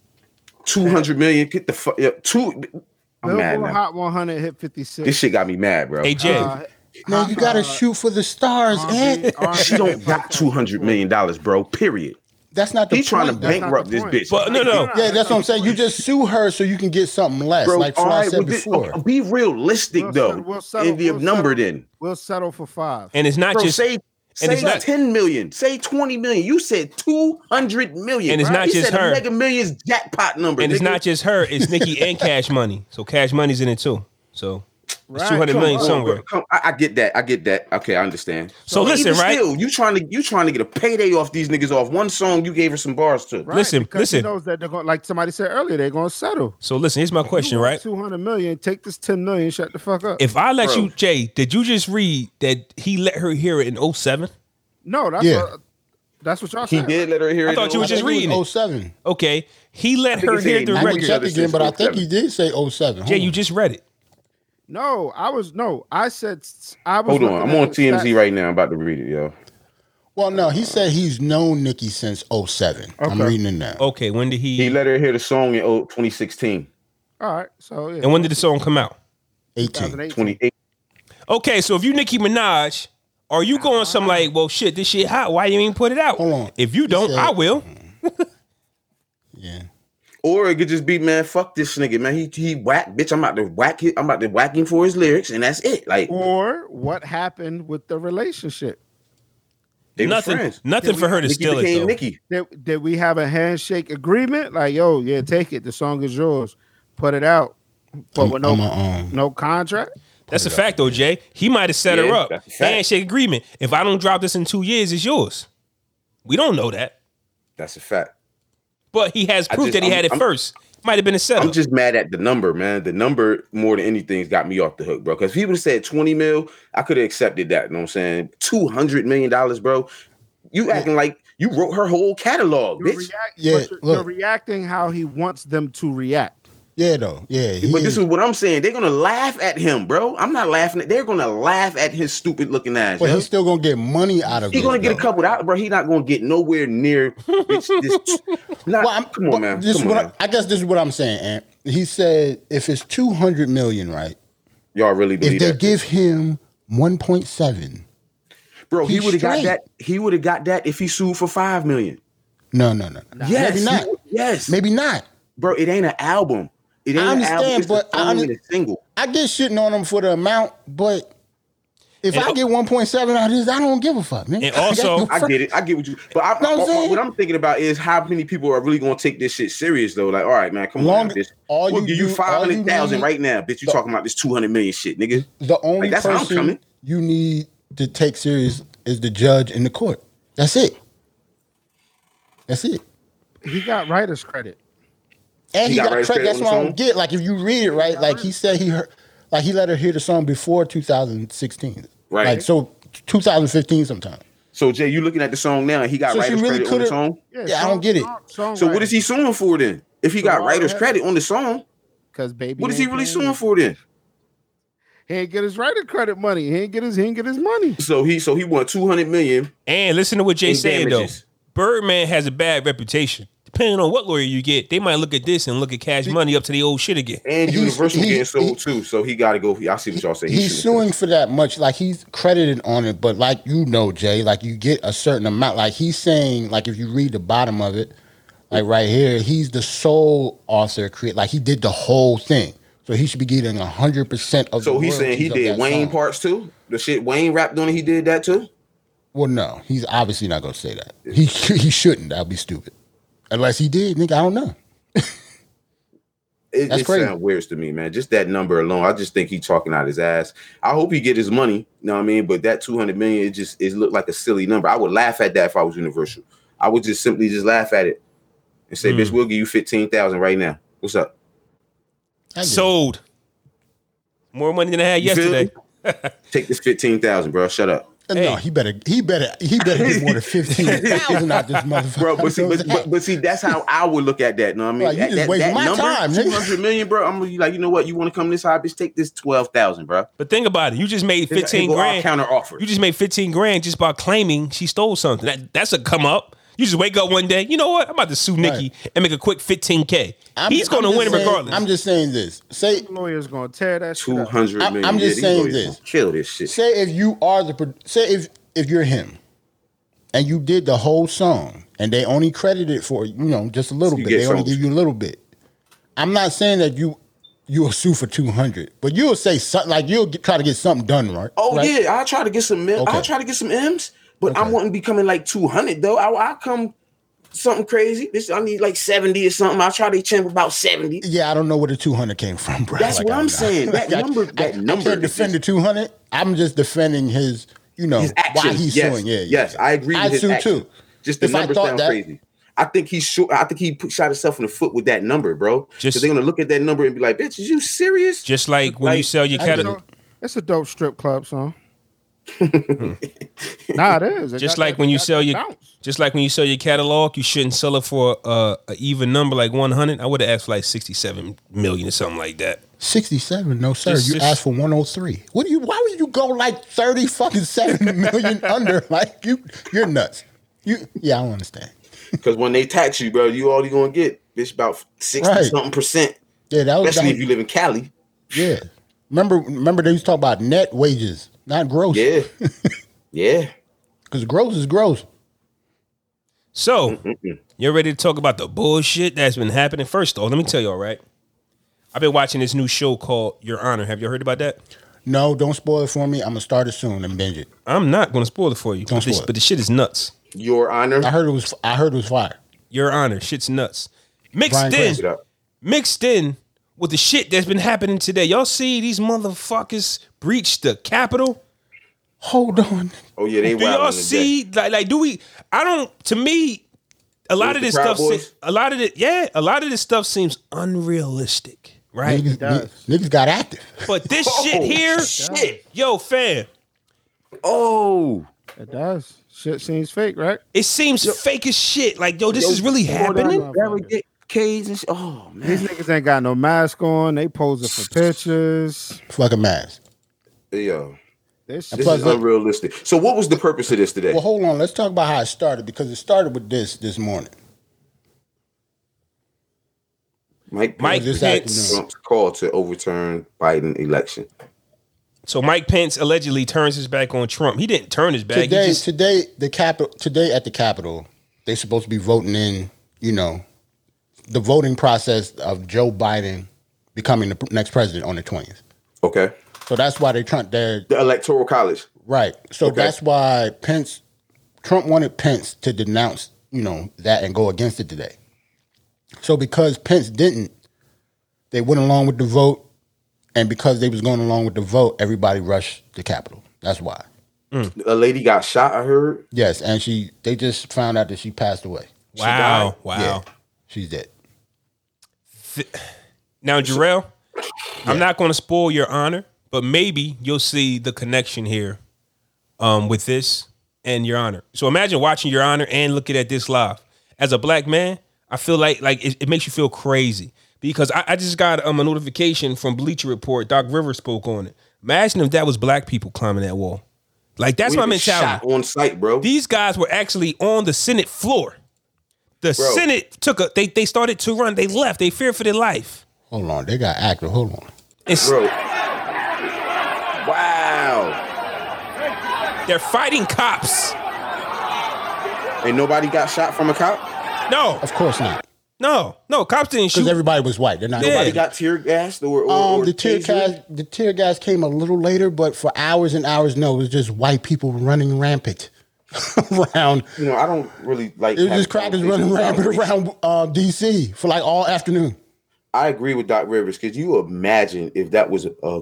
Speaker 6: two hundred million, get the fuck yeah, two. I'm mad
Speaker 5: Billboard
Speaker 6: now.
Speaker 5: Hot 100 hit 56.
Speaker 6: This shit got me mad, bro.
Speaker 2: Hey Jay,
Speaker 5: Uh,
Speaker 3: No, you gotta
Speaker 5: uh,
Speaker 3: shoot for the stars,
Speaker 5: R&B,
Speaker 3: Ed.
Speaker 5: R&B,
Speaker 6: she don't got two hundred million dollars, bro. Period.
Speaker 3: That's not the
Speaker 6: He's trying to
Speaker 3: point. though.
Speaker 6: bankrupt
Speaker 5: the
Speaker 6: this
Speaker 5: point.
Speaker 6: bitch.
Speaker 2: but no, no,
Speaker 3: Yeah, that's what I'm saying. You just sue her so you can get something less, like Fly
Speaker 6: alright,
Speaker 3: said
Speaker 6: but this-
Speaker 3: before.
Speaker 6: uh, be realistic
Speaker 5: We'll
Speaker 6: though.
Speaker 5: settle- we'll settle-
Speaker 6: in the
Speaker 5: we'll
Speaker 6: number,
Speaker 5: settle.
Speaker 6: then,
Speaker 5: We'll settle for five.
Speaker 2: and it's not
Speaker 6: bro.
Speaker 2: just
Speaker 6: say say
Speaker 2: it's not-
Speaker 6: ten million, say twenty million. You said two hundred million,
Speaker 2: And it's
Speaker 6: bro.
Speaker 2: not
Speaker 6: He
Speaker 2: just
Speaker 6: said a
Speaker 2: her.
Speaker 6: Mega Millions jackpot number,
Speaker 2: and it's
Speaker 6: nigga.
Speaker 2: not just her. It's Nicki and Cash Money. So Cash Money's in it too. So it's
Speaker 5: Right,
Speaker 2: two hundred
Speaker 5: come
Speaker 2: million
Speaker 5: on,
Speaker 2: somewhere.
Speaker 6: Bro, come- I, I get that. I get that. Okay, I understand.
Speaker 2: So
Speaker 6: But
Speaker 2: listen,
Speaker 6: even
Speaker 2: right?
Speaker 6: Still, you trying to you trying to get a payday off these niggas off one song you gave her some bars to.
Speaker 5: Right,
Speaker 2: Listen,
Speaker 5: because
Speaker 2: listen.
Speaker 5: He knows that they're going, like somebody said earlier, they're going to settle.
Speaker 2: So listen, here's my question, right?
Speaker 5: Two hundred million. Take this ten million. Shut the fuck up.
Speaker 2: If I let
Speaker 6: Bro.
Speaker 2: you, Jay, did you just read that he let her hear it in 07?
Speaker 5: no, that's
Speaker 3: Yeah.
Speaker 5: what, that's what y'all
Speaker 6: He
Speaker 5: said.
Speaker 6: did let her hear
Speaker 2: I
Speaker 6: it. oh
Speaker 2: thought you was
Speaker 3: I
Speaker 2: just
Speaker 3: think it was
Speaker 2: reading it.
Speaker 3: 07.
Speaker 2: Okay, he let
Speaker 6: think
Speaker 2: her
Speaker 6: it's
Speaker 2: hear
Speaker 6: in
Speaker 2: the
Speaker 3: I
Speaker 6: Right.
Speaker 3: didn't
Speaker 2: record.
Speaker 3: check
Speaker 6: It's
Speaker 3: again, but I think
Speaker 6: 07.
Speaker 3: he did say 07.
Speaker 2: Jay,
Speaker 3: Hold
Speaker 2: you
Speaker 3: on.
Speaker 2: just read it.
Speaker 5: No, I was no. I said s- I was.
Speaker 6: Hold on,
Speaker 5: looking
Speaker 6: I'm
Speaker 5: at
Speaker 6: on
Speaker 5: the
Speaker 6: TMZ
Speaker 5: stats.
Speaker 6: right now. I'm about to read it, yo.
Speaker 3: Well, no, he said he's known Nikki since 07. I'm
Speaker 5: Okay.
Speaker 3: reading it now.
Speaker 2: Okay, when did he?
Speaker 6: He let her hear the song in oh, 2016,
Speaker 5: All right, so yeah.
Speaker 2: and when did the song come out?
Speaker 3: 18.
Speaker 5: 2008.
Speaker 6: 28.
Speaker 2: Okay, so if you Nicki Minaj, are you going some like, well, shit, this shit hot. Why you ain't put it out?
Speaker 3: Uh-huh. Hold on.
Speaker 2: If you don't,
Speaker 3: said-
Speaker 2: I will.
Speaker 3: Yeah.
Speaker 6: Or it could just be, man, fuck this nigga, man. He he whack, bitch. I'm about to whack him. I'm about to whack him for his lyrics, and that's it. Like
Speaker 5: Or what happened with the relationship?
Speaker 6: they were
Speaker 2: nothing,
Speaker 6: friends.
Speaker 2: nothing for her to
Speaker 6: Nicki
Speaker 2: steal it
Speaker 6: became
Speaker 2: though.
Speaker 6: Nicki.
Speaker 5: Did, did we have a handshake agreement? Like, yo, yeah, take it. The song is yours. Put it out, but with no
Speaker 3: I'm a, um,
Speaker 5: no contract.
Speaker 2: That's a fact though, Jay. He might have set
Speaker 6: Yeah,
Speaker 2: her up.
Speaker 6: that's a fact.
Speaker 2: Handshake agreement. If I don't drop this in two years, it's yours. We don't know that,
Speaker 6: That's a fact.
Speaker 2: but he has
Speaker 6: I
Speaker 2: proof
Speaker 6: just-
Speaker 2: that he
Speaker 6: I'm-
Speaker 2: had it
Speaker 6: I'm-
Speaker 2: first. Might have been a setup.
Speaker 6: I'm just mad at the number, man. The number more than anything's got me off the hook, bro. Because if he would have said 20 mil, I could have accepted that. You know what I'm saying? 200 million dollars, bro. You acting like you wrote her whole catalog,
Speaker 5: You're,
Speaker 6: bitch.
Speaker 5: react-
Speaker 3: Yeah,
Speaker 5: but you're, you're
Speaker 3: look.
Speaker 5: reacting how he wants them to react.
Speaker 3: yeah, though. Yeah. he
Speaker 6: But this
Speaker 3: is-
Speaker 6: is what I'm saying. They're gonna laugh at him, bro. I'm not laughing at. They're gonna laugh at his stupid looking ass.
Speaker 3: but
Speaker 6: yo.
Speaker 3: he's still going to get money out of it.
Speaker 6: He gonna get a
Speaker 3: though.
Speaker 6: couple out, bro. He not gonna get nowhere near. Bitch, this, not,
Speaker 3: Well, I'm,
Speaker 6: come on,
Speaker 3: but
Speaker 6: man.
Speaker 3: This is
Speaker 6: Come on,
Speaker 3: what
Speaker 6: man.
Speaker 3: I, I guess this is what I'm saying, Ant. He said if it's 200 million, right?
Speaker 6: Y'all really
Speaker 3: If
Speaker 6: believe
Speaker 3: they
Speaker 6: that,
Speaker 3: give him 1.7,
Speaker 6: bro? He
Speaker 3: he's
Speaker 6: would have got
Speaker 3: straight.
Speaker 6: that. He would have got that if he sued for five million.
Speaker 3: no, no, no, no.
Speaker 6: Yes,
Speaker 3: Maybe
Speaker 6: he
Speaker 3: not.
Speaker 6: would- yes,
Speaker 3: Maybe not.
Speaker 6: bro. It ain't an album. It ain't
Speaker 3: I
Speaker 6: an album.
Speaker 3: understand,
Speaker 6: It's but
Speaker 3: but I
Speaker 6: a song
Speaker 3: under-
Speaker 6: and a single.
Speaker 3: I get shitting on him for the amount, but if
Speaker 2: And-
Speaker 3: I get 1.7 out of this, I don't give a fuck, man.
Speaker 2: And also-
Speaker 6: I get it. I get what you. But
Speaker 3: Know
Speaker 6: I,
Speaker 3: what I'm
Speaker 6: what,
Speaker 3: saying?
Speaker 6: what I'm thinking about is how many people are really gonna take this shit serious though. Like, all right, man, come on.
Speaker 3: Longer-
Speaker 6: now, This,
Speaker 3: all
Speaker 6: we'll
Speaker 3: you
Speaker 6: give you
Speaker 3: do-
Speaker 6: five
Speaker 3: all you
Speaker 6: hundred thousand
Speaker 3: need-
Speaker 6: right now, bitch. You talking about this two hundred million shit, nigga?
Speaker 3: the only
Speaker 6: Like, that's how I'm
Speaker 3: person
Speaker 6: coming.
Speaker 3: you need to take serious is the judge and the court. That's it. That's it.
Speaker 5: He got writer's credit.
Speaker 3: And he,
Speaker 6: You got
Speaker 3: got,
Speaker 6: writer's
Speaker 3: credit. That's
Speaker 6: credit on the
Speaker 3: what I
Speaker 6: song?
Speaker 3: don't get. Like if you read it right, like he said he heard, like he let her hear the song before 2016.
Speaker 6: Right.
Speaker 3: Like so 2015 sometime.
Speaker 6: So Jay, you looking at the song now? and He got
Speaker 3: So she
Speaker 6: writer's
Speaker 3: really
Speaker 6: credit on the
Speaker 3: could've-
Speaker 6: song.
Speaker 3: Yeah, I don't get it.
Speaker 5: song-
Speaker 6: So what is he suing for then? If he got
Speaker 5: why
Speaker 6: writer's
Speaker 5: have-
Speaker 6: credit on the song,
Speaker 5: Because baby,
Speaker 6: what is he
Speaker 5: ain't
Speaker 6: really
Speaker 5: paying
Speaker 6: suing
Speaker 5: me.
Speaker 6: for then?
Speaker 5: He ain't get his writer credit money. He ain't get his. He ain't get his money.
Speaker 6: So he so he won two hundred million.
Speaker 2: And listen to what Jay
Speaker 6: in
Speaker 2: said though.
Speaker 6: damages.
Speaker 2: Birdman has a bad reputation. Depending on what lawyer you get, they might look at this and look at Cash Money up to the old shit again.
Speaker 6: And
Speaker 3: He's-
Speaker 6: Universal
Speaker 3: he-
Speaker 6: getting sold
Speaker 3: he-
Speaker 6: too, so he got to go. I see what y'all say.
Speaker 3: He's suing for that much. Like he's credited on it, but like you know, Jay, like you get a certain amount. Like he's saying, like if you read the bottom of it, like right here, he's the sole author create. Like he did the whole thing, so he should be getting hundred percent of.
Speaker 6: So
Speaker 3: the
Speaker 6: he's saying he
Speaker 3: royalties of
Speaker 6: did
Speaker 3: that
Speaker 6: Wayne
Speaker 3: song.
Speaker 6: parts too. The shit Wayne rapped on, it, he did that too.
Speaker 3: Well, no, he's obviously not gonna say that. He he shouldn't. That'd be stupid. Unless he did, nigga, I don't know.
Speaker 6: It
Speaker 3: That's
Speaker 6: just
Speaker 3: crazy.
Speaker 6: sounds weird to me, man. Just that number alone, I just think he talking out his ass. I hope he get his money. You know what I mean? But that two hundred million, it just it looked like a silly number. I would laugh at that if I was Universal. I would just simply just laugh at it and say,
Speaker 3: Hmm.
Speaker 6: "Bitch, we'll give you fifteen thousand right now. What's up?"
Speaker 3: That nigga-
Speaker 2: Sold. More money than I had
Speaker 6: You feel
Speaker 2: yesterday.
Speaker 6: Take this fifteen thousand, bro. Shut up.
Speaker 3: Uh, No, he better, he better, he better get more than fifteen thousand out this motherfucker.
Speaker 6: bro. But see, but, but, but see, that's how I would look at that. No, I mean,
Speaker 3: Like, you
Speaker 6: At
Speaker 3: just
Speaker 6: that,
Speaker 3: wasting
Speaker 6: that
Speaker 3: my
Speaker 6: number,
Speaker 3: time, nigga.
Speaker 6: two hundred million, bro. I'm gonna be like, you know what? You want to come this high, bitch? Take this twelve thousand, bro.
Speaker 2: But think about it. You just made
Speaker 6: This-
Speaker 2: fifteen
Speaker 6: here go our
Speaker 2: grand.
Speaker 6: counter offer.
Speaker 2: You just made fifteen grand just by claiming she stole something. That, that's a come up. You just wake up one day. You know what? I'm about to sue Nikki and make a quick fifteen k. He's going to
Speaker 3: just
Speaker 2: win
Speaker 3: saying,
Speaker 2: regardless.
Speaker 3: I'm just saying this. Say,
Speaker 5: Lawyer's gonna tear that shit
Speaker 6: Two
Speaker 5: up.
Speaker 6: hundred
Speaker 3: I'm-
Speaker 6: million.
Speaker 3: I'm just
Speaker 6: these
Speaker 3: saying
Speaker 6: lawyers
Speaker 3: this.
Speaker 6: gonna Kill this shit.
Speaker 3: say if you are the pro- say if if you're him, and you did the whole song, and they only credited for you know just a little
Speaker 6: You
Speaker 3: bit.
Speaker 6: get
Speaker 3: They only
Speaker 6: some-
Speaker 3: give you a little bit. I'm not saying that you you'll sue for two hundred, but you'll say something like you'll get, try to get something done, right?
Speaker 6: Oh
Speaker 3: right?
Speaker 6: yeah, I try to get some. Mil- I
Speaker 3: Okay.
Speaker 6: try to get some M's, but I wouldn't be coming like two hundred though. I I come something crazy. This I need like seventy or something. I try to chimp about seventy.
Speaker 3: Yeah, I don't know where the 200 came from, bro.
Speaker 6: That's what I'm saying. That
Speaker 3: I-
Speaker 6: number-
Speaker 3: I-
Speaker 6: that
Speaker 3: I
Speaker 6: number
Speaker 3: can't
Speaker 6: is
Speaker 3: defend the 200. I'm just defending his, you know,
Speaker 6: his
Speaker 3: why
Speaker 6: actions.
Speaker 3: he's
Speaker 6: yes.
Speaker 3: suing. Yeah, yeah,
Speaker 6: yes,
Speaker 3: yeah.
Speaker 6: I agree. With
Speaker 3: I
Speaker 6: his
Speaker 3: sue
Speaker 6: actions.
Speaker 3: too.
Speaker 6: Just the
Speaker 3: If I
Speaker 6: numbers
Speaker 3: thought
Speaker 6: sound
Speaker 3: that-
Speaker 6: crazy. I think he shot. I think he put, shot himself in the foot with that number, bro.
Speaker 2: Just-
Speaker 6: Just they're gonna look at that number and be like, "Bitch, is you serious?"
Speaker 2: just like when you
Speaker 6: Like,
Speaker 2: sell your
Speaker 3: I
Speaker 5: You
Speaker 2: catalog.
Speaker 5: know, It's a dope strip club song. nah, it is. It
Speaker 2: Just
Speaker 5: got
Speaker 2: like
Speaker 5: that-
Speaker 2: when
Speaker 5: it
Speaker 2: you
Speaker 5: got
Speaker 2: sell
Speaker 5: that
Speaker 2: your,
Speaker 5: bounce.
Speaker 2: just like when you sell your catalog, you shouldn't sell it for uh, an even number like one hundred. I would have asked for like sixty-seven million or something like that.
Speaker 3: 67. No, sir.
Speaker 2: Just-
Speaker 3: you
Speaker 2: just-
Speaker 3: asked for 103. What do you, why would you go like 30 fucking 7 million under? Like, you, you're nuts. You, yeah, I don't understand.
Speaker 6: Because when they tax you, bro, you all you gonna get, bitch, about sixty
Speaker 3: Right.
Speaker 6: something percent.
Speaker 3: Yeah, that was,
Speaker 6: Especially
Speaker 3: that
Speaker 6: if you live in Cali.
Speaker 3: yeah. Remember, remember they used to talk about net wages, not gross.
Speaker 6: Yeah, yeah.
Speaker 3: Because gross is gross.
Speaker 2: So, you're ready to talk about the bullshit that's been happening? First off, let me tell y'all, right? I've been watching this new show called Your Honor. Have you all heard about that?
Speaker 3: No, don't spoil it for me. I'm going to start it soon and binge it.
Speaker 2: I'm not going to spoil it for you,
Speaker 3: Don't
Speaker 2: but, this,
Speaker 3: spoil it.
Speaker 2: but the shit is nuts.
Speaker 6: Your honor.
Speaker 3: I heard it was, I heard it was fire.
Speaker 2: Your Honor, shit's nuts. Mixed
Speaker 3: Brian
Speaker 2: in,
Speaker 3: Cranston.
Speaker 6: Get up.
Speaker 2: mixed in with the shit that's been happening today. Y'all see these motherfuckers breach the Capitol?
Speaker 3: Hold on.
Speaker 6: Oh yeah, they
Speaker 2: Do
Speaker 6: wild
Speaker 2: y'all see like like do we I don't to me a lot
Speaker 6: With
Speaker 2: of
Speaker 6: the
Speaker 2: this
Speaker 6: Proud
Speaker 2: stuff se-
Speaker 6: Boys?
Speaker 2: a lot of it yeah, a lot of this stuff seems unrealistic, right?
Speaker 3: Niggas, niggas got active.
Speaker 2: But this shit here,
Speaker 6: shit.
Speaker 2: yo fam,
Speaker 6: Oh,
Speaker 5: It does. Shit seems fake, right?
Speaker 2: it seems fake as shit. Like yo, this is really happening.
Speaker 6: Derek Cage and sh- oh man.
Speaker 5: These niggas ain't got no mask on. They posing for pictures.
Speaker 3: Fucking mask.
Speaker 6: Yo,
Speaker 5: This
Speaker 6: this
Speaker 5: shit,
Speaker 3: Plus,
Speaker 6: is
Speaker 3: look-
Speaker 6: unrealistic. So, what was the purpose of this today?
Speaker 3: Well, hold on. Let's talk about how it started because it started with this this morning.
Speaker 6: Mike
Speaker 2: Mike
Speaker 3: This
Speaker 2: Pence.
Speaker 6: Trump's call to overturn Biden election.
Speaker 2: So Mike Pence allegedly turns his back on Trump. He didn't turn his back. he
Speaker 3: Today,
Speaker 2: just-
Speaker 3: today the capital today at the Capitol, they're supposed to be voting in. You know, the voting process of Joe Biden becoming the pr- next president on the twentieth.
Speaker 6: Okay.
Speaker 3: So that's why they're trying. They're
Speaker 6: The Electoral College.
Speaker 3: right. So
Speaker 6: Okay.
Speaker 3: that's why Pence, Trump wanted Pence to denounce. You know that and go against it today. So because Pence didn't, they went along with the vote, and because they was going along with the vote, everybody rushed the Capitol. That's why.
Speaker 2: Mm.
Speaker 6: A lady got shot, I heard.
Speaker 3: Yes, and she they just found out that she passed away.
Speaker 2: wow, wow.
Speaker 3: She's dead.
Speaker 2: Now, Jarrell, I'm not going to spoil your honor, but maybe you'll see the connection here um, with this and your honor. So imagine watching your honor and looking at this live. As a black man, I feel like like it, it makes you feel crazy because I, I just got um, a notification from Bleacher Report. Doc Rivers spoke on it. Imagine if that was black people climbing that wall. Like that's my
Speaker 6: Women
Speaker 2: mentality.
Speaker 6: Shot on site, bro.
Speaker 2: these guys were actually on the Senate floor. The Senate took a they they started to run. They left. They feared for their life.
Speaker 3: Hold on, they got active. Hold on.
Speaker 2: It's-
Speaker 6: bro. Wow.
Speaker 2: they're fighting cops.
Speaker 6: And nobody got shot from a cop?
Speaker 2: No,
Speaker 3: Of course not,
Speaker 2: no, no. Cops didn't
Speaker 3: because
Speaker 2: shoot.
Speaker 3: everybody was white. They're not.
Speaker 6: Nobody
Speaker 2: Yeah.
Speaker 6: got tear gassed or, or,
Speaker 3: Um,
Speaker 6: or
Speaker 3: the tear
Speaker 6: tasered?
Speaker 3: gas, the tear gas came a little later, but for hours and hours, no, it was just white people running rampant around.
Speaker 6: You know, I don't really like
Speaker 3: It was
Speaker 6: having
Speaker 3: just crackers running
Speaker 6: conversations about
Speaker 3: rampant
Speaker 6: race.
Speaker 3: around uh, D.C. for like all afternoon.
Speaker 6: I agree with Doc Rivers. Could you imagine if that was a, a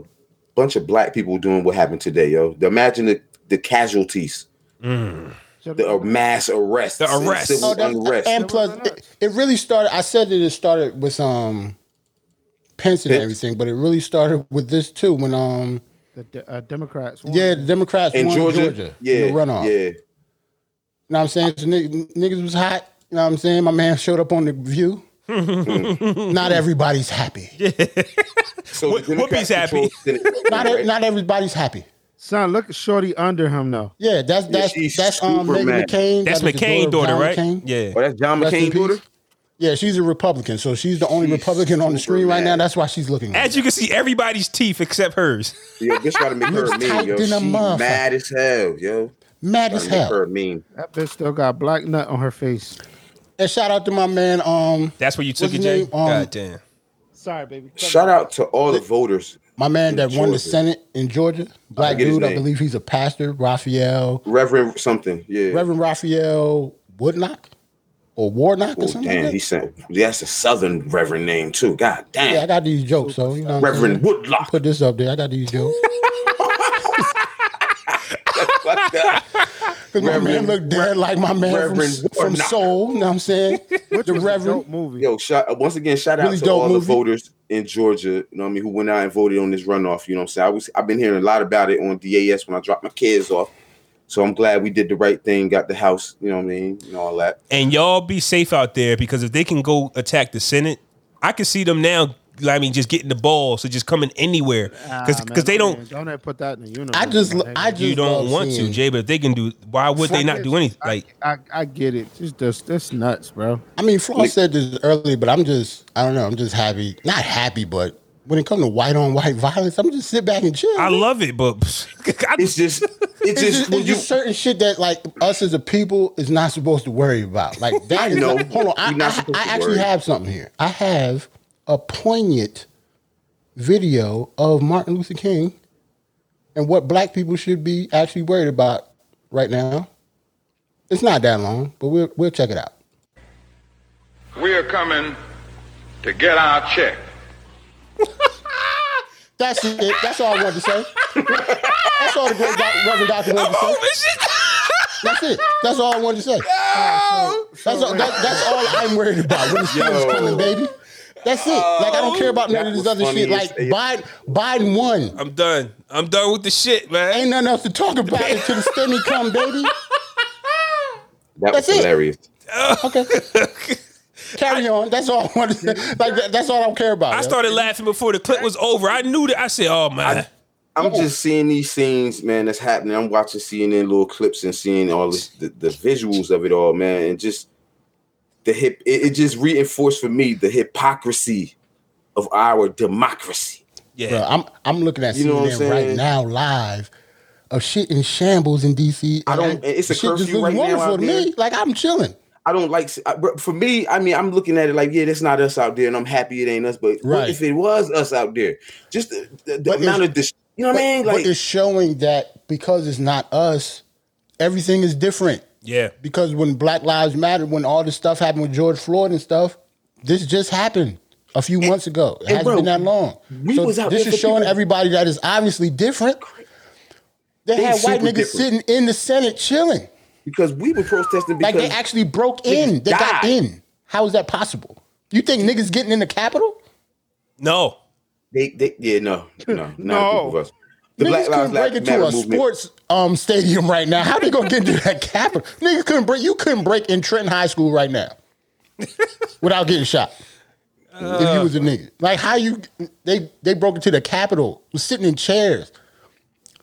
Speaker 6: bunch of black people doing what happened today, yo? The- Imagine the, the casualties,
Speaker 4: Mm.
Speaker 6: the mass arrests,
Speaker 2: The
Speaker 6: and
Speaker 2: arrests.
Speaker 6: civil
Speaker 2: Oh,
Speaker 6: unrest.
Speaker 3: And plus, it, it really started. I said that it started with um, Pence and
Speaker 6: Pence.
Speaker 3: everything, but it really started with this too. When um,
Speaker 5: The de- uh, Democrats. won.
Speaker 3: yeah, the Democrats
Speaker 6: in
Speaker 3: won
Speaker 6: Georgia, yeah,
Speaker 3: in the runoff. You
Speaker 6: yeah.
Speaker 3: know what I'm saying? So, ni- niggas was hot. You know what I'm saying? My man showed up on the View.
Speaker 6: Mm.
Speaker 3: Not everybody's happy.
Speaker 6: So
Speaker 2: Whoop-
Speaker 6: the
Speaker 2: Whoopi's
Speaker 6: Democrats
Speaker 2: happy.
Speaker 6: control the Senate.
Speaker 3: Not e- not everybody's happy.
Speaker 5: Son, look at Shorty under him though.
Speaker 3: Yeah, that's that's
Speaker 6: she's
Speaker 3: that's um
Speaker 6: super
Speaker 3: Megan
Speaker 6: mad.
Speaker 3: McCain.
Speaker 2: That's
Speaker 3: like the
Speaker 2: McCain
Speaker 3: of
Speaker 2: daughter,
Speaker 3: John
Speaker 2: right?
Speaker 3: McCain.
Speaker 2: Yeah.
Speaker 6: oh, that's John
Speaker 3: Rest in
Speaker 6: McCain's
Speaker 3: peace.
Speaker 6: daughter.
Speaker 3: Yeah, she's a Republican, so she's the only
Speaker 6: She's
Speaker 3: Republican on the
Speaker 6: super
Speaker 3: screen right now.
Speaker 6: mad.
Speaker 3: That's why she's looking.
Speaker 2: As you can see, everybody's teeth except hers.
Speaker 6: Yo, this try to make her a meme,
Speaker 3: typed
Speaker 6: yo.
Speaker 3: in a
Speaker 6: She
Speaker 3: motherfucker.
Speaker 6: mad as hell, Mm, yo.
Speaker 3: mad
Speaker 6: Trying
Speaker 3: as
Speaker 6: to make her
Speaker 3: hell.
Speaker 6: a meme.
Speaker 5: That bitch still got black nut on her face.
Speaker 3: And shout out to my man. Um,
Speaker 2: That's where you took
Speaker 3: What's his
Speaker 2: it, Jay.
Speaker 3: name? Um,
Speaker 2: God damn.
Speaker 5: Sorry, baby.
Speaker 6: Shout out to all the voters.
Speaker 3: my man that won the
Speaker 6: Georgia.
Speaker 3: Senate in Georgia, black
Speaker 6: forget his
Speaker 3: dude. I
Speaker 6: name.
Speaker 3: believe he's a pastor, Raphael,
Speaker 6: Reverend something, yeah.
Speaker 3: Reverend Raphael Woodnock or Warnock or
Speaker 6: Oh,
Speaker 3: something.
Speaker 6: damn,
Speaker 3: like
Speaker 6: he
Speaker 3: that.
Speaker 6: said that's a Southern Reverend name too. God damn,
Speaker 3: Yeah, I got these jokes, so you know. what I'm
Speaker 6: Reverend
Speaker 3: saying?
Speaker 6: Woodlock.
Speaker 3: put this up there. I got these jokes.
Speaker 6: Fuck that.
Speaker 3: 'Cause my man
Speaker 6: Reverend-
Speaker 3: look dead like my man
Speaker 6: Reverend
Speaker 3: from, from
Speaker 6: Warnock.
Speaker 3: Soul. You know what I'm saying? the Reverend.
Speaker 5: dope movie.
Speaker 6: Yo, shout, once again, shout out
Speaker 3: Really
Speaker 6: to
Speaker 3: dope
Speaker 6: all
Speaker 3: movie.
Speaker 6: the voters in Georgia. You know what I mean? Who went out and voted on this runoff? You know what I'm saying? I was I've been hearing a lot about it on DAS when I dropped my kids off. So I'm glad we did the right thing, got the house. You know what I mean? And all that.
Speaker 2: And y'all be safe out there because if they can go attack the Senate, I can see them now. I mean, just getting the ball, so just coming anywhere because
Speaker 5: Nah, man,
Speaker 2: Ah, they don't.
Speaker 5: Don't ever put that in the universe.
Speaker 3: I just,
Speaker 5: man.
Speaker 3: I just
Speaker 2: You don't
Speaker 3: love
Speaker 2: want to,
Speaker 3: seeing-
Speaker 2: Jay, but if they can do, why would they not do anything? Like
Speaker 5: I, I get it. It's just that's nuts, bro.
Speaker 3: I mean, Flaw said this earlier, but I'm just, I don't know, I'm just happy. Not happy, but when it comes to white on white violence, I'm just sit back and chill.
Speaker 2: I love it, but I,
Speaker 6: It's just, it's
Speaker 3: it's just,
Speaker 6: just, when
Speaker 3: it's
Speaker 6: you,
Speaker 3: just certain shit that like us as a people is not supposed to worry about. Like
Speaker 6: I
Speaker 3: that is
Speaker 6: know.
Speaker 3: hold on. I,
Speaker 6: You're not
Speaker 3: I-
Speaker 6: supposed
Speaker 3: I
Speaker 6: to
Speaker 3: actually
Speaker 6: worry.
Speaker 3: have something here. I have a poignant video of Martin Luther King and what black people should be actually worried about right now. It's not that long, but we'll we'll check it out.
Speaker 7: We are coming to get our check.
Speaker 3: That's it. That's all I wanted to say. That's all the great doc, Reverend Doctor wanted to
Speaker 4: Oh,
Speaker 3: say. That's it. That's all I wanted to say. That's all, that, that's all I'm worried about. When the shit is
Speaker 6: Yo.
Speaker 3: coming, baby. That's it. Like I don't care about none of
Speaker 6: That
Speaker 3: this
Speaker 6: was
Speaker 3: other shit.
Speaker 6: funny
Speaker 3: Like
Speaker 6: as-
Speaker 3: Biden, Biden won.
Speaker 2: I'm done. I'm done with the shit, man.
Speaker 3: Ain't nothing else to talk about until the stimmy come, baby.
Speaker 6: that was
Speaker 3: That's it.
Speaker 6: hilarious.
Speaker 3: Okay. Carry on. That's all I wanted to say. Like that, that's all I don't care about.
Speaker 2: I
Speaker 3: yo.
Speaker 2: started laughing before the clip was over. I knew that. I said, "Oh man,
Speaker 6: I'm just seeing these scenes, man, that's happening. I'm watching CNN little clips and seeing all this, the, the visuals of it all, man, and just the hip. It, it just reinforced for me the hypocrisy of our democracy.
Speaker 2: yeah."
Speaker 3: Bro, I'm I'm looking at
Speaker 6: You know what I'm
Speaker 3: CNN right
Speaker 6: saying?
Speaker 3: now live of shit in shambles in DC.
Speaker 6: I don't-
Speaker 3: and
Speaker 6: it's a
Speaker 3: shit just
Speaker 6: curfew
Speaker 3: looks
Speaker 6: right now
Speaker 3: wonderful
Speaker 6: out
Speaker 3: to
Speaker 6: there.
Speaker 3: me. Like I'm chilling.
Speaker 6: I don't like I- bro, for me. I mean, I'm looking at it like, yeah, that's not us out there, and I'm happy it ain't us. But
Speaker 3: Right.
Speaker 6: what if it was us out there? Just the, the, the
Speaker 3: But
Speaker 6: amount
Speaker 3: it's-
Speaker 6: of this, you know what I mean?
Speaker 3: but
Speaker 6: Like,
Speaker 3: it's showing that because it's not us, everything is different.
Speaker 2: Yeah.
Speaker 3: Because when Black Lives Matter, when all this stuff happened with George Floyd and stuff, this just happened a few months ago. It hasn't
Speaker 6: bro,
Speaker 3: been that long.
Speaker 6: we was out
Speaker 3: this
Speaker 6: there
Speaker 3: is
Speaker 6: for
Speaker 3: showing
Speaker 6: people-
Speaker 3: everybody that is obviously different. They,
Speaker 6: They
Speaker 3: had white
Speaker 6: super
Speaker 3: niggas
Speaker 6: different.
Speaker 3: sitting in the Senate chilling.
Speaker 6: because we were protesting
Speaker 3: Like
Speaker 6: because
Speaker 3: they actually broke in. They got
Speaker 6: died.
Speaker 3: in. How is that possible? You think niggas getting in the Capitol?
Speaker 2: No,
Speaker 6: they, they, yeah, no, no, not
Speaker 5: No.
Speaker 6: a group of us. The
Speaker 3: niggas
Speaker 6: Black Lives
Speaker 3: couldn't break
Speaker 6: Matter
Speaker 3: into a
Speaker 6: movement.
Speaker 3: sports um, stadium right now. How they gonna get into that Capitol? Niggas couldn't break. You couldn't break in Trenton High School right now without getting shot. if
Speaker 6: Uh,
Speaker 3: you was a nigga, like how you they they broke into the Capitol, was sitting in chairs.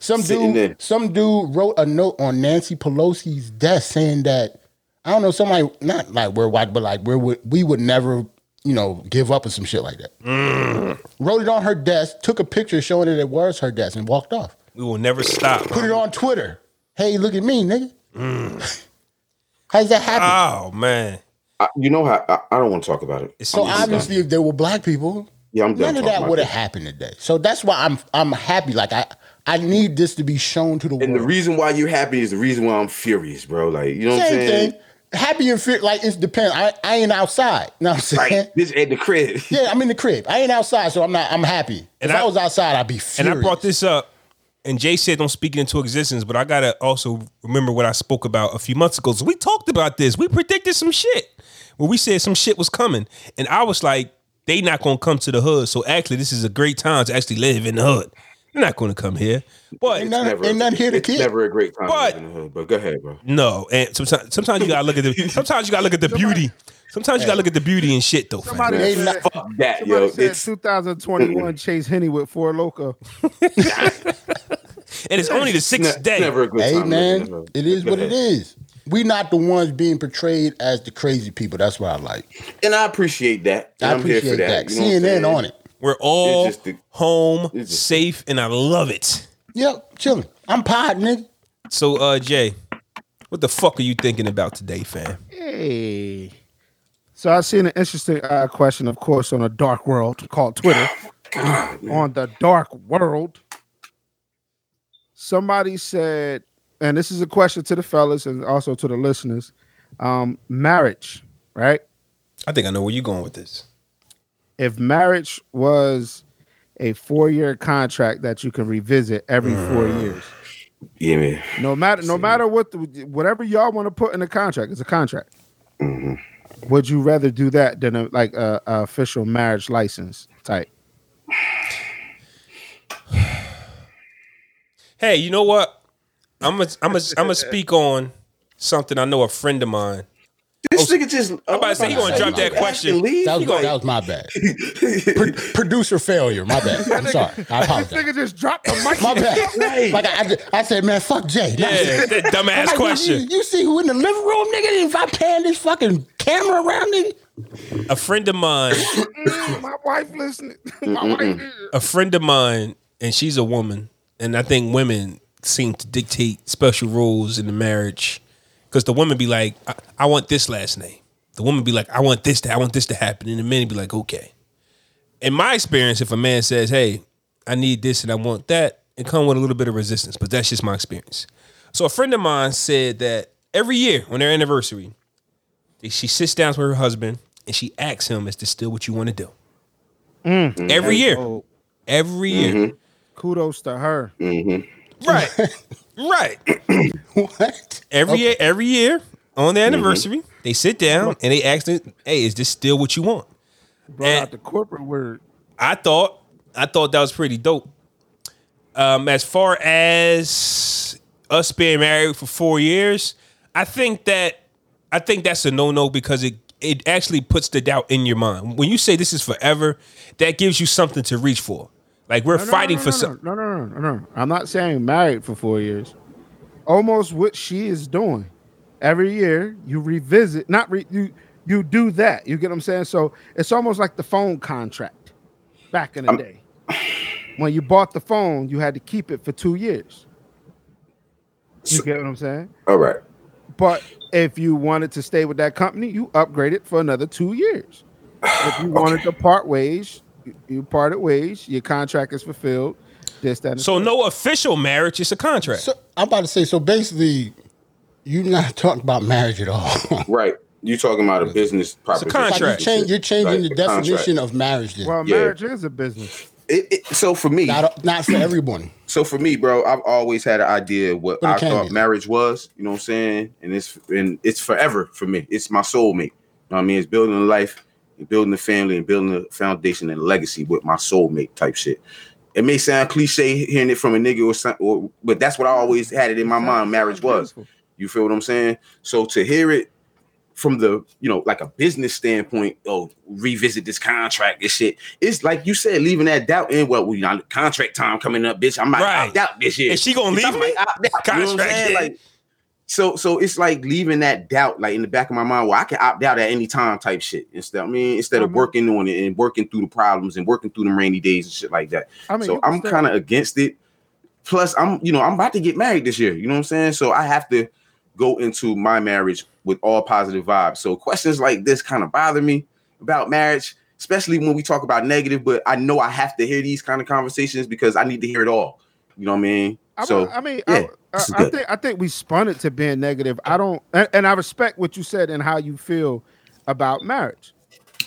Speaker 3: Some
Speaker 6: Sitting
Speaker 3: dude,
Speaker 6: there.
Speaker 3: some dude wrote a note on Nancy Pelosi's desk saying that I don't know somebody not like we're white, but like we're would- we would never you know give up or some shit like that.
Speaker 2: Mm.
Speaker 3: Wrote it on her desk, took a picture showing that it was her desk, and walked off
Speaker 2: we will never stop.
Speaker 3: put it on Twitter. Hey, look at me, nigga.
Speaker 2: Mm.
Speaker 3: How's that happen?
Speaker 2: Oh man,
Speaker 6: I, you know how I, I don't want to talk about it.
Speaker 2: It's
Speaker 3: so
Speaker 2: I'm just
Speaker 3: Oh, obviously, if there were black people,
Speaker 6: Yeah, I'm done
Speaker 3: none of
Speaker 6: talking
Speaker 3: that
Speaker 6: about
Speaker 3: would have
Speaker 6: this.
Speaker 3: happened today. So that's why I'm I'm happy. Like I I need this to be shown to the
Speaker 6: and the
Speaker 3: world.
Speaker 6: reason why you're happy is the reason why I'm furious, bro. Like you know what I'm
Speaker 3: Same
Speaker 6: saying?
Speaker 3: thing. happy and fit like it depends. I, I ain't outside. You know what I'm saying?
Speaker 6: Like this at the crib.
Speaker 3: Yeah, I'm in the crib. I ain't outside, so I'm not. I'm happy.
Speaker 2: And
Speaker 3: if I,
Speaker 2: I-
Speaker 3: was outside, I'd be
Speaker 2: And
Speaker 3: furious.
Speaker 2: I brought this up, and Jay said, "Don't speak it into existence." But I gotta also remember what I spoke about a few months ago. So we talked about this. We predicted some shit where we said some shit was coming, and I was like, "They not gonna come to the hood." So actually, this is a great time to actually live in the hood. They're not gonna come here, but
Speaker 3: Ain't nothing, ain't nothing here to
Speaker 6: it's
Speaker 3: kid.
Speaker 6: never a great time
Speaker 2: But-
Speaker 6: in the hood. But go ahead, bro.
Speaker 2: no. And sometimes, sometimes you gotta look at the. Sometimes you gotta look at the beauty. Sometimes you gotta look at the beauty and shit though. fam.
Speaker 5: Somebody
Speaker 3: They
Speaker 5: said,
Speaker 3: not-
Speaker 6: Fuck that,
Speaker 5: somebody
Speaker 6: yo.
Speaker 5: said
Speaker 6: It's
Speaker 5: 2021 Chase Henny with four loco.
Speaker 2: And it's only the sixth
Speaker 6: ne-
Speaker 2: day.
Speaker 6: never a good
Speaker 3: Hey
Speaker 6: time. living in the
Speaker 3: man,
Speaker 6: hood.
Speaker 3: it is
Speaker 6: Go
Speaker 3: what it
Speaker 6: ahead.
Speaker 3: is. We not the ones being portrayed as the crazy people. That's what I like.
Speaker 6: And I appreciate that. And
Speaker 3: I
Speaker 6: I'm here
Speaker 3: appreciate
Speaker 6: for that.
Speaker 3: that.
Speaker 6: You know what I'm saying?
Speaker 3: CNN on it.
Speaker 2: We're all
Speaker 6: It's just the-
Speaker 2: home,
Speaker 6: it's just-
Speaker 2: safe, and I love it.
Speaker 3: Yep, chilling. I'm pod, nigga.
Speaker 2: So, uh, Jay, what the fuck are you thinking about today, fam?
Speaker 5: Hey. So I seen an interesting uh, question, of course, on a dark world called Twitter. on the dark world, somebody said, and this is a question to the fellas and also to the listeners: um, marriage, right?
Speaker 2: I think I know where you're going with this.
Speaker 5: If marriage was a four-year contract that you can revisit every four years,
Speaker 6: Mm. Yeah, man.
Speaker 5: no matter no matter what, the, whatever y'all want to put in the contract, it's a contract.
Speaker 6: Mm-hmm.
Speaker 5: Would you rather do that than a, like a, a official marriage license type?
Speaker 2: Hey, you know what? I'm gonna I'm gonna I'm gonna speak on something I know a friend of mine.
Speaker 6: This nigga just. I'm
Speaker 2: about to say, he gonna drop that question.
Speaker 6: Leave.
Speaker 3: That
Speaker 6: He
Speaker 3: was,
Speaker 6: gonna-
Speaker 3: that was my bad. Pro- producer failure. My bad. I'm sorry. I
Speaker 5: This
Speaker 3: apologize.
Speaker 5: nigga just dropped the mic.
Speaker 3: My bad. Like I, I, just- I said, man, fuck Jay. Nah,
Speaker 2: Yeah, that dumbass
Speaker 3: Like, You,
Speaker 2: question.
Speaker 3: you see who in the living room, nigga? If I pan this fucking camera around, nigga.
Speaker 2: A friend of mine,
Speaker 5: Mm, my wife listening. My wife.
Speaker 2: a friend of mine, and she's a woman, and I think women seem to dictate special rules in the marriage because the woman be like, I, "I want this last name." The woman be like, "I want this to, I want this to happen," and the man be like, "Okay." In my experience, if a man says, "Hey, I need this and I want that," it come with a little bit of resistance, but that's just my experience. So a friend of mine said that every year on their anniversary, they- she sits down with her husband and she asks him, "Is this still what you want to do?"
Speaker 5: Mm-hmm.
Speaker 2: Every year,
Speaker 5: Oh.
Speaker 2: every year,
Speaker 6: Mm-hmm.
Speaker 5: Kudos to her.
Speaker 2: right, right.
Speaker 3: What?
Speaker 2: every year, every year on the anniversary, they sit down and they ask, them, "Hey, is this still what you want?"
Speaker 5: Brought
Speaker 2: And-
Speaker 5: out the corporate word.
Speaker 2: I thought, I thought that was pretty dope. Um, as far as us being married for four years, I think that, I think that's a no no because it it actually puts the doubt in your mind when you say this is forever. That gives you something to reach for. Like we're
Speaker 5: No, no,
Speaker 2: fighting
Speaker 5: no,
Speaker 2: for
Speaker 5: no,
Speaker 2: something.
Speaker 5: No, no, no, no, no, no. I'm not saying married for four years. Almost what she is doing. Every year you revisit, not re, you you do that. You get what I'm saying? So it's almost like the phone contract back in the day. When you bought the phone, you had to keep it for two years. You get what I'm saying?
Speaker 6: All right.
Speaker 5: But if you wanted to stay with that company, you upgrade it for another two years. If you wanted to part ways, you- you parted ways. Your contract is fulfilled. This, that, and
Speaker 2: So
Speaker 5: the
Speaker 2: no official marriage, it's a contract.
Speaker 3: So I'm about to say. So basically, you not talking about marriage at all.
Speaker 6: Right. You talking about a business proposition?
Speaker 2: contract.
Speaker 3: Like you change, you're changing
Speaker 6: Like,
Speaker 3: the
Speaker 6: a contract.
Speaker 3: definition of marriage. Then.
Speaker 5: third. Well,
Speaker 6: Yeah.
Speaker 5: marriage is a business.
Speaker 6: It, it, so for me,
Speaker 3: not not for everyone.
Speaker 6: so for me, bro, I've always had an idea of what
Speaker 3: But it
Speaker 6: I
Speaker 3: can
Speaker 6: thought
Speaker 3: be.
Speaker 6: marriage was. You know what I'm saying? And it's and it's forever for me. It's my soulmate. You know what I mean? It's building a life, and building a family, and building a foundation and legacy with my soulmate type shit. It may sound cliche hearing it from a nigga or something, or, but that's what I always had it in my mind. Marriage was. You feel what I'm saying? So to hear it from the you know like a business standpoint, oh revisit this contract, this shit. It's like you said, leaving that doubt in. Well, we got contract time coming up, bitch. I might
Speaker 2: Right.
Speaker 6: opt out this year.
Speaker 2: Is she gonna
Speaker 6: If I
Speaker 2: leave
Speaker 6: might
Speaker 2: me?
Speaker 6: opt out, you know what I'm
Speaker 2: Contract,
Speaker 6: saying?
Speaker 2: yeah.
Speaker 6: Like, so so it's like leaving that doubt like in the back of my mind. Well, I can opt out at any time type shit. Instead, I mean, instead of
Speaker 5: Mhm.
Speaker 6: working on it and working through the problems and working through them rainy days and shit like that.
Speaker 5: I mean,
Speaker 6: so
Speaker 5: you can
Speaker 6: I'm
Speaker 5: still-
Speaker 6: kind of against it. Plus, I'm you know I'm about to get married this year. You know what I'm saying? So I have to go into my marriage with all positive vibes. So questions like this kind of bother me about marriage, especially when we talk about negative. But I know I have to hear these kind of conversations because I need to hear it all. You know what I mean?
Speaker 5: I,
Speaker 6: So,
Speaker 5: I mean,
Speaker 6: yeah,
Speaker 5: I- I,
Speaker 6: this is
Speaker 5: I
Speaker 6: good.
Speaker 5: think I think we spun it to being negative. I don't, and, and I respect what you said and how you feel about marriage.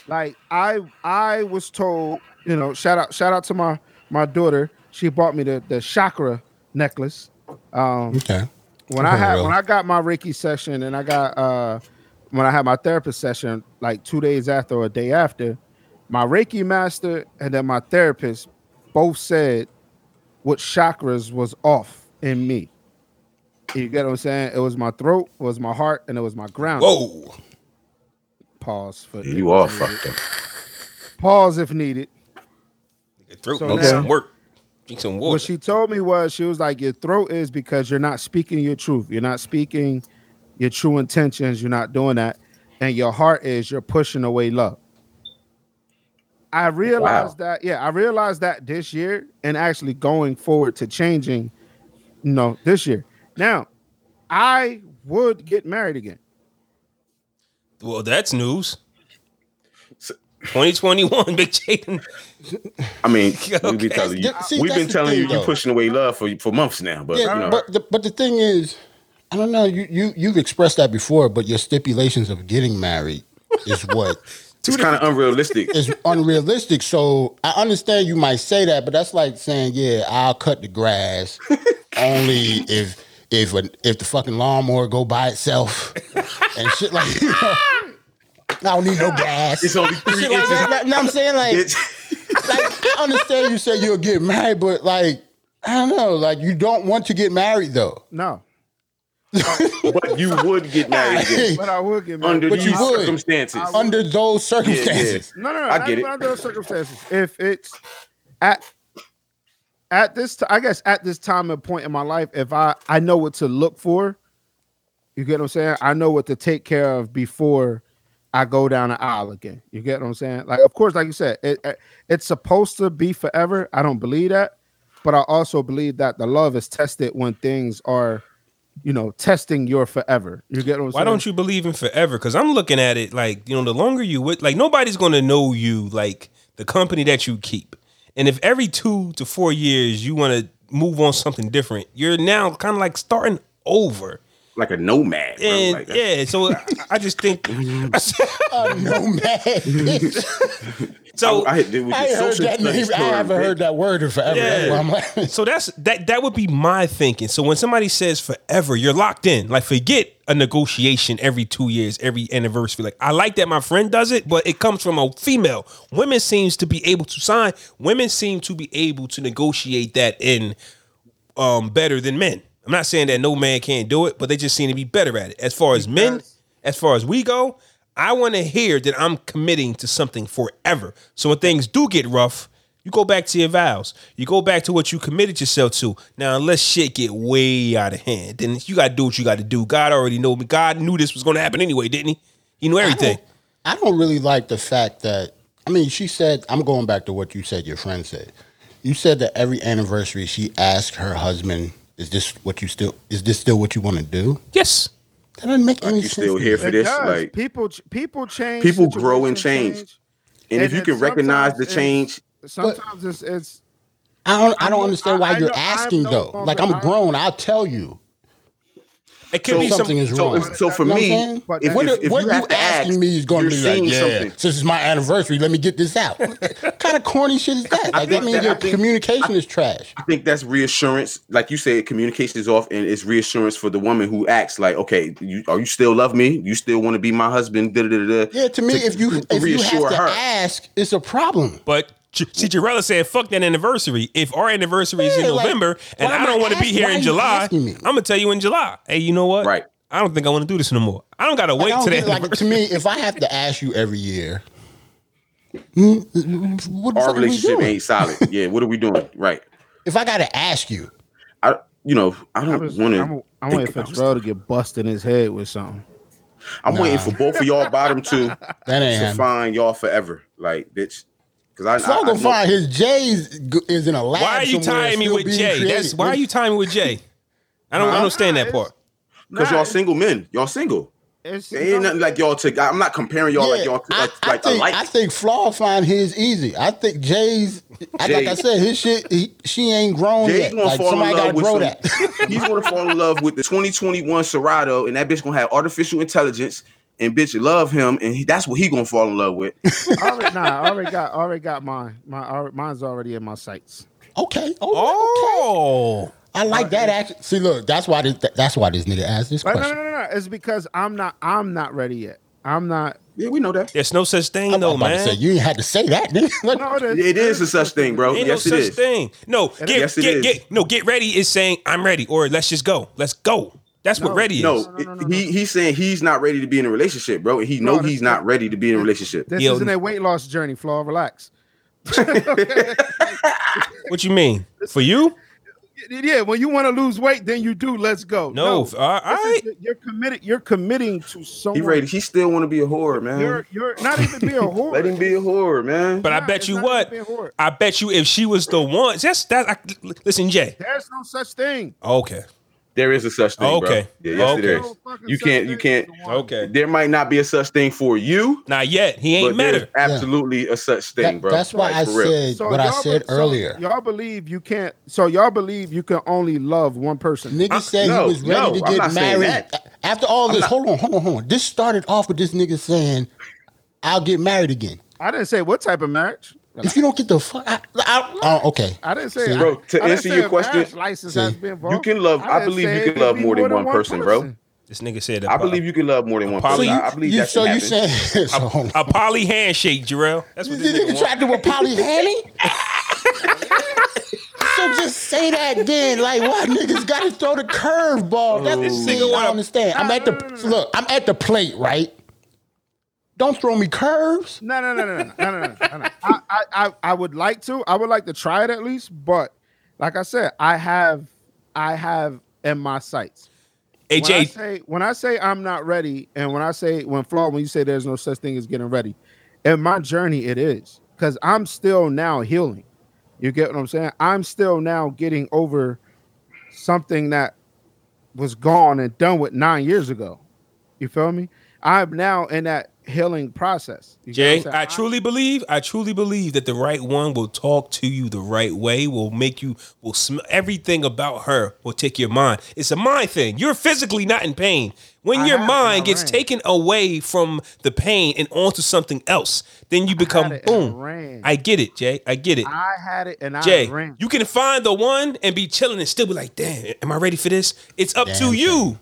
Speaker 5: Like I, I was told, you know, shout out, shout out to my my daughter. She bought me the the chakra necklace Um,
Speaker 3: Okay.
Speaker 5: when I had
Speaker 3: really?
Speaker 5: when I got my Reiki session and I got uh when I had my therapist session like two days after or a day after, my Reiki master and then my therapist both said what chakras was off in me. You get what I'm saying? It was my throat, it was my heart, and it was my ground.
Speaker 2: Whoa.
Speaker 5: Pause for
Speaker 6: You are fucked up.
Speaker 5: pause if needed.
Speaker 2: Your throat
Speaker 5: So
Speaker 2: needs
Speaker 5: now-
Speaker 2: some work. Drink some water.
Speaker 5: What she told me was she was like, Your throat is because you're not speaking your truth. You're not speaking your true intentions. You're not doing that. And your heart is you're pushing away love. I realized that, yeah, I realized that this year and actually going forward to changing, you know, this year. Now, I would get married again.
Speaker 2: well, that's news. 2021, Big Jaden.
Speaker 6: I mean,
Speaker 2: Okay.
Speaker 6: we've been telling you,
Speaker 3: Yeah, see,
Speaker 6: we've
Speaker 3: that's
Speaker 6: been
Speaker 3: the
Speaker 6: telling you,
Speaker 3: thing,
Speaker 6: you
Speaker 3: though.
Speaker 6: pushing away love for for months now. But
Speaker 3: Yeah,
Speaker 6: you know,
Speaker 3: but the, but the thing is, I don't know. You you you've expressed that before, but your stipulations of getting married is what
Speaker 6: it's kind of unrealistic.
Speaker 3: is unrealistic. So I understand you might say that, but that's like saying, yeah, I'll cut the grass only if if an, if the fucking lawnmower go by itself and shit like. You know, I don't need no gas.
Speaker 6: it's only three
Speaker 3: Shit like
Speaker 6: inches.
Speaker 3: that. Like, know what I'm saying like,
Speaker 6: It's,
Speaker 3: like I understand you say you'll get married, but like I don't know, like you don't want to get married though.
Speaker 5: No,
Speaker 6: but you would get married again
Speaker 5: but I would get married.
Speaker 6: under
Speaker 3: But you
Speaker 6: these
Speaker 3: would.
Speaker 6: circumstances.
Speaker 3: Under those
Speaker 6: Yeah, yeah.
Speaker 3: circumstances.
Speaker 5: No, no, no.
Speaker 6: I
Speaker 5: not
Speaker 6: get
Speaker 5: even
Speaker 6: it.
Speaker 5: Under those circumstances, if it's at at this, t- I guess at this time and point in my life, if I I know what to look for, you get what I'm saying. I know what to take care of before I go down the aisle again. You get what I'm saying? Like, of course, like you said, it, it it's supposed to be forever. I don't believe that, but I also believe that the love is tested when things are. You know, testing your forever. You get what I'm
Speaker 2: Why
Speaker 5: saying?
Speaker 2: don't you believe in forever? Because I'm looking at it like you know, the longer you with, like nobody's going to know you like the company that you keep. And if every two to four years you want to move on something different, you're now kind of like starting over.
Speaker 6: like a nomad. Bro.
Speaker 2: And
Speaker 6: like,
Speaker 2: yeah, so I, I just think
Speaker 3: A nomad.
Speaker 2: so.
Speaker 6: I, dude, with
Speaker 3: I
Speaker 6: the
Speaker 3: ain't heard
Speaker 6: social
Speaker 3: that name.
Speaker 6: studies
Speaker 3: I
Speaker 6: term,
Speaker 3: haven't
Speaker 6: bitch.
Speaker 3: heard that word in forever. That's why I'm like,
Speaker 2: so that's that that would be my thinking. So when somebody says forever, you're locked in. Like forget a negotiation every 2 years, every anniversary. Like I like that my friend does it, but it comes from a female. Women seems to be able to sign. Women seem to be able to negotiate that in um better than men. I'm not saying that no man can't do it, but they just seem to be better at it. As far as men, as far as we go, I want to hear that I'm committing to something forever. So when things do get rough, you go back to your vows. You go back to what you committed yourself to. Now, unless shit get way out of hand, then you got to do what you got to do. God already know me. God knew this was going to happen anyway, didn't he? He knew everything.
Speaker 3: I don't really like the fact that I mean, she said I'm going back to what you said your friend said. You said that every anniversary she asked her husband, "Is this what you still? Is this still what you want to do?"
Speaker 2: Yes.
Speaker 3: That doesn't make any
Speaker 6: You
Speaker 3: sense.
Speaker 6: still
Speaker 3: to
Speaker 6: here
Speaker 3: me.
Speaker 6: for this?
Speaker 5: Because
Speaker 6: Like,
Speaker 5: people, ch- people change.
Speaker 6: people grow and
Speaker 5: situations
Speaker 6: change. and if
Speaker 5: and
Speaker 6: you can
Speaker 5: then
Speaker 6: recognize the
Speaker 5: sometimes
Speaker 6: change,
Speaker 5: Sometimes it's, it's
Speaker 3: I don't. I don't understand why
Speaker 5: I- I
Speaker 3: you're
Speaker 5: know- I'm
Speaker 3: asking
Speaker 5: no
Speaker 3: though.
Speaker 5: longer-
Speaker 3: Like I'm
Speaker 5: I-
Speaker 3: grown. I'll tell you.
Speaker 2: It could be
Speaker 3: something
Speaker 2: something.
Speaker 3: is
Speaker 6: so,
Speaker 3: wrong.
Speaker 6: if, so for
Speaker 3: You know
Speaker 6: me,
Speaker 3: what I'm saying?
Speaker 6: if,
Speaker 5: But
Speaker 6: if,
Speaker 3: what
Speaker 6: if
Speaker 3: what
Speaker 6: you
Speaker 3: you,
Speaker 6: have to
Speaker 3: asking
Speaker 6: ask,
Speaker 3: me is going
Speaker 6: you're
Speaker 3: to be like,
Speaker 6: seeing
Speaker 3: yeah,
Speaker 6: something.
Speaker 3: since it's my anniversary, let me get this out. what kind of corny shit is that? Like, I,
Speaker 6: think
Speaker 3: mean,
Speaker 6: that- I
Speaker 3: your
Speaker 6: think-
Speaker 3: communication is trash.
Speaker 6: I think that's reassurance. Like you said, communication is off, and it's reassurance for the woman who acts like, okay, you are you still love me? You still want to be my husband? Da, da, da, da.
Speaker 3: Yeah, to me, if you if you have to ask, it's a problem.
Speaker 2: But Ch- see, Jarella said, "Fuck that anniversary. If our anniversary is in
Speaker 3: Yeah, like,
Speaker 2: November and
Speaker 3: why am
Speaker 2: I don't
Speaker 3: I
Speaker 2: want to be
Speaker 3: ask-
Speaker 2: here
Speaker 3: why
Speaker 2: in
Speaker 3: you
Speaker 2: July,
Speaker 3: asking me?
Speaker 2: I'm gonna tell you in July. Hey, you know what?
Speaker 6: Right.
Speaker 2: I don't think I want to do this no more. I don't gotta
Speaker 3: I
Speaker 2: wait
Speaker 3: don't
Speaker 2: till the
Speaker 3: get it. like
Speaker 2: anniversary.
Speaker 3: to me, if I have to ask you every year, mm, mm, what the
Speaker 6: Our
Speaker 3: fuck are we
Speaker 6: relationship
Speaker 3: doing?
Speaker 6: ain't solid. yeah, what are we doing? Right.
Speaker 3: If I gotta ask you,
Speaker 6: I, you know, I
Speaker 5: I'm,
Speaker 6: don't
Speaker 5: just,
Speaker 6: want
Speaker 5: I'm,
Speaker 6: to.
Speaker 5: I'm waiting for Terrell to get busted in his head with something.
Speaker 6: I'm waiting for both of y'all bottom two
Speaker 3: that ain't
Speaker 6: to
Speaker 3: happening.
Speaker 6: find y'all forever. Like, bitch, because I, I, I
Speaker 3: Frog
Speaker 6: know-
Speaker 3: and Fire, his J's g- is in a lab.
Speaker 2: Why are you
Speaker 3: somewhere
Speaker 2: tying me
Speaker 3: still
Speaker 2: with
Speaker 3: being
Speaker 2: Jay? That's
Speaker 3: created.
Speaker 2: why are you tying me with Jay? I don't understand that part.
Speaker 6: Because
Speaker 5: Nah,
Speaker 6: y'all single men. Y'all single.
Speaker 5: It's
Speaker 6: It ain't nothing like y'all took. I'm not comparing y'all like y'all took,
Speaker 3: I,
Speaker 6: like,
Speaker 3: I
Speaker 6: like
Speaker 3: think,
Speaker 6: a light.
Speaker 3: I think Flaw find his easy. I think Jay's, I, like I
Speaker 6: Jay.
Speaker 3: said, his shit, he, she ain't grown
Speaker 6: Jay's
Speaker 3: yet.
Speaker 6: gonna
Speaker 3: Like,
Speaker 6: fall in
Speaker 3: somebody
Speaker 6: love
Speaker 3: gotta
Speaker 6: with
Speaker 3: grow
Speaker 6: some-
Speaker 3: that.
Speaker 6: He's gonna fall in love with the 2021 Serato, and that bitch gonna have artificial intelligence, and bitch love him, and he, that's what he gonna fall in love with.
Speaker 5: I already, nah, I already got, I already got mine. My, alre- mine's already in my sights.
Speaker 3: Okay. Oh.
Speaker 2: Oh,
Speaker 3: I like that action. See, look, that's why this, that's why this nigga asked this
Speaker 5: But no,
Speaker 3: question.
Speaker 5: no, no, no. It's because I'm not, I'm not ready yet. I'm not.
Speaker 6: Yeah, we know that.
Speaker 2: there's no such thing,
Speaker 3: I'm
Speaker 2: though,
Speaker 3: about
Speaker 2: man.
Speaker 3: to say you ain't had to say that, nigga. Look,
Speaker 5: No, it
Speaker 6: It is a such thing, bro.
Speaker 2: Ain't
Speaker 6: yes,
Speaker 2: no
Speaker 6: it
Speaker 2: such
Speaker 6: is.
Speaker 2: thing. No, get,
Speaker 6: Yes, it
Speaker 2: get,
Speaker 6: is.
Speaker 2: get, no, get ready is saying I'm ready, or let's just go. Let's go. That's what ready is.
Speaker 6: No, he he's saying he's not ready to be in a relationship, bro. And he
Speaker 5: No,
Speaker 6: know
Speaker 5: that's
Speaker 6: he's not ready to be in a relationship.
Speaker 5: This
Speaker 2: Yo.
Speaker 5: isn't a weight loss journey, Flaw. Relax.
Speaker 2: What you mean? For you?
Speaker 5: Yeah, when you want to lose weight, then you do. Let's go.
Speaker 2: No.
Speaker 5: This
Speaker 2: All right.
Speaker 5: is- you're committed. You're committing to
Speaker 6: He
Speaker 5: someone.
Speaker 6: ready. He still want to be a whore, man.
Speaker 5: You're, you're not even be a whore.
Speaker 6: Um, Let him be a whore, man.
Speaker 2: But I
Speaker 5: Nah,
Speaker 2: bet
Speaker 5: it's
Speaker 2: you
Speaker 5: not
Speaker 2: what?
Speaker 5: even hard.
Speaker 2: I bet you if she was the one, just that. I, listen, Jay.
Speaker 5: There's no such thing.
Speaker 2: Okay.
Speaker 6: There is a such thing, bro.
Speaker 2: Okay.
Speaker 6: Yeah, yes,
Speaker 2: Okay.
Speaker 6: there
Speaker 5: No
Speaker 6: is.
Speaker 5: fucking
Speaker 6: You
Speaker 5: such
Speaker 6: can't. You
Speaker 5: thing
Speaker 6: can't.
Speaker 5: as a woman.
Speaker 2: Okay.
Speaker 6: There might not be a such thing for you,
Speaker 2: Not yet. He
Speaker 6: but
Speaker 2: ain't met
Speaker 6: there's
Speaker 2: her.
Speaker 6: absolutely a such thing,
Speaker 3: that-
Speaker 6: bro.
Speaker 3: that's why
Speaker 6: Like,
Speaker 3: I
Speaker 6: for real.
Speaker 3: said what I
Speaker 5: y'all be-
Speaker 3: said
Speaker 5: so
Speaker 3: earlier.
Speaker 5: y'all believe you can't. So y'all believe you can only love one person.
Speaker 3: Nigga said
Speaker 6: Uh, no,
Speaker 3: he was ready
Speaker 6: no,
Speaker 3: to
Speaker 6: I'm not
Speaker 3: get
Speaker 6: saying
Speaker 3: married.
Speaker 6: that.
Speaker 3: After all this, hold on, hold on, hold on. This started off with this nigga saying, "I'll get married again."
Speaker 5: I didn't say what type of marriage.
Speaker 3: If you don't get the fuck, I, I, oh, okay.
Speaker 5: I didn't say. I-
Speaker 6: Bro, to
Speaker 5: I didn't
Speaker 6: answer
Speaker 5: say
Speaker 6: your
Speaker 5: a
Speaker 6: question,
Speaker 5: marriage license has been
Speaker 6: You
Speaker 5: involved.
Speaker 6: can love. I,
Speaker 5: didn't
Speaker 6: believe
Speaker 5: say
Speaker 6: you
Speaker 5: it
Speaker 6: can love
Speaker 5: be
Speaker 6: more than one person, bro.
Speaker 2: This nigga said.
Speaker 6: I believe you can love more than one person.
Speaker 2: So
Speaker 6: I I believe
Speaker 3: you,
Speaker 6: that
Speaker 3: so
Speaker 6: can
Speaker 3: you
Speaker 6: happen.
Speaker 3: said so hold on.
Speaker 2: A poly handshake, Jarrell. That's what
Speaker 3: This
Speaker 2: this nigga
Speaker 3: nigga
Speaker 2: want.
Speaker 3: tried to do a Polly Hanny. so just say that then. Like, why niggas gotta throw the curveball? That's
Speaker 2: This
Speaker 3: the
Speaker 6: Oh.
Speaker 2: nigga
Speaker 3: thing I
Speaker 2: wanna-
Speaker 3: don't understand. I'm at the look. I'm at the plate, right? Don't throw me curves.
Speaker 5: No, no, no, no, no, no, no, no, no, no. I, I, I, I would like to. I would like to try it at least, but like I said, I have, I have in my sights.
Speaker 2: Hey,
Speaker 5: When I
Speaker 2: Jay.
Speaker 5: say when I say I'm not ready, and when I say when flaw, when you say there's no such thing as getting ready, in my journey it is because I'm still now healing. You get what I'm saying? I'm still now getting over something that was gone and done with nine years ago. You feel me? I'm now in that healing process. You get
Speaker 2: Jay,
Speaker 5: what I'm
Speaker 2: I
Speaker 5: saying?
Speaker 2: truly believe, I truly believe that the right one will talk to you the right way, will make you, will smell everything about her, will take your mind. It's a mind thing. You're physically not in pain. When
Speaker 5: I
Speaker 2: your
Speaker 5: have it
Speaker 2: mind
Speaker 5: in my
Speaker 2: gets
Speaker 5: brain.
Speaker 2: taken away from the pain and onto something else, then you become
Speaker 5: it in my brain.
Speaker 2: boom. Mm. I get it, Jay. I get it.
Speaker 5: I had it and
Speaker 2: Jay,
Speaker 5: I ran.
Speaker 2: you can find the one and be chilling and still be like, damn, am I ready for this? It's up to
Speaker 3: Damn
Speaker 2: you.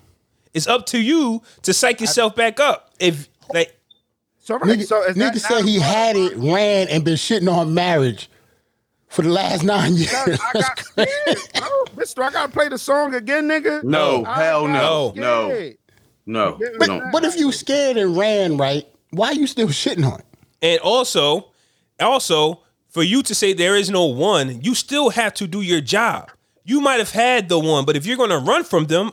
Speaker 2: It's up to you to psych yourself back up. If like
Speaker 5: so, right,
Speaker 3: Nigga,
Speaker 5: so is that
Speaker 3: nigga
Speaker 5: not
Speaker 3: said he
Speaker 5: a part
Speaker 3: had
Speaker 5: of
Speaker 3: it, ran, and been shitting on marriage for the last nine years.
Speaker 5: my- I got scared, bro. Oh, Mister, I gotta play the song again, nigga.
Speaker 3: Oh,
Speaker 6: No,
Speaker 5: I
Speaker 6: hell
Speaker 5: got
Speaker 6: no, no,
Speaker 5: scared.
Speaker 6: no,
Speaker 3: but,
Speaker 6: no.
Speaker 3: but if you scared and ran, right? Why you still shitting on it?
Speaker 2: And also, also for you to say there is no one, you still have to do your job. You might have had the one, but if you're going to run from them,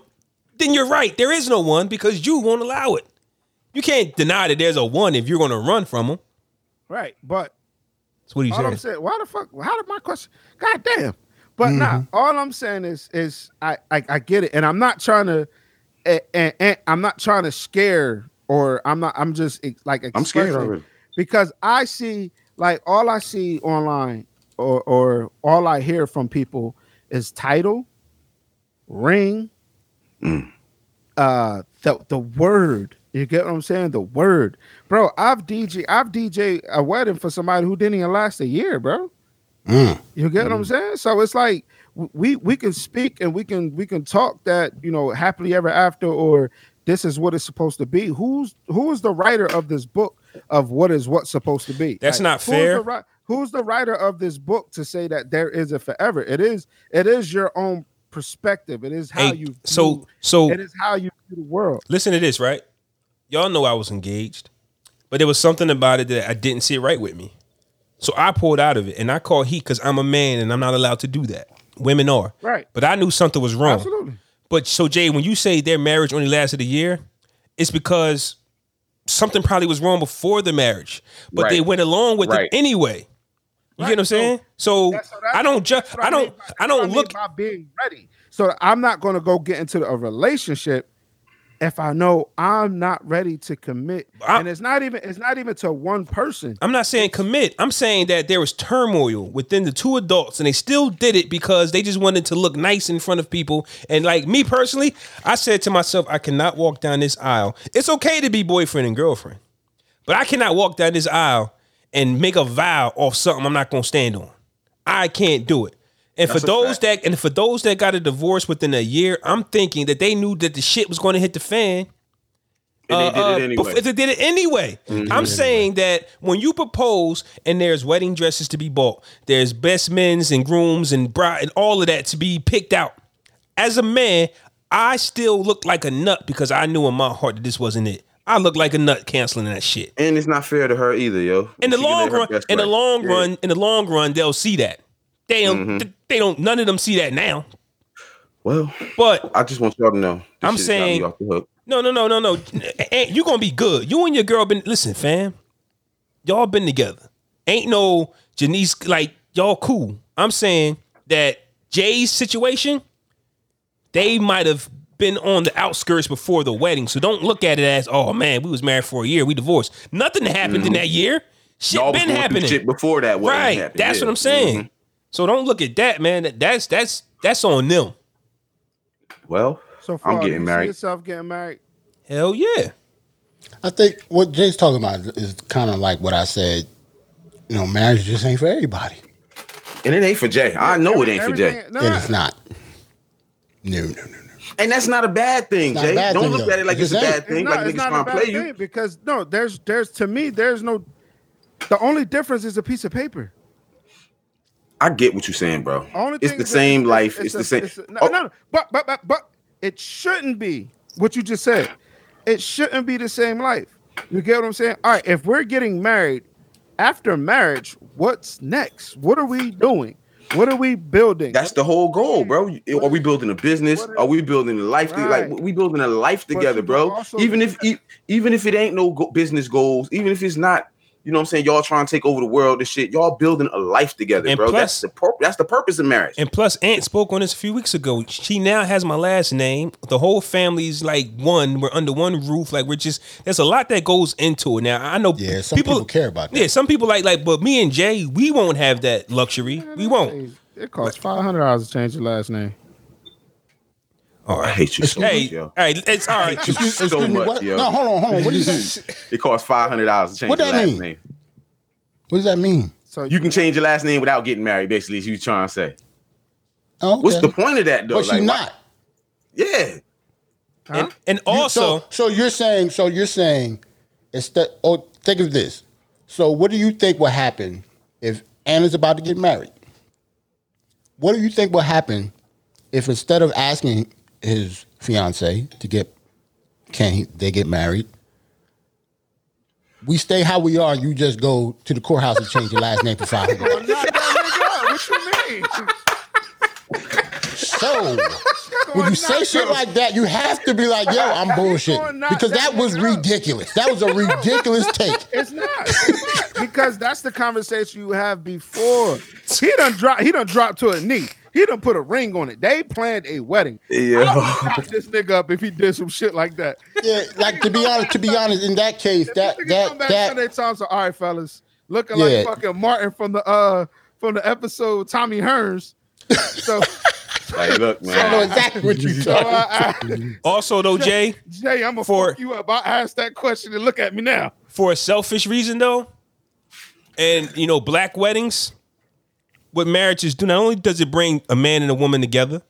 Speaker 2: then you're right. There is no one because you won't allow it. You can't deny that there's a one if you're going to run from them.
Speaker 5: Right, but
Speaker 2: That's what he's
Speaker 5: all
Speaker 2: saying.
Speaker 5: I'm saying, why the fuck? How did my question? God damn. But nah,
Speaker 6: Mm-hmm.
Speaker 5: all I'm saying is, is I, I, I get it, and I'm not trying to, and, I'm not trying to scare, or I'm not, I'm just eh, like
Speaker 6: I'm scared
Speaker 5: expressing-
Speaker 6: already.
Speaker 5: because I see, like, all I see online, or or all I hear from people is title, ring,
Speaker 6: Mm.
Speaker 5: uh, the the word. You get what I'm saying? The word, bro. I've DJ, I've DJ a wedding for somebody who didn't even last a year, bro.
Speaker 6: Mm.
Speaker 5: You get what
Speaker 2: Mm-hmm.
Speaker 5: I'm saying? So it's like w- we we can speak and we can we can talk that you know happily ever after or this is what it's supposed to be. Who's who is the writer of this book of what is what's supposed to be?
Speaker 2: That's not
Speaker 5: who's
Speaker 2: fair.
Speaker 5: the ri- who's the writer of this book to say that there is a forever? It is it is your own perspective. It is how
Speaker 2: Hey,
Speaker 5: you view,
Speaker 2: so- so-
Speaker 5: it is how you view the world.
Speaker 2: Listen to this, right? Y'all know I was engaged, but there was something about it that I didn't sit right with me. So I pulled out of it and I called heat because I'm a man and I'm not allowed to do that. Women are.
Speaker 5: Right.
Speaker 2: But I knew something was wrong.
Speaker 5: Absolutely.
Speaker 2: But so Jay, when you say their marriage only lasted a year, it's because something probably was wrong before the marriage, but they
Speaker 6: Right.
Speaker 2: went along with
Speaker 6: Right.
Speaker 2: it anyway. You get what I'm saying? So,
Speaker 5: That's- so that's-
Speaker 2: I don't just
Speaker 5: that's what
Speaker 2: I
Speaker 5: mean
Speaker 2: don't
Speaker 5: by-
Speaker 2: I
Speaker 5: that's what
Speaker 2: don't
Speaker 5: mean
Speaker 2: look
Speaker 5: by being ready. So I'm not going to go get into a relationship if I know I'm not ready to commit,
Speaker 2: I-
Speaker 5: and it's not even it's not even to one person.
Speaker 2: I'm not saying commit. I'm saying that there was turmoil within the two adults, and they still did it because they just wanted to look nice in front of people. And like me personally, I said to myself, I cannot walk down this aisle. It's okay to be boyfriend and girlfriend, but I cannot walk down this aisle and make a vow off something I'm not going to stand on. I can't do it. And for those that and for those that got a divorce within a year, I'm thinking that they knew that the shit was going to hit the fan
Speaker 6: And they
Speaker 2: uh,
Speaker 6: did it anyway.
Speaker 2: bef- they did it anyway. I'm saying that when you propose and there's wedding dresses to be bought, there's best men's and grooms and bride and all of that to be picked out. As a man, I still look like a nut because I knew in my heart that this wasn't it. I look like a nut canceling that shit.
Speaker 6: and it's not fair to her either, yo.
Speaker 2: In the
Speaker 6: She can let
Speaker 2: long
Speaker 6: her
Speaker 2: run,
Speaker 6: guess
Speaker 2: in the
Speaker 6: right.
Speaker 2: long
Speaker 6: Yeah.
Speaker 2: run, in the long run, they'll see that. They
Speaker 6: Mm.
Speaker 2: don't. th- they don't. None of them see that now.
Speaker 6: Mm-hmm. Well,
Speaker 2: But
Speaker 6: I just want y'all to know. this
Speaker 2: I'm
Speaker 6: shit got me
Speaker 2: saying-
Speaker 6: off the hook.
Speaker 2: No, no, no, no, no. Ain't- You gonna be good. You and your girl been listen, fam. Y'all been together. Ain't no Janice like y'all cool. I'm saying that Jay's situation, they might have been on the outskirts before the wedding. So don't look at it as oh man, we was married for a year, we divorced. Nothing happened in that year. Shit
Speaker 6: Mm-hmm. Y'all was
Speaker 2: been
Speaker 6: going through
Speaker 2: happening.
Speaker 6: Shit before that, wedding
Speaker 2: right.
Speaker 6: happened,
Speaker 2: That's
Speaker 6: yeah.
Speaker 2: what I'm saying.
Speaker 6: Mhm.
Speaker 2: So don't look at that, man. That- That's that's that's on them.
Speaker 6: Mm-hmm. Well,
Speaker 5: So far,
Speaker 6: I'm
Speaker 5: you
Speaker 6: getting
Speaker 5: see
Speaker 6: married.
Speaker 5: yourself getting married.
Speaker 2: Hell yeah.
Speaker 3: I think what Jay's talking about is kind of like what I said. You know, marriage just ain't for everybody,
Speaker 6: And it ain't for Jay. I know it ain't for Jay.
Speaker 5: Everything- nah,
Speaker 3: and it's not. No, no, no, no.
Speaker 6: And that's not a bad thing,
Speaker 3: Not a
Speaker 6: Jay.
Speaker 3: bad
Speaker 6: Don't
Speaker 3: thing,
Speaker 6: look
Speaker 3: though.
Speaker 6: at it like
Speaker 3: It's
Speaker 6: it's, a
Speaker 3: not-
Speaker 6: bad thing.
Speaker 5: it's not,
Speaker 6: like
Speaker 5: it's
Speaker 6: niggas
Speaker 5: not
Speaker 6: trying
Speaker 5: a
Speaker 6: to
Speaker 5: bad
Speaker 6: play
Speaker 5: thing
Speaker 6: you.
Speaker 5: because no, there's there's to me there's no. The only difference is a piece of paper.
Speaker 6: I get what you're saying, bro.
Speaker 5: Only
Speaker 6: It's
Speaker 5: thing
Speaker 6: the
Speaker 5: is-
Speaker 6: same life. It's
Speaker 5: a-
Speaker 6: the same.
Speaker 5: it's a- no,
Speaker 6: Oh,
Speaker 5: no, no, but but but but it shouldn't be what you just said. It shouldn't be the same life. You get what I'm saying? All right. If we're getting married, after marriage, what's next? What are we doing? What are we building?
Speaker 6: That's the whole goal, bro. Are we building a business?
Speaker 5: what is-
Speaker 6: Are we building a life? to-
Speaker 5: Right.
Speaker 6: Like we building a life
Speaker 5: But
Speaker 6: together,
Speaker 5: you
Speaker 6: bro.
Speaker 5: also-
Speaker 6: Even if e- even if it ain't no go- business goals, even if it's not, you know what I'm saying, y'all trying to take over the world and shit, y'all building a life together,
Speaker 2: And
Speaker 6: bro.
Speaker 2: plus-
Speaker 6: that's the pur- that's the purpose of marriage.
Speaker 2: And plus, Aunt spoke on this a few weeks ago. She now has my last name. The whole family's like one. We're under one roof. Like we're just. There's a lot that goes into it. Now I know.
Speaker 3: Yeah, some people care about that.
Speaker 2: Yeah, some people like like. But me and Jay, we won't have that luxury. We won't.
Speaker 5: It costs five hundred dollars to change your last name.
Speaker 6: Oh, I hate you so
Speaker 2: Hey,
Speaker 6: much, yo.
Speaker 2: hey, it's all right.
Speaker 3: Excuse,
Speaker 6: So
Speaker 3: excuse me.
Speaker 6: much,
Speaker 3: What?
Speaker 6: yo.
Speaker 3: No, hold on, hold on. What do you say?
Speaker 6: It costs five hundred dollars to change
Speaker 3: What
Speaker 6: your
Speaker 3: that
Speaker 6: last
Speaker 3: mean?
Speaker 6: name.
Speaker 3: What does that mean?
Speaker 5: So
Speaker 6: You can change your last name without getting married. Basically, is what you trying to say?
Speaker 3: Oh, okay.
Speaker 6: What's the point of that, though?
Speaker 3: But
Speaker 6: Like,
Speaker 3: you're
Speaker 6: why-
Speaker 3: not.
Speaker 6: Yeah,
Speaker 2: and, and
Speaker 3: You-
Speaker 2: also,
Speaker 3: so, so you're saying, so you're saying, instead, oh, think of this. So, what do you think will happen if Anna's about to get married? What do you think will happen if instead of asking his fiance to get, can he, they get married? We stay how we are. You just go to the courthouse and change your last name to five. hundred.
Speaker 5: What you mean?
Speaker 3: So. When you say shit like that, you have to be like, "Yo, I'm bullshit,"
Speaker 5: going not-
Speaker 3: because that
Speaker 5: that
Speaker 3: was
Speaker 5: is not-
Speaker 3: ridiculous. That was a ridiculous take.
Speaker 5: It's not, It's not. because that's the conversation you have before. He done drop. He done dropped to a knee. He done put a ring on it. They planned a wedding.
Speaker 6: Yeah.
Speaker 5: I would knock this nigga up if he did some shit like that.
Speaker 3: Yeah, like to be honest, to be honest, in that case, that
Speaker 5: This nigga come
Speaker 3: that
Speaker 5: back Sunday
Speaker 3: that
Speaker 5: time. So all right, fellas, looking
Speaker 3: Yeah.
Speaker 5: like fucking Martin from the uh from the episode Tommy Hearns. So
Speaker 6: like look,
Speaker 3: I know
Speaker 6: man.
Speaker 3: exactly what you
Speaker 5: so
Speaker 3: talking.
Speaker 5: I, I,
Speaker 2: also though, Jay,
Speaker 5: Jay, I'm gonna
Speaker 2: For-
Speaker 5: fuck you up. I asked that question and look at me now.
Speaker 2: for a selfish reason though, and you know, black weddings, what marriages do not only does it bring a man and a woman together,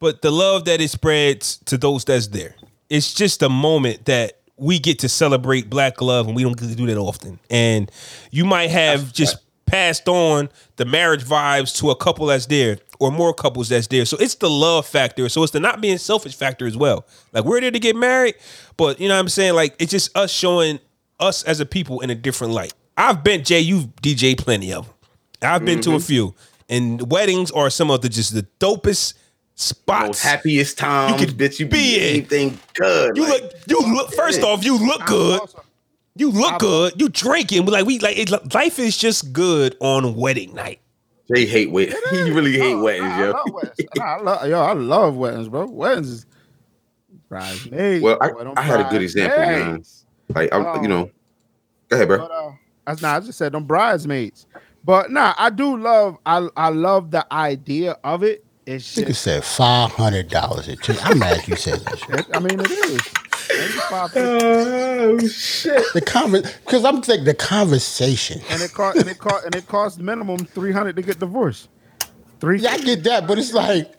Speaker 2: but the love that it spreads to those that's there. It's just a moment that we get to celebrate black love and we don't get to do that often. And you might have just passed on the marriage vibes to a couple that's there or more couples that's there. So it's the love factor. So it's the not being selfish factor as well. Like we're there to get married, but you know what I'm saying? Like it's just us showing us as a people in a different light. I've been Jay, you've DJ plenty of them. I've been to a few. And weddings are some of the just the dopest
Speaker 6: Most
Speaker 2: spots.
Speaker 6: happiest time
Speaker 2: You could
Speaker 6: that you
Speaker 2: be
Speaker 6: be
Speaker 2: in.
Speaker 6: anything good.
Speaker 2: You
Speaker 6: like-
Speaker 2: look, you look. First off, you look good. You look good. You drinking. Like we, like it, life is just good on wedding night.
Speaker 6: They hate wet. He really hate
Speaker 5: Oh,
Speaker 6: weddings,
Speaker 5: I, I
Speaker 6: yo.
Speaker 5: love weddings. I love, yo, I love weddings, bro. Weddings is Fries made.
Speaker 6: Well, I,
Speaker 5: boy, them
Speaker 6: I had a good
Speaker 5: fries
Speaker 6: example, man.
Speaker 5: made.
Speaker 6: Like I'm,
Speaker 5: Oh.
Speaker 6: you know, go ahead, bro.
Speaker 5: But uh, I, nah, I just said them bridesmaids. But nah, I do love. I I love the idea of it. It's
Speaker 3: Nigga
Speaker 5: just.
Speaker 3: said five hundred dollars. I'm mad you said that. Shit.
Speaker 5: it- I mean, it is. 85
Speaker 3: The conver- because I'm thinking the conversation.
Speaker 5: and it cost and it cost and it cost minimum three hundred to get divorced. Three.
Speaker 3: Yeah, I get that, but it's like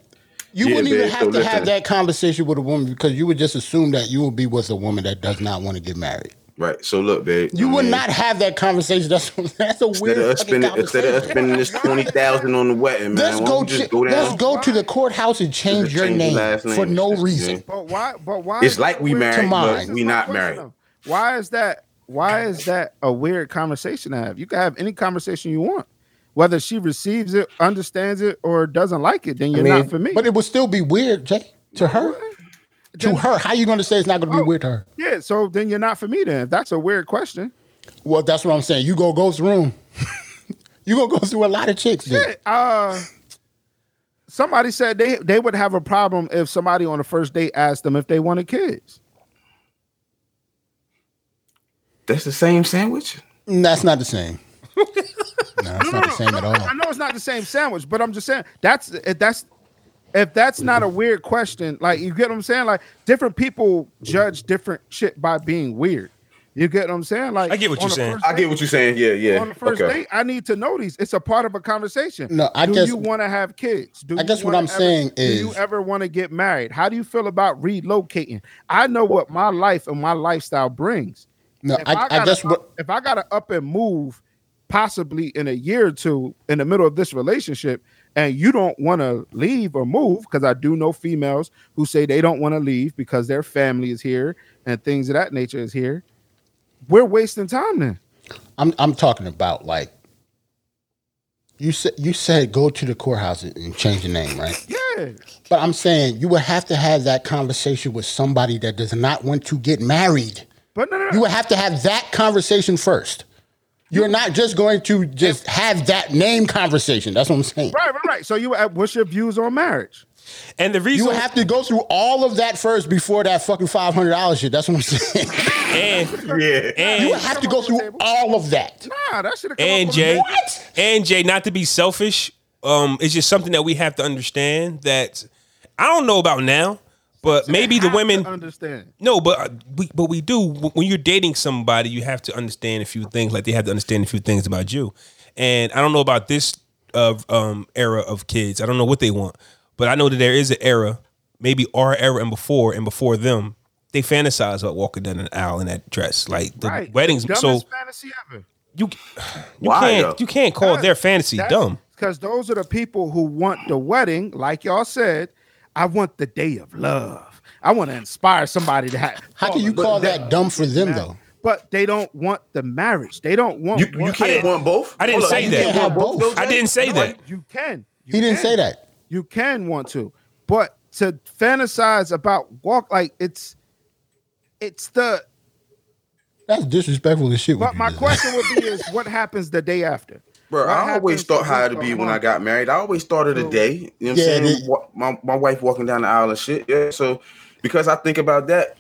Speaker 3: you
Speaker 6: Yeah,
Speaker 3: wouldn't
Speaker 6: man,
Speaker 3: even
Speaker 6: so
Speaker 3: have to
Speaker 6: listen.
Speaker 3: have that conversation with a woman because you would just assume that you will be with a woman that does not want to get married.
Speaker 6: Right. So look, babe.
Speaker 3: You
Speaker 6: I
Speaker 3: would
Speaker 6: mean,
Speaker 3: not have that conversation. That's that's a
Speaker 6: Instead
Speaker 3: weird
Speaker 6: of us
Speaker 3: fucking
Speaker 6: spending, instead of us
Speaker 3: conversation.
Speaker 6: spending this twenty thousand on the wedding, man,
Speaker 3: Let's
Speaker 6: why
Speaker 3: go.
Speaker 6: don't we
Speaker 3: Ch-
Speaker 6: just go down.
Speaker 3: let's go to the courthouse and change
Speaker 6: Just
Speaker 3: your
Speaker 6: change your
Speaker 3: name,
Speaker 6: last name
Speaker 3: for
Speaker 6: and
Speaker 3: no
Speaker 6: shit,
Speaker 3: reason.
Speaker 6: man.
Speaker 5: But why? But why?
Speaker 6: It's
Speaker 5: is
Speaker 6: like
Speaker 5: that
Speaker 6: we
Speaker 5: weird?
Speaker 6: married,
Speaker 3: mine.
Speaker 6: but
Speaker 5: This
Speaker 6: we
Speaker 5: is my
Speaker 6: not
Speaker 5: question
Speaker 6: married.
Speaker 5: though. Why is that? Why is that a weird conversation to have? You can have any conversation you want, whether she receives it, understands it, or doesn't like it. Then you're not for me.
Speaker 3: But it would still be weird, Jay, to her. To her, how you going to say it's not going to
Speaker 5: Oh.
Speaker 3: be weird to her?
Speaker 5: yeah, so then you're not for me. Then if that's a weird question.
Speaker 3: Well, that's what I'm saying. You go ghost room. you gonna go through a lot of chicks. Then.
Speaker 5: Yeah, uh, somebody said they they would have a problem if somebody on the first date asked them if they wanted kids.
Speaker 6: That's the same sandwich.
Speaker 3: Mm, That's not the same. no, that's not the same at all.
Speaker 5: I know it's not the same sandwich, but I'm just saying that's if that's if that's not a weird question, like you get what I'm saying? Like different people judge different shit by being weird. You get what I'm saying? Like
Speaker 2: I get what
Speaker 5: on
Speaker 2: you're
Speaker 5: the
Speaker 2: saying.
Speaker 5: first
Speaker 6: I get
Speaker 5: date-
Speaker 6: what you're saying. Yeah, yeah.
Speaker 5: on the first
Speaker 6: okay.
Speaker 5: date, I need to know these. It's a part of a conversation.
Speaker 3: No, I
Speaker 5: do
Speaker 3: guess-
Speaker 5: you want to have kids? Do
Speaker 3: I
Speaker 5: you
Speaker 3: guess what
Speaker 5: wanna
Speaker 3: I'm saying
Speaker 5: do you
Speaker 3: is-
Speaker 5: ever want to get married? How do you feel about relocating? I know what my life and my lifestyle brings.
Speaker 3: No,
Speaker 5: If I,
Speaker 3: I, I,
Speaker 5: gotta
Speaker 3: guess what
Speaker 5: up- if I gotta up and move, possibly in a year or two, in the middle of this relationship, and you don't want to leave or move, because I do know females who say they don't want to leave because their family is here and things of that nature is here. We're wasting time then.
Speaker 3: I'm I'm talking about. Like you said, you said go to the courthouse and change your name, right?
Speaker 5: Yeah,
Speaker 3: But I'm saying you would have to have that conversation with somebody that does not want to get married.
Speaker 5: but no, no,
Speaker 3: You
Speaker 5: no.
Speaker 3: would have to have that conversation first. You're not just going to just have that name conversation. That's what I'm saying.
Speaker 5: right, right, right. So you, uh, what's your views on marriage?
Speaker 2: And the
Speaker 3: You
Speaker 2: reason
Speaker 3: would have to go through all of that first before that fucking five hundred dollars shit. That's what I'm saying.
Speaker 2: and
Speaker 6: Yeah.
Speaker 3: you would
Speaker 2: and
Speaker 3: have to go through all of that.
Speaker 5: Nah, that should have come
Speaker 2: and
Speaker 5: up on the
Speaker 2: Jay
Speaker 5: board.
Speaker 2: and Jay, not to be selfish, um, it's just something that we have to understand that I don't know about now, but maybe the
Speaker 5: Have to
Speaker 2: women
Speaker 5: understand.
Speaker 2: No, but uh, we but we do. Wh- When you're dating somebody, you have to understand a few things. Like they have to understand a few things about you. And I don't know about this uh, um, era of kids. I don't know what they want, but I know that there is an era, maybe our era and before and before them. They fantasize about walking down an aisle in that dress, like the
Speaker 5: Right,
Speaker 2: weddings.
Speaker 5: Dumbest
Speaker 2: So
Speaker 5: fantasy ever.
Speaker 2: you you
Speaker 6: Why, though?
Speaker 2: can't you can't call their fantasy dumb.
Speaker 5: Because those are the people who want the wedding, like y'all said. I want the day of love. I want to inspire somebody to have.
Speaker 3: How can you
Speaker 5: But
Speaker 3: call that dumb for them though?
Speaker 5: But they don't want the marriage. They don't want.
Speaker 6: You, you
Speaker 5: what-
Speaker 6: can't want both.
Speaker 2: I didn't
Speaker 6: Hold up,
Speaker 2: say
Speaker 6: you
Speaker 2: that.
Speaker 6: can't want
Speaker 3: both.
Speaker 6: though,
Speaker 2: I
Speaker 6: Jay?
Speaker 2: didn't say
Speaker 5: No,
Speaker 2: that.
Speaker 5: You can. You
Speaker 3: He didn't
Speaker 5: can.
Speaker 3: say that.
Speaker 5: You can want to, but to fantasize about walk like it's, it's the
Speaker 3: That's disrespectful as shit.
Speaker 5: But
Speaker 3: what
Speaker 5: my
Speaker 3: you just
Speaker 5: question would be is what happens the day after?
Speaker 6: Bro,
Speaker 5: What
Speaker 6: I always
Speaker 5: happens
Speaker 6: thought
Speaker 5: the
Speaker 6: how
Speaker 5: next
Speaker 6: it'd be when I
Speaker 5: month?
Speaker 6: got married. I always started a day. You know what I'm
Speaker 3: Yeah,
Speaker 6: saying?
Speaker 3: they-
Speaker 6: Wa- My, my wife walking down the aisle and shit. Yeah. So because I think about that,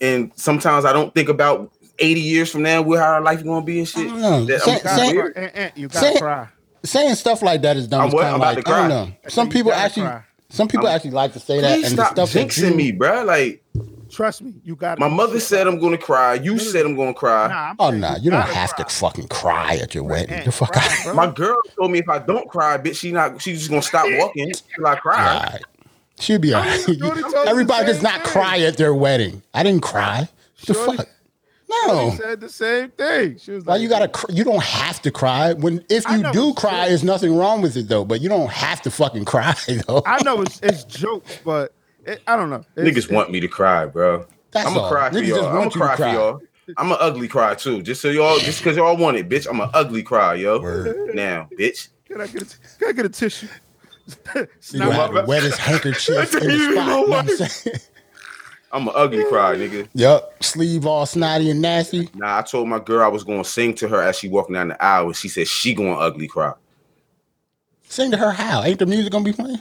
Speaker 6: and sometimes I don't think about 80 years from now where how our life gonna be and shit.
Speaker 3: don't know.
Speaker 6: that
Speaker 3: Say-
Speaker 6: I'm kinda
Speaker 3: say-
Speaker 5: You
Speaker 6: weird.
Speaker 5: gotta, eh, eh, you
Speaker 3: Say
Speaker 5: gotta
Speaker 3: it.
Speaker 5: cry.
Speaker 3: saying stuff like that is dumb.
Speaker 6: I'm
Speaker 3: It's
Speaker 6: what?
Speaker 3: kind of
Speaker 6: I'm about
Speaker 3: like
Speaker 6: to
Speaker 3: I don't
Speaker 6: cry.
Speaker 3: know. Some
Speaker 5: You
Speaker 3: people
Speaker 5: gotta
Speaker 3: actually,
Speaker 5: cry.
Speaker 3: some people actually like to say that, and
Speaker 6: Please
Speaker 3: the
Speaker 6: stop
Speaker 3: stuff that you,
Speaker 6: jinxing me, bro. Like
Speaker 5: Trust me, you got
Speaker 6: my mother said I'm gonna cry. You said I'm gonna cry.
Speaker 5: Nah, I'm
Speaker 3: Oh
Speaker 5: saying
Speaker 3: no, you don't
Speaker 5: gotta
Speaker 3: have
Speaker 5: cry.
Speaker 3: to fucking cry at your wedding.
Speaker 5: Hey,
Speaker 3: the fuck
Speaker 5: cry,
Speaker 3: out.
Speaker 5: bro.
Speaker 6: My girl told me if I don't cry, bitch, she not she's just gonna stop walking till I cry.
Speaker 3: All right. She'll be all
Speaker 5: Shorty told you the
Speaker 3: right. Everybody does
Speaker 5: same
Speaker 3: not
Speaker 5: thing.
Speaker 3: cry at their wedding. I didn't cry. The
Speaker 5: Shorty-
Speaker 3: fuck?
Speaker 5: She
Speaker 6: Oh.
Speaker 3: No.
Speaker 5: said the same thing. She was
Speaker 3: Why
Speaker 5: like,
Speaker 3: you gotta? Cr- you don't have to cry. When if
Speaker 5: I
Speaker 3: you
Speaker 5: know,
Speaker 3: do
Speaker 5: but
Speaker 3: cry,
Speaker 5: shit.
Speaker 3: there's nothing wrong with it though. But you don't have to fucking cry though.
Speaker 5: I know it's, it's jokes, but it, I don't know. It's,
Speaker 6: Niggas want me to cry, bro.
Speaker 3: That's
Speaker 6: I'm gonna
Speaker 3: all.
Speaker 6: cry for
Speaker 3: Niggas just
Speaker 6: y'all. I'm gonna
Speaker 3: want you to
Speaker 6: cry,
Speaker 3: cry.
Speaker 6: for y'all. I'm an ugly cry too. Just so y'all, just because y'all want it, bitch. I'm an ugly cry, yo. Now, bitch.
Speaker 5: Can I get a, can I get a tissue? It's
Speaker 3: You
Speaker 5: not
Speaker 3: gonna
Speaker 5: my-
Speaker 3: have the wettest handkerchief in the spot. You know what I'm saying?
Speaker 6: I'm an ugly cry, nigga.
Speaker 3: Yep, sleeve all snotty and nasty.
Speaker 6: Nah, I told my girl I was gonna sing to her as she walking down the aisle, and she said she going ugly cry.
Speaker 3: Sing to her how? Ain't the music gonna be playing?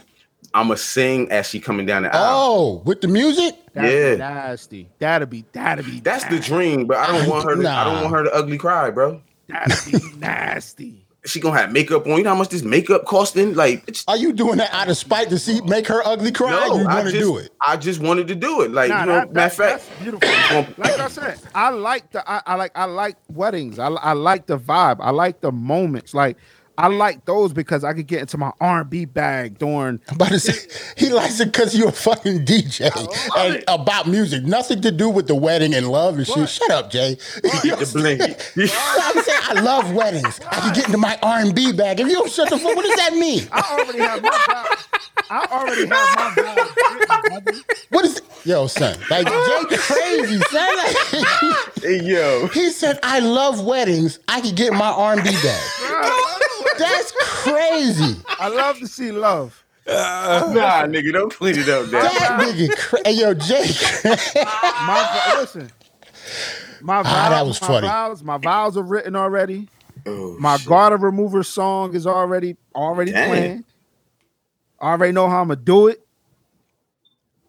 Speaker 6: I'ma sing as she coming down the aisle.
Speaker 3: Oh, with the music?
Speaker 5: That'd
Speaker 6: Yeah.
Speaker 5: be nasty. That'll be that'll be
Speaker 6: That's the dream, but I don't want her. To, I don't
Speaker 3: Nah.
Speaker 6: want her to ugly cry, bro.
Speaker 5: that'll be nasty.
Speaker 6: She gonna have makeup on. You know how much this makeup costing? Like, it's,
Speaker 3: Are you doing that out of spite to see make her ugly cry?
Speaker 6: no,
Speaker 3: or you
Speaker 6: I
Speaker 3: want to
Speaker 6: just,
Speaker 3: do it?
Speaker 6: I just wanted to do it. Like,
Speaker 5: Nah,
Speaker 6: you know,
Speaker 5: that-
Speaker 6: matter of
Speaker 5: that-
Speaker 6: fact,
Speaker 5: that's beautiful. like I said, I like the I, I like I like weddings. I, I like the vibe. I like the moments. Like I like those because I could get into my R and B bag during.
Speaker 3: I'm about to say he likes it because you're a fucking DJ and
Speaker 5: it.
Speaker 3: about music. Nothing to do with the wedding and love and shit. Shut up, Jay. You know
Speaker 6: the blink.
Speaker 3: what I'm saying? I love weddings. I can get into my R&B bag. If you don't shut the fuck, what does that mean?
Speaker 5: I already have my vibe. I already have my vibe. written, brother.
Speaker 3: What is yo son? Like Jay crazy son. Like,
Speaker 6: yo,
Speaker 3: he said, "I love weddings. I could get my R and B bag." That's crazy.
Speaker 5: I love to see love.
Speaker 6: nah, Uh, nigga, don't clean it up, dad.
Speaker 3: That nigga, cra- hey, yo Jay.
Speaker 5: My vi- listen. My vows,
Speaker 3: Ah, that was
Speaker 5: my
Speaker 3: funny.
Speaker 5: vows, my vows are written already. my garter remover song is already already
Speaker 6: Dang.
Speaker 5: planned. I already know how I'm gonna do it.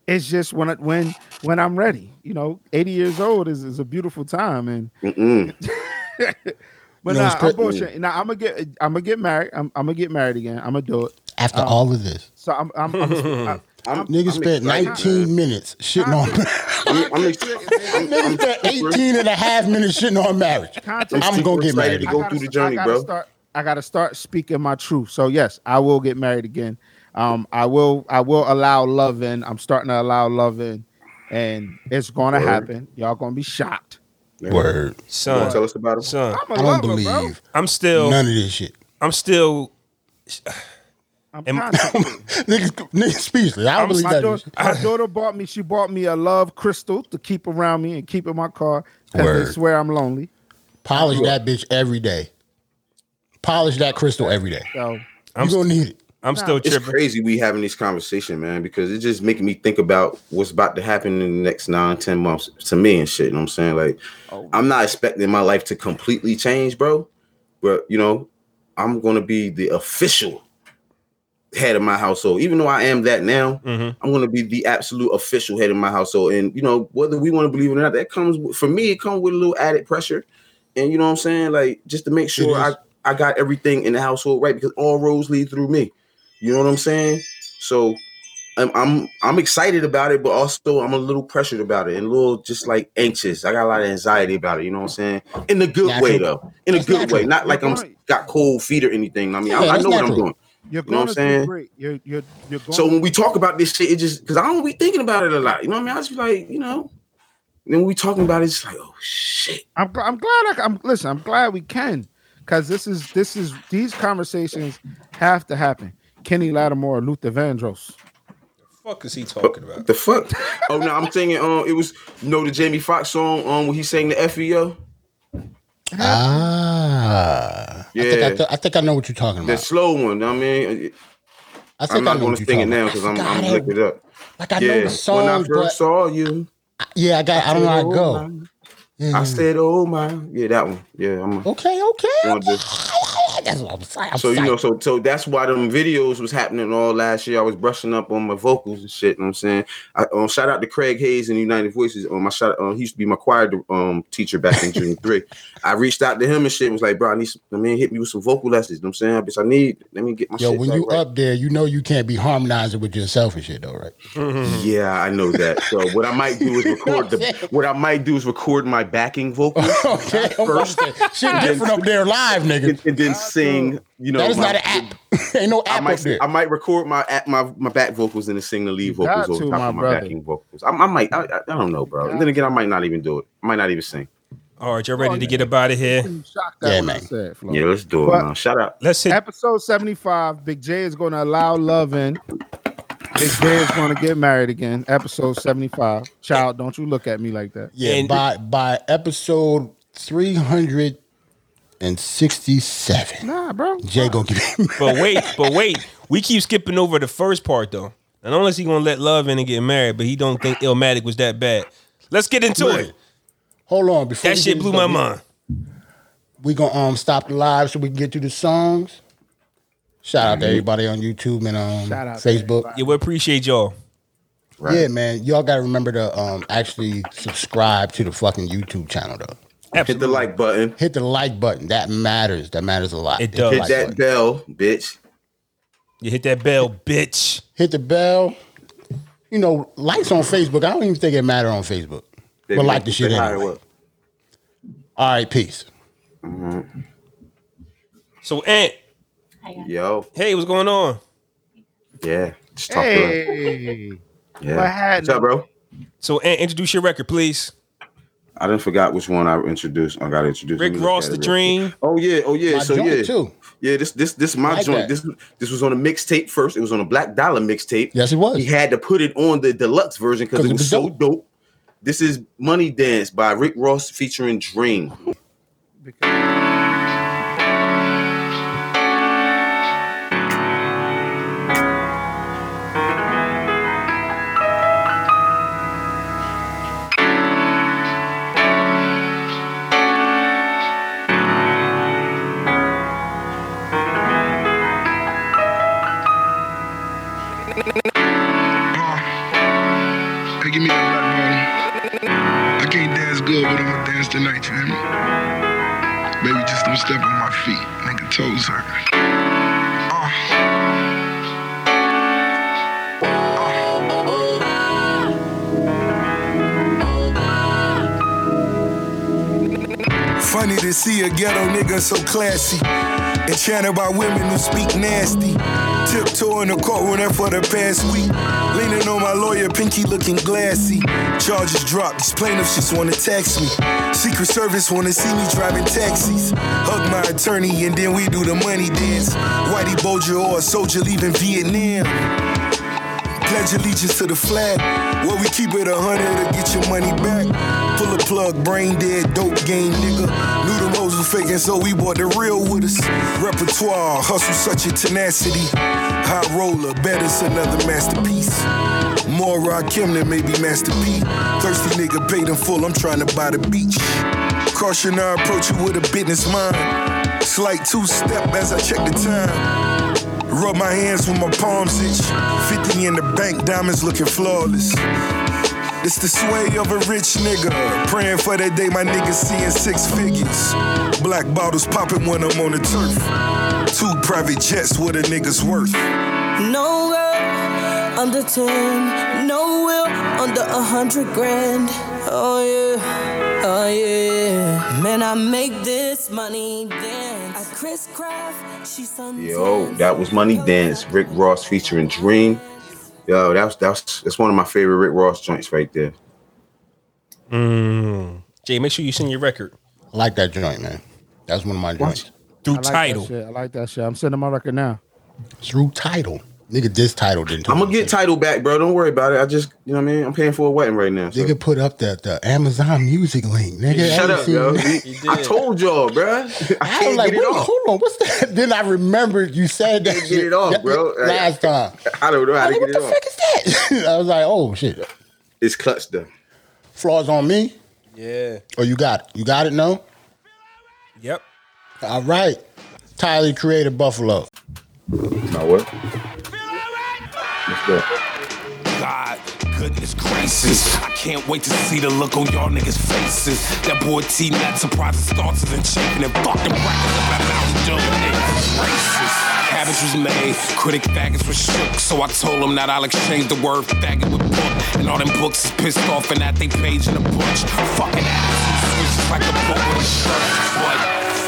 Speaker 5: It's just when I, when when I'm ready. You know, 80 years old is, is a beautiful time, and
Speaker 6: Mm-mm.
Speaker 3: No,
Speaker 5: but nah,
Speaker 3: it's
Speaker 5: I'm
Speaker 3: cra-
Speaker 5: bullshitting. Now I'm gonna get I'm gonna get married. I'm, I'm gonna get married again. I'm gonna do it.
Speaker 3: After all of this,
Speaker 5: So I'm I'm, I'm, I'm, I'm
Speaker 3: nigga spent
Speaker 6: excited.
Speaker 3: 19 minutes shitting on.
Speaker 6: I'm, I'm, ex- I'm,
Speaker 3: nigga
Speaker 6: I'm,
Speaker 3: spent 18 and a half minutes shitting on marriage.
Speaker 5: content.
Speaker 3: I'm gonna get married.
Speaker 6: to
Speaker 5: I
Speaker 6: go
Speaker 5: gotta-
Speaker 6: through
Speaker 5: I
Speaker 6: the journey,
Speaker 5: gotta
Speaker 6: bro.
Speaker 5: Start, I gotta start speaking my truth. So yes, I will get married again. Um, I will I will allow love in. I'm starting to allow love in, and it's gonna happen. Y'all gonna be shocked.
Speaker 3: Word.
Speaker 6: Come on, tell
Speaker 2: son,
Speaker 6: us about it.
Speaker 2: son.
Speaker 5: I'm a
Speaker 3: I don't
Speaker 5: lover, bro.
Speaker 3: believe
Speaker 2: I'm still,
Speaker 3: none of this shit.
Speaker 2: I'm still.
Speaker 5: I'm
Speaker 2: Am-
Speaker 5: concentrating.
Speaker 3: Nigga, nigga speechless. I don't believe
Speaker 5: my,
Speaker 3: none of this
Speaker 5: daughter,
Speaker 3: shit.
Speaker 5: my daughter bought me. She bought me a love crystal to keep around me and keep in my car because
Speaker 3: Word.
Speaker 5: they swear I'm lonely.
Speaker 3: Polish that bitch every day. Polish that crystal every day.
Speaker 5: So
Speaker 3: You gonna need it.
Speaker 2: I'm still
Speaker 6: It's
Speaker 2: tripping.
Speaker 6: crazy we having this conversation, man, because it's just making me think about what's about to happen in the next nine, ten months to me and shit. You know what I'm saying? Like,
Speaker 2: Oh,
Speaker 6: I'm not expecting my life to completely change, bro. But you know, I'm gonna be the official head of my household. Even though I am that now,
Speaker 2: Mhm.
Speaker 6: I'm gonna be the absolute official head of my household. And you know, whether we want to believe it or not, that comes with, for me. It comes with a little added pressure, and you know what I'm saying, like just to make sure I
Speaker 3: is.
Speaker 6: I got everything in the household right because all roads lead through me. You know what I'm saying? So. I'm, I'm I'm excited about it, but also I'm a little pressured about it and a little just like anxious. I got a lot of anxiety about it. You know what I'm saying? In a good way
Speaker 3: Natural.
Speaker 6: though. In a
Speaker 3: That's
Speaker 6: good way,
Speaker 3: natural.
Speaker 6: not like I'm
Speaker 5: Right.
Speaker 6: got cold feet or anything. I mean, I,
Speaker 3: Yeah,
Speaker 6: I
Speaker 3: that's
Speaker 6: know what I'm
Speaker 3: natural.
Speaker 6: doing.
Speaker 5: you're
Speaker 6: You know
Speaker 5: going
Speaker 6: what
Speaker 5: to
Speaker 6: I'm
Speaker 5: do
Speaker 6: saying?
Speaker 5: great. You're you're you're going.
Speaker 6: So when we talk about this shit, it just because I don't be thinking about it a lot. You know what I mean? I just be like, you know. And then when we talking about it, it's like, oh shit.
Speaker 5: I'm gl- I'm glad I, c- I'm listen. I'm glad we can because this is this is these conversations have to happen. Kenny Lattimore, Luther Vandross.
Speaker 2: fuck is he talking
Speaker 6: What the fuck? oh no, I'm singing. Um, it was you know the Jamie Foxx song. Um, when he sang the FEO,
Speaker 3: Ah. I think I,
Speaker 6: Yeah.
Speaker 3: th- I think I know what you're talking
Speaker 6: that
Speaker 3: about.
Speaker 6: slow one. I mean,
Speaker 3: I think
Speaker 6: I'm
Speaker 3: I
Speaker 6: not
Speaker 3: know
Speaker 6: going
Speaker 3: what
Speaker 6: to
Speaker 3: you're
Speaker 6: sing it
Speaker 3: talking
Speaker 6: now
Speaker 3: about.
Speaker 6: because
Speaker 3: I
Speaker 6: I'm
Speaker 3: forgot
Speaker 6: I'm
Speaker 3: it.
Speaker 6: looking it up.
Speaker 3: Like I know
Speaker 6: Yeah,
Speaker 3: the
Speaker 6: when I
Speaker 3: song,
Speaker 6: first
Speaker 3: but
Speaker 6: saw you,
Speaker 3: yeah, I got. I don't know how to
Speaker 6: oh,
Speaker 3: go. Mm-hmm.
Speaker 6: my. I said, oh my, yeah, that one. Yeah, I'm. A,
Speaker 3: Okay, okay.
Speaker 6: Wanna
Speaker 3: okay.
Speaker 6: do-
Speaker 3: That's what I'm saying. I'm
Speaker 6: So you know,
Speaker 3: psyched.
Speaker 6: so so that's why them videos was happening all last year. I was brushing up on my vocals and shit. You know what I'm saying, I um, shout out to Craig Hayes and United Voices. Um, I shout, um, he used to be my choir um teacher back in junior three. I reached out to him and shit. and Was like, bro, I need some. I mean, hit me with some vocal lessons. You know what I'm saying, bitch, I need. Let me get my.
Speaker 3: Yo,
Speaker 6: shit
Speaker 3: when
Speaker 6: back
Speaker 3: you
Speaker 6: right.
Speaker 3: up there, you know you can't be harmonizing with yourself and shit, though, right?
Speaker 6: Yeah, I know that. So what I might do is record the. What I might do is record my backing vocals
Speaker 3: okay, I'm about
Speaker 6: first,
Speaker 3: to say, shit different up there live, nigga.
Speaker 6: and, and then sing. You know,
Speaker 3: That is
Speaker 6: my-
Speaker 3: not an app. Ain't no
Speaker 6: I
Speaker 3: app up
Speaker 6: might
Speaker 3: there.
Speaker 6: I might record my at my my back vocals and then sing the lead
Speaker 5: You got
Speaker 6: vocals over
Speaker 5: to,
Speaker 6: top
Speaker 5: my
Speaker 6: of my
Speaker 5: brother.
Speaker 6: backing vocals. I, I might I, I I don't know, bro. And then again, I might not even do it. I might not even sing.
Speaker 2: All right, y'all ready to get up out of here?
Speaker 5: You shocked that
Speaker 3: Yeah,
Speaker 5: when I
Speaker 3: man.
Speaker 5: said, Flo.
Speaker 6: Yeah, let's do it,
Speaker 5: But-
Speaker 6: man. Shout out.
Speaker 2: Let's hit.
Speaker 5: Episode 75, Big J is going to allow love in. Big J is going to get married again. Episode 75. Child, don't you look at me like that.
Speaker 3: Yeah,
Speaker 2: And-
Speaker 3: by by episode three hundred and sixty-seven,
Speaker 5: Nah, bro.
Speaker 3: Jay gonna give me.
Speaker 2: But wait, but wait. We keep skipping over the first part though. And unless he gonna let love in and get married, but he don't think Illmatic was that bad. Let's get into it.
Speaker 3: Hold on, before
Speaker 2: That
Speaker 3: we
Speaker 2: shit
Speaker 3: get-
Speaker 2: blew my mind.
Speaker 3: We gonna um stop the live so we can get to the songs. Shout
Speaker 6: Mm-hmm.
Speaker 3: out to everybody on YouTube and um
Speaker 5: Shout out to
Speaker 3: Facebook.
Speaker 2: Yeah, we appreciate y'all.
Speaker 3: Yeah, man, y'all gotta remember to um actually subscribe to the fucking YouTube channel though.
Speaker 6: Hit the like button.
Speaker 3: Hit the like button. That matters. That matters a lot. Hit
Speaker 2: It
Speaker 3: the
Speaker 2: does.
Speaker 6: Hit
Speaker 3: like
Speaker 6: that
Speaker 3: button.
Speaker 6: bell, bitch.
Speaker 2: You hit that bell, bitch.
Speaker 3: Hit the bell. You know, likes on Facebook. I don't even think it matter on Facebook.
Speaker 6: They
Speaker 3: but like the shit
Speaker 6: they
Speaker 3: anyway.
Speaker 6: higher up.
Speaker 3: All right, peace.
Speaker 2: So, Ant,
Speaker 6: Yo,
Speaker 2: hey, what's going on?
Speaker 6: yeah. Just talk to her.
Speaker 5: Hey, what
Speaker 6: Yeah.
Speaker 5: happened?
Speaker 6: What's up, bro?
Speaker 2: So, Ant, introduce your record, please.
Speaker 6: I didn't forgot which one I introduced. I got introduced. Let
Speaker 2: Rick
Speaker 6: me look
Speaker 2: Ross,
Speaker 6: at
Speaker 2: The
Speaker 6: it real
Speaker 2: Dream.
Speaker 6: quick. Oh yeah, oh yeah.
Speaker 3: My
Speaker 6: so
Speaker 3: joint,
Speaker 6: yeah,
Speaker 3: too.
Speaker 6: yeah. This this this is my
Speaker 3: like
Speaker 6: joint.
Speaker 3: that.
Speaker 6: This this was on a mixtape first. It was on a Black Dollar mixtape.
Speaker 3: Yes, it was.
Speaker 6: He had to put it on the deluxe version because it was so dope. This is Money Dance by Rick Ross featuring Dream.
Speaker 8: Hey, give me that black bottom. I can't dance good, but I'ma dance tonight, you hear me? Baby, just don't step on my feet. Nigga toes hurt. Uh.
Speaker 9: Funny to see a ghetto nigga so classy. Enchanted by women who speak nasty. Tiptoeing the courtroom there for the past week. Leaning on my lawyer, pinky looking glassy. Charges dropped, these plaintiffs just wanna tax me. Secret Service wanna see me driving taxis. Hug my attorney and then we do the money dance. Whitey Bulger or a soldier leaving Vietnam. Pledge allegiance to the flag. Where we keep it a hundred to get your money back. Pull a plug, brain dead, dope game nigga. Knew them hoes were faking, so we bought the real with us. Repertoire, hustle such a tenacity. High roller, bet it's another masterpiece. More Rock Kim than maybe Master P. Thirsty nigga, paid in full, I'm trying to buy the beach. Caution, I approach you with a business mind. Slight two step as I check the time. Rub my hands when my palms itch. 50 in the bank, diamonds looking flawless. It's the sway of a rich nigga. Praying for that day my niggas seeing six figures. Black bottles popping when I'm on the turf. Two private jets, what a nigga's worth.
Speaker 10: No girl under 10, no will under a hundred grand. Oh yeah, oh yeah. Man, I make this money dance. I Chris Craft, she sometimes-
Speaker 6: Yo, that was Money Dance. Rick Ross featuring Dream. Yo, that's that's that's one of my favorite Rick Ross joints right there.
Speaker 2: Mm,
Speaker 6: Mm.
Speaker 2: Jay, make sure you send your record
Speaker 3: I like that joint, man. That's one of my joints.
Speaker 2: through
Speaker 5: I like
Speaker 2: title.
Speaker 5: That shit. I like that shit. I'm sending my record now.
Speaker 3: Through title. Nigga, this title didn't.
Speaker 6: I'm gonna get title back, bro. Don't worry about it. I just, you know what I mean. I'm paying for a wedding right now. so-
Speaker 3: Nigga put up the, the Amazon music link. Nigga, I
Speaker 6: Shut
Speaker 3: ain't
Speaker 6: up,
Speaker 3: seen
Speaker 6: yo.
Speaker 3: that.
Speaker 6: I told y'all, bro. I
Speaker 3: I was
Speaker 6: can't
Speaker 3: like,
Speaker 6: get it
Speaker 3: "Wait,
Speaker 6: off.
Speaker 3: hold on, what's that? Then I remembered you said that.
Speaker 6: Can't get
Speaker 3: shit
Speaker 6: it off, bro.
Speaker 3: Last time,
Speaker 6: I don't know how
Speaker 3: I
Speaker 6: to
Speaker 3: like,
Speaker 6: get
Speaker 3: what
Speaker 6: it
Speaker 3: the
Speaker 6: off.
Speaker 3: fuck is that? I was like, oh shit,
Speaker 6: It's clutch though.
Speaker 3: flaws on me.
Speaker 2: Yeah.
Speaker 3: Oh, you got it, you got it. No,
Speaker 2: Yep.
Speaker 3: all right. Tyler created Buffalo.
Speaker 6: My what? Let's go.
Speaker 9: God, goodness gracious. I can't wait to see the look on y'all niggas' faces. That boy T not surprises starts and shaking and fucking rappers about how I'm doing it. Racist. Cabbage was made, critic faggots was shook. So I told him that I'll exchange the word faggot with book. And all them books is pissed off and that they page in a bunch. Fucking asses, switches like a book with a shirt. But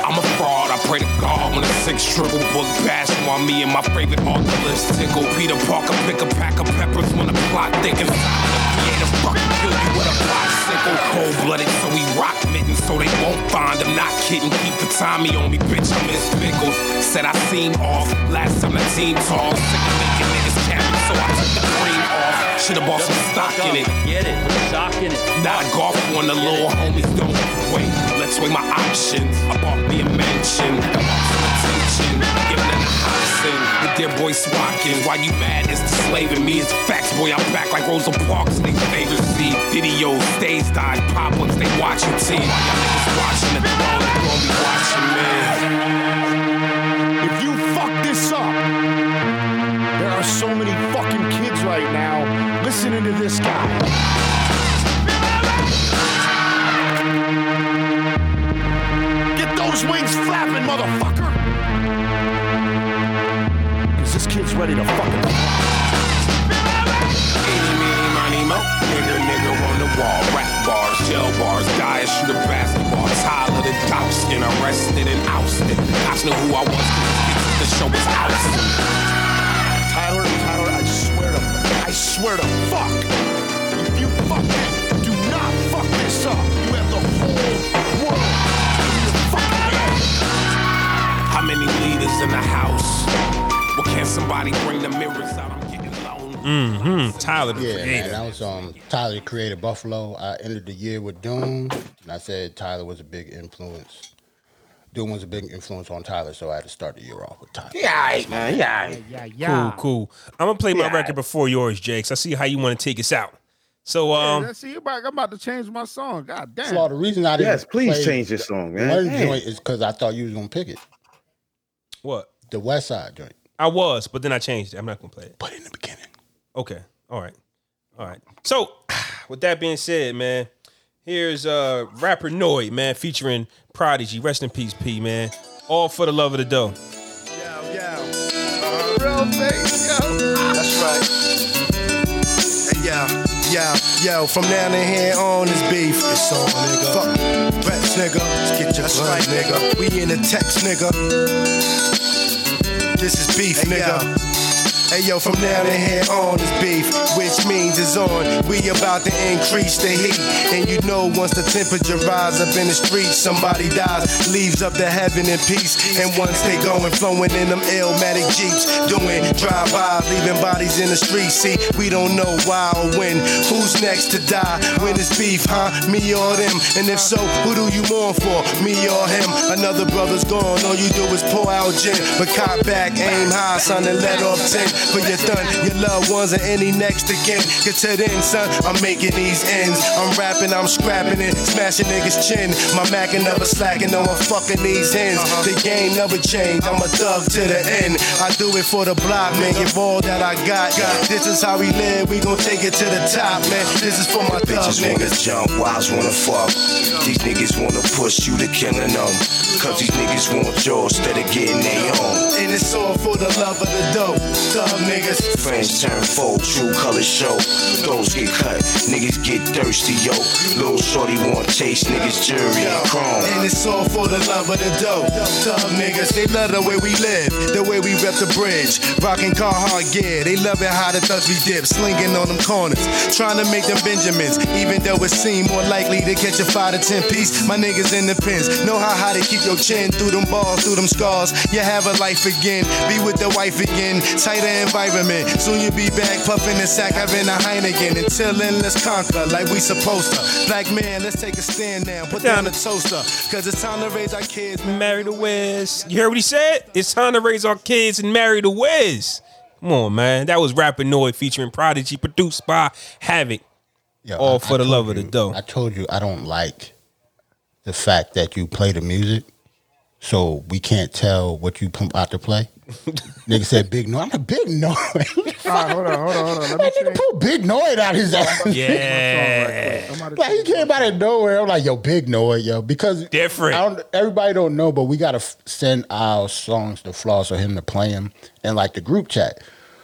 Speaker 9: I'm a fraud, I pray to God when a six triple book bash while me and my favorite author list tickle. Peter Parker pick a pack of peppers when the plot thickens. Creator fucking kill you with a popsicle. Cold blooded, so we rock mittens so they won't find him. Not kidding, keep the Tommy on me, bitch. I miss pickles. Said I seem off last time the team tall. Sick of making niggas cabbage, so I took the cream off. Should've bought some stock in it.
Speaker 11: Get it. Stock in it.
Speaker 9: Not a golf one, the little homies don't wait. Let's weigh my options. I bought me a mansion. I want some attention. Giving it a Hobson. The dear boy Swatkins. Why you mad? It's the slave in me. It's facts, boy. I'm back like Rosa Parks. They favor see videos, stage dive, pop ups. They watching team. Why y'all niggas watching the throne? They gon' be watching, man. If you fuck this up,
Speaker 12: those wings flapping, motherfucker. Cause this kid's ready to fucking.
Speaker 9: Nigga, nigga on the wall, rap bars, jail bars, die and shoot a basketball, Tyler the doused and arrested and ousted. Cops knew who I was, 'cause the show was ousted.
Speaker 12: Tyler, Tyler, I swear to, I swear to fuck. If you fuck it, do not fuck this up. You have the whole world.
Speaker 9: How many leaders in the house? Well, can somebody bring the mirrors out? I'm getting lonely.
Speaker 2: Mm-hmm. Tyler the
Speaker 3: Yeah, man,
Speaker 2: Creator.
Speaker 3: that was um Tyler the Creator Buffalo. I ended the year with Doom, and I said Tyler was a big influence. Doom was a big influence on Tyler, so I had to start the year off with Tyler.
Speaker 4: Yeah, alright, man. Yeah, alright.
Speaker 2: Cool, cool. I'm gonna play my record before yours, Jakes. I see how you want to take us out. So, um,
Speaker 5: Yeah, see, you about, I'm about to change my song. God damn.
Speaker 3: Flaw, the reason I didn't
Speaker 6: Yes, please
Speaker 3: play
Speaker 6: change this song, man.
Speaker 3: one
Speaker 6: Hey.
Speaker 3: joint is because I thought you was gonna pick it,
Speaker 2: what?
Speaker 3: the West Side joint.
Speaker 2: I was, but then I changed it. I'm not gonna play it.
Speaker 3: But in the beginning,
Speaker 2: Okay. All right. All right. So, with that being said, man, here's uh rapper Noid, man, featuring Prodigy. Rest in peace, P, man. All for the love of the dough.
Speaker 12: Real thing, yo. That's right.
Speaker 13: Hey, yo, yo, yo, from now to here on is beef. It's on, nigga. Fuck reps, nigga. Let's get your That's right, nigga. We in the text, nigga. This is beef, nigga. Hey yo, from now to here on is beef, which means it's on. We about to increase the heat. And you know once the temperature rise up in the street, somebody dies, leaves up to heaven in peace. And once they going flowing in them illmatic jeeps, doing drive-by, leaving bodies in the street. See, we don't know why or when. Who's next to die? When it's beef, huh? Me or them? And if so, who do you mourn for? Me or him? Another brother's gone. All you do is pour out gin. But cop back, aim high, son, and let off 10 for your thun, your loved ones, and any next again. Get to then, son. I'm making these ends. I'm rapping, I'm scrapping it, smashing niggas' chin. My Mac and never slacking, no, I'm fucking these ends. The game never changed. I'm a thug to the end. I do it for the block, man. Give all that I got. This is how we live. We gon' take it to the top, man. This is for my thug
Speaker 12: Bitches wanna
Speaker 13: niggas.
Speaker 12: jump, wives wanna fuck. These niggas wanna push you to killing them. Cause these niggas want yours instead of getting their own.
Speaker 13: And it's all for the love of the dope. Thug niggas.
Speaker 12: Friends turn foe, true color show. Those get cut, niggas get thirsty, yo. Lil' shorty want taste, niggas jury and chrome.
Speaker 13: And it's all for the love of the dough. Tough niggas, they love the way we live, the way we rep the bridge. Rockin' car hard gear, they love it how the thugs we dip, slinging on them corners, trying to make them Benjamins. Even though it seem more likely to catch a five to ten piece, my niggas in the pins know how high to keep your chin through them balls, through them scars. You have a life again, be with the wife again, tighter environment. Soon you be back puffin' the sack, having a Heineken. Until then, let's conquer like we supposed to. Black man, let's take a stand now. Put down the toaster, cause it's time to raise our kids.
Speaker 2: Marry the Wiz. You hear what he said? It's time to raise our kids and marry the Wiz. Come on, man. That was Rapper Noid featuring Prodigy, produced by Havoc.
Speaker 3: yeah,
Speaker 2: All for the love of the
Speaker 3: you-
Speaker 2: dough.
Speaker 3: I told you I don't like the fact that you play the music, so we can't tell what you pump out to play. Nigga said big noise. I'm a big noise.
Speaker 5: All right, hold on, hold on, hold on. Let me
Speaker 3: That nigga
Speaker 5: change
Speaker 3: pulled big noise out his ass.
Speaker 2: Yeah.
Speaker 5: my song right quick. I'm about
Speaker 3: Like
Speaker 5: to
Speaker 3: he
Speaker 5: change-
Speaker 3: came out of nowhere. I'm like, yo, big noise, yo, because
Speaker 2: Different.
Speaker 3: I don't, everybody don't know, but we gotta f- send our songs to Floss or him to play them in like the group chat.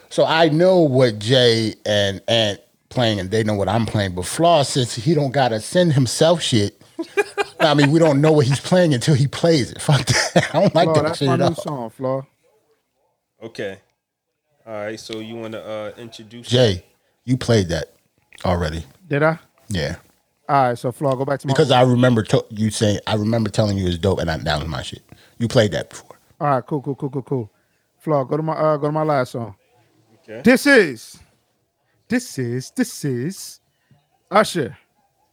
Speaker 3: So I know what Jay and Ant playing, and they know what I'm playing. But Floss, since he don't gotta send himself shit, I mean, we don't know what he's playing until he plays it. Fuck that. I don't like
Speaker 5: Flaw,
Speaker 3: that
Speaker 5: that's
Speaker 3: shit
Speaker 5: my
Speaker 3: at
Speaker 5: new
Speaker 3: all.
Speaker 5: song, Flaw.
Speaker 2: Okay. All right. So you want to uh, introduce?
Speaker 3: Jay, you played that already,
Speaker 5: Did I?
Speaker 3: yeah?
Speaker 5: All right, so Flaw, go back to my.
Speaker 3: Because I remember to- you saying, I remember telling you it's dope, and I, that was my shit. You played that before.
Speaker 5: All right, cool, cool, cool, cool, cool. Flaw, go to my uh, go to my last song.
Speaker 2: Okay.
Speaker 5: This is, this is, this is, Usher.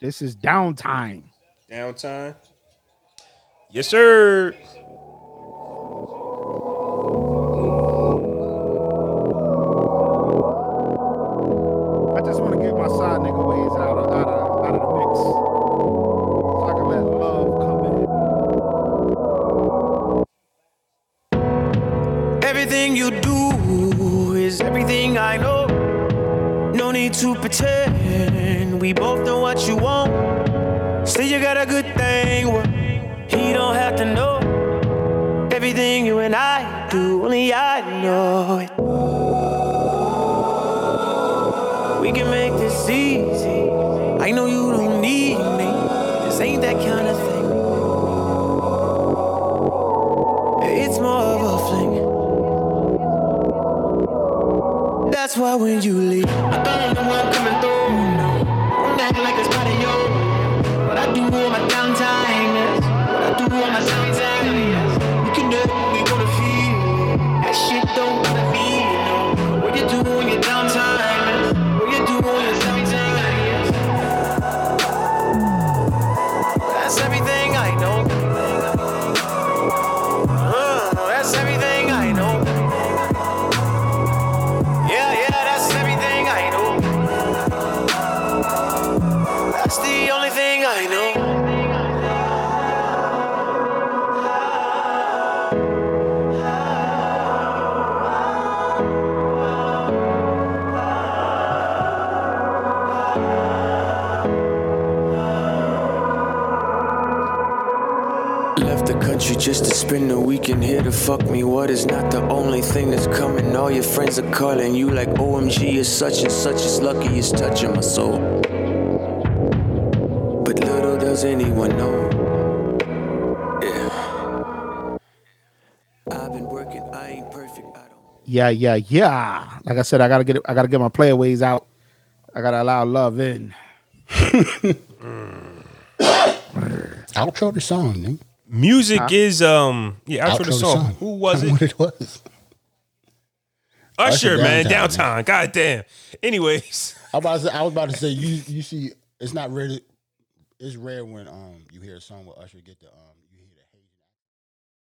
Speaker 5: This is downtime.
Speaker 2: Downtime. Yes, sir.
Speaker 5: I just want to give my side nigga ways out of, out of, out of the mix. So I can let love come in.
Speaker 10: Everything you do is everything I know. No need to pretend. We both know what you want. Say you got a good thing. Well, he don't have to know. only I know it. We can make this easy. I know you don't need me. This ain't that kind of thing. It's more of a fling. That's why when you leave, I don't know I'm coming through. No, don't act like it's part of you. But I do all my downtime. Yes. What I do all my downtime. Yes. You can do what we gonna feel. That shit don't bother me. No, what you do on your downtime. Yes. What you do on your downtime. Yes. That's everything I know. Uh, that's everything I know. Yeah, yeah, that's everything I know. That's the only thing I know.
Speaker 14: Left the country just to spend the weekend here to fuck me. What is not the only thing that's coming? All your friends are calling you like OMG is such and such is lucky it's touching my soul. But little does anyone know. Yeah. I've been working, I ain't perfect.
Speaker 5: Yeah, yeah, yeah. Like I said, I gotta get it- I gotta get my playaways out. I gotta allow love in.
Speaker 3: Outro the song, nigga.
Speaker 2: Music is um yeah, outro,
Speaker 3: Outro the
Speaker 2: the song.
Speaker 3: song.
Speaker 2: Who was it?
Speaker 3: What it was.
Speaker 2: Usher,
Speaker 3: Usher
Speaker 2: man,
Speaker 3: Downtime,
Speaker 2: downtime. God damn. Anyways.
Speaker 3: I, about to say, I was about to say you you see it's not really it's rare when um you hear a song with Usher get the um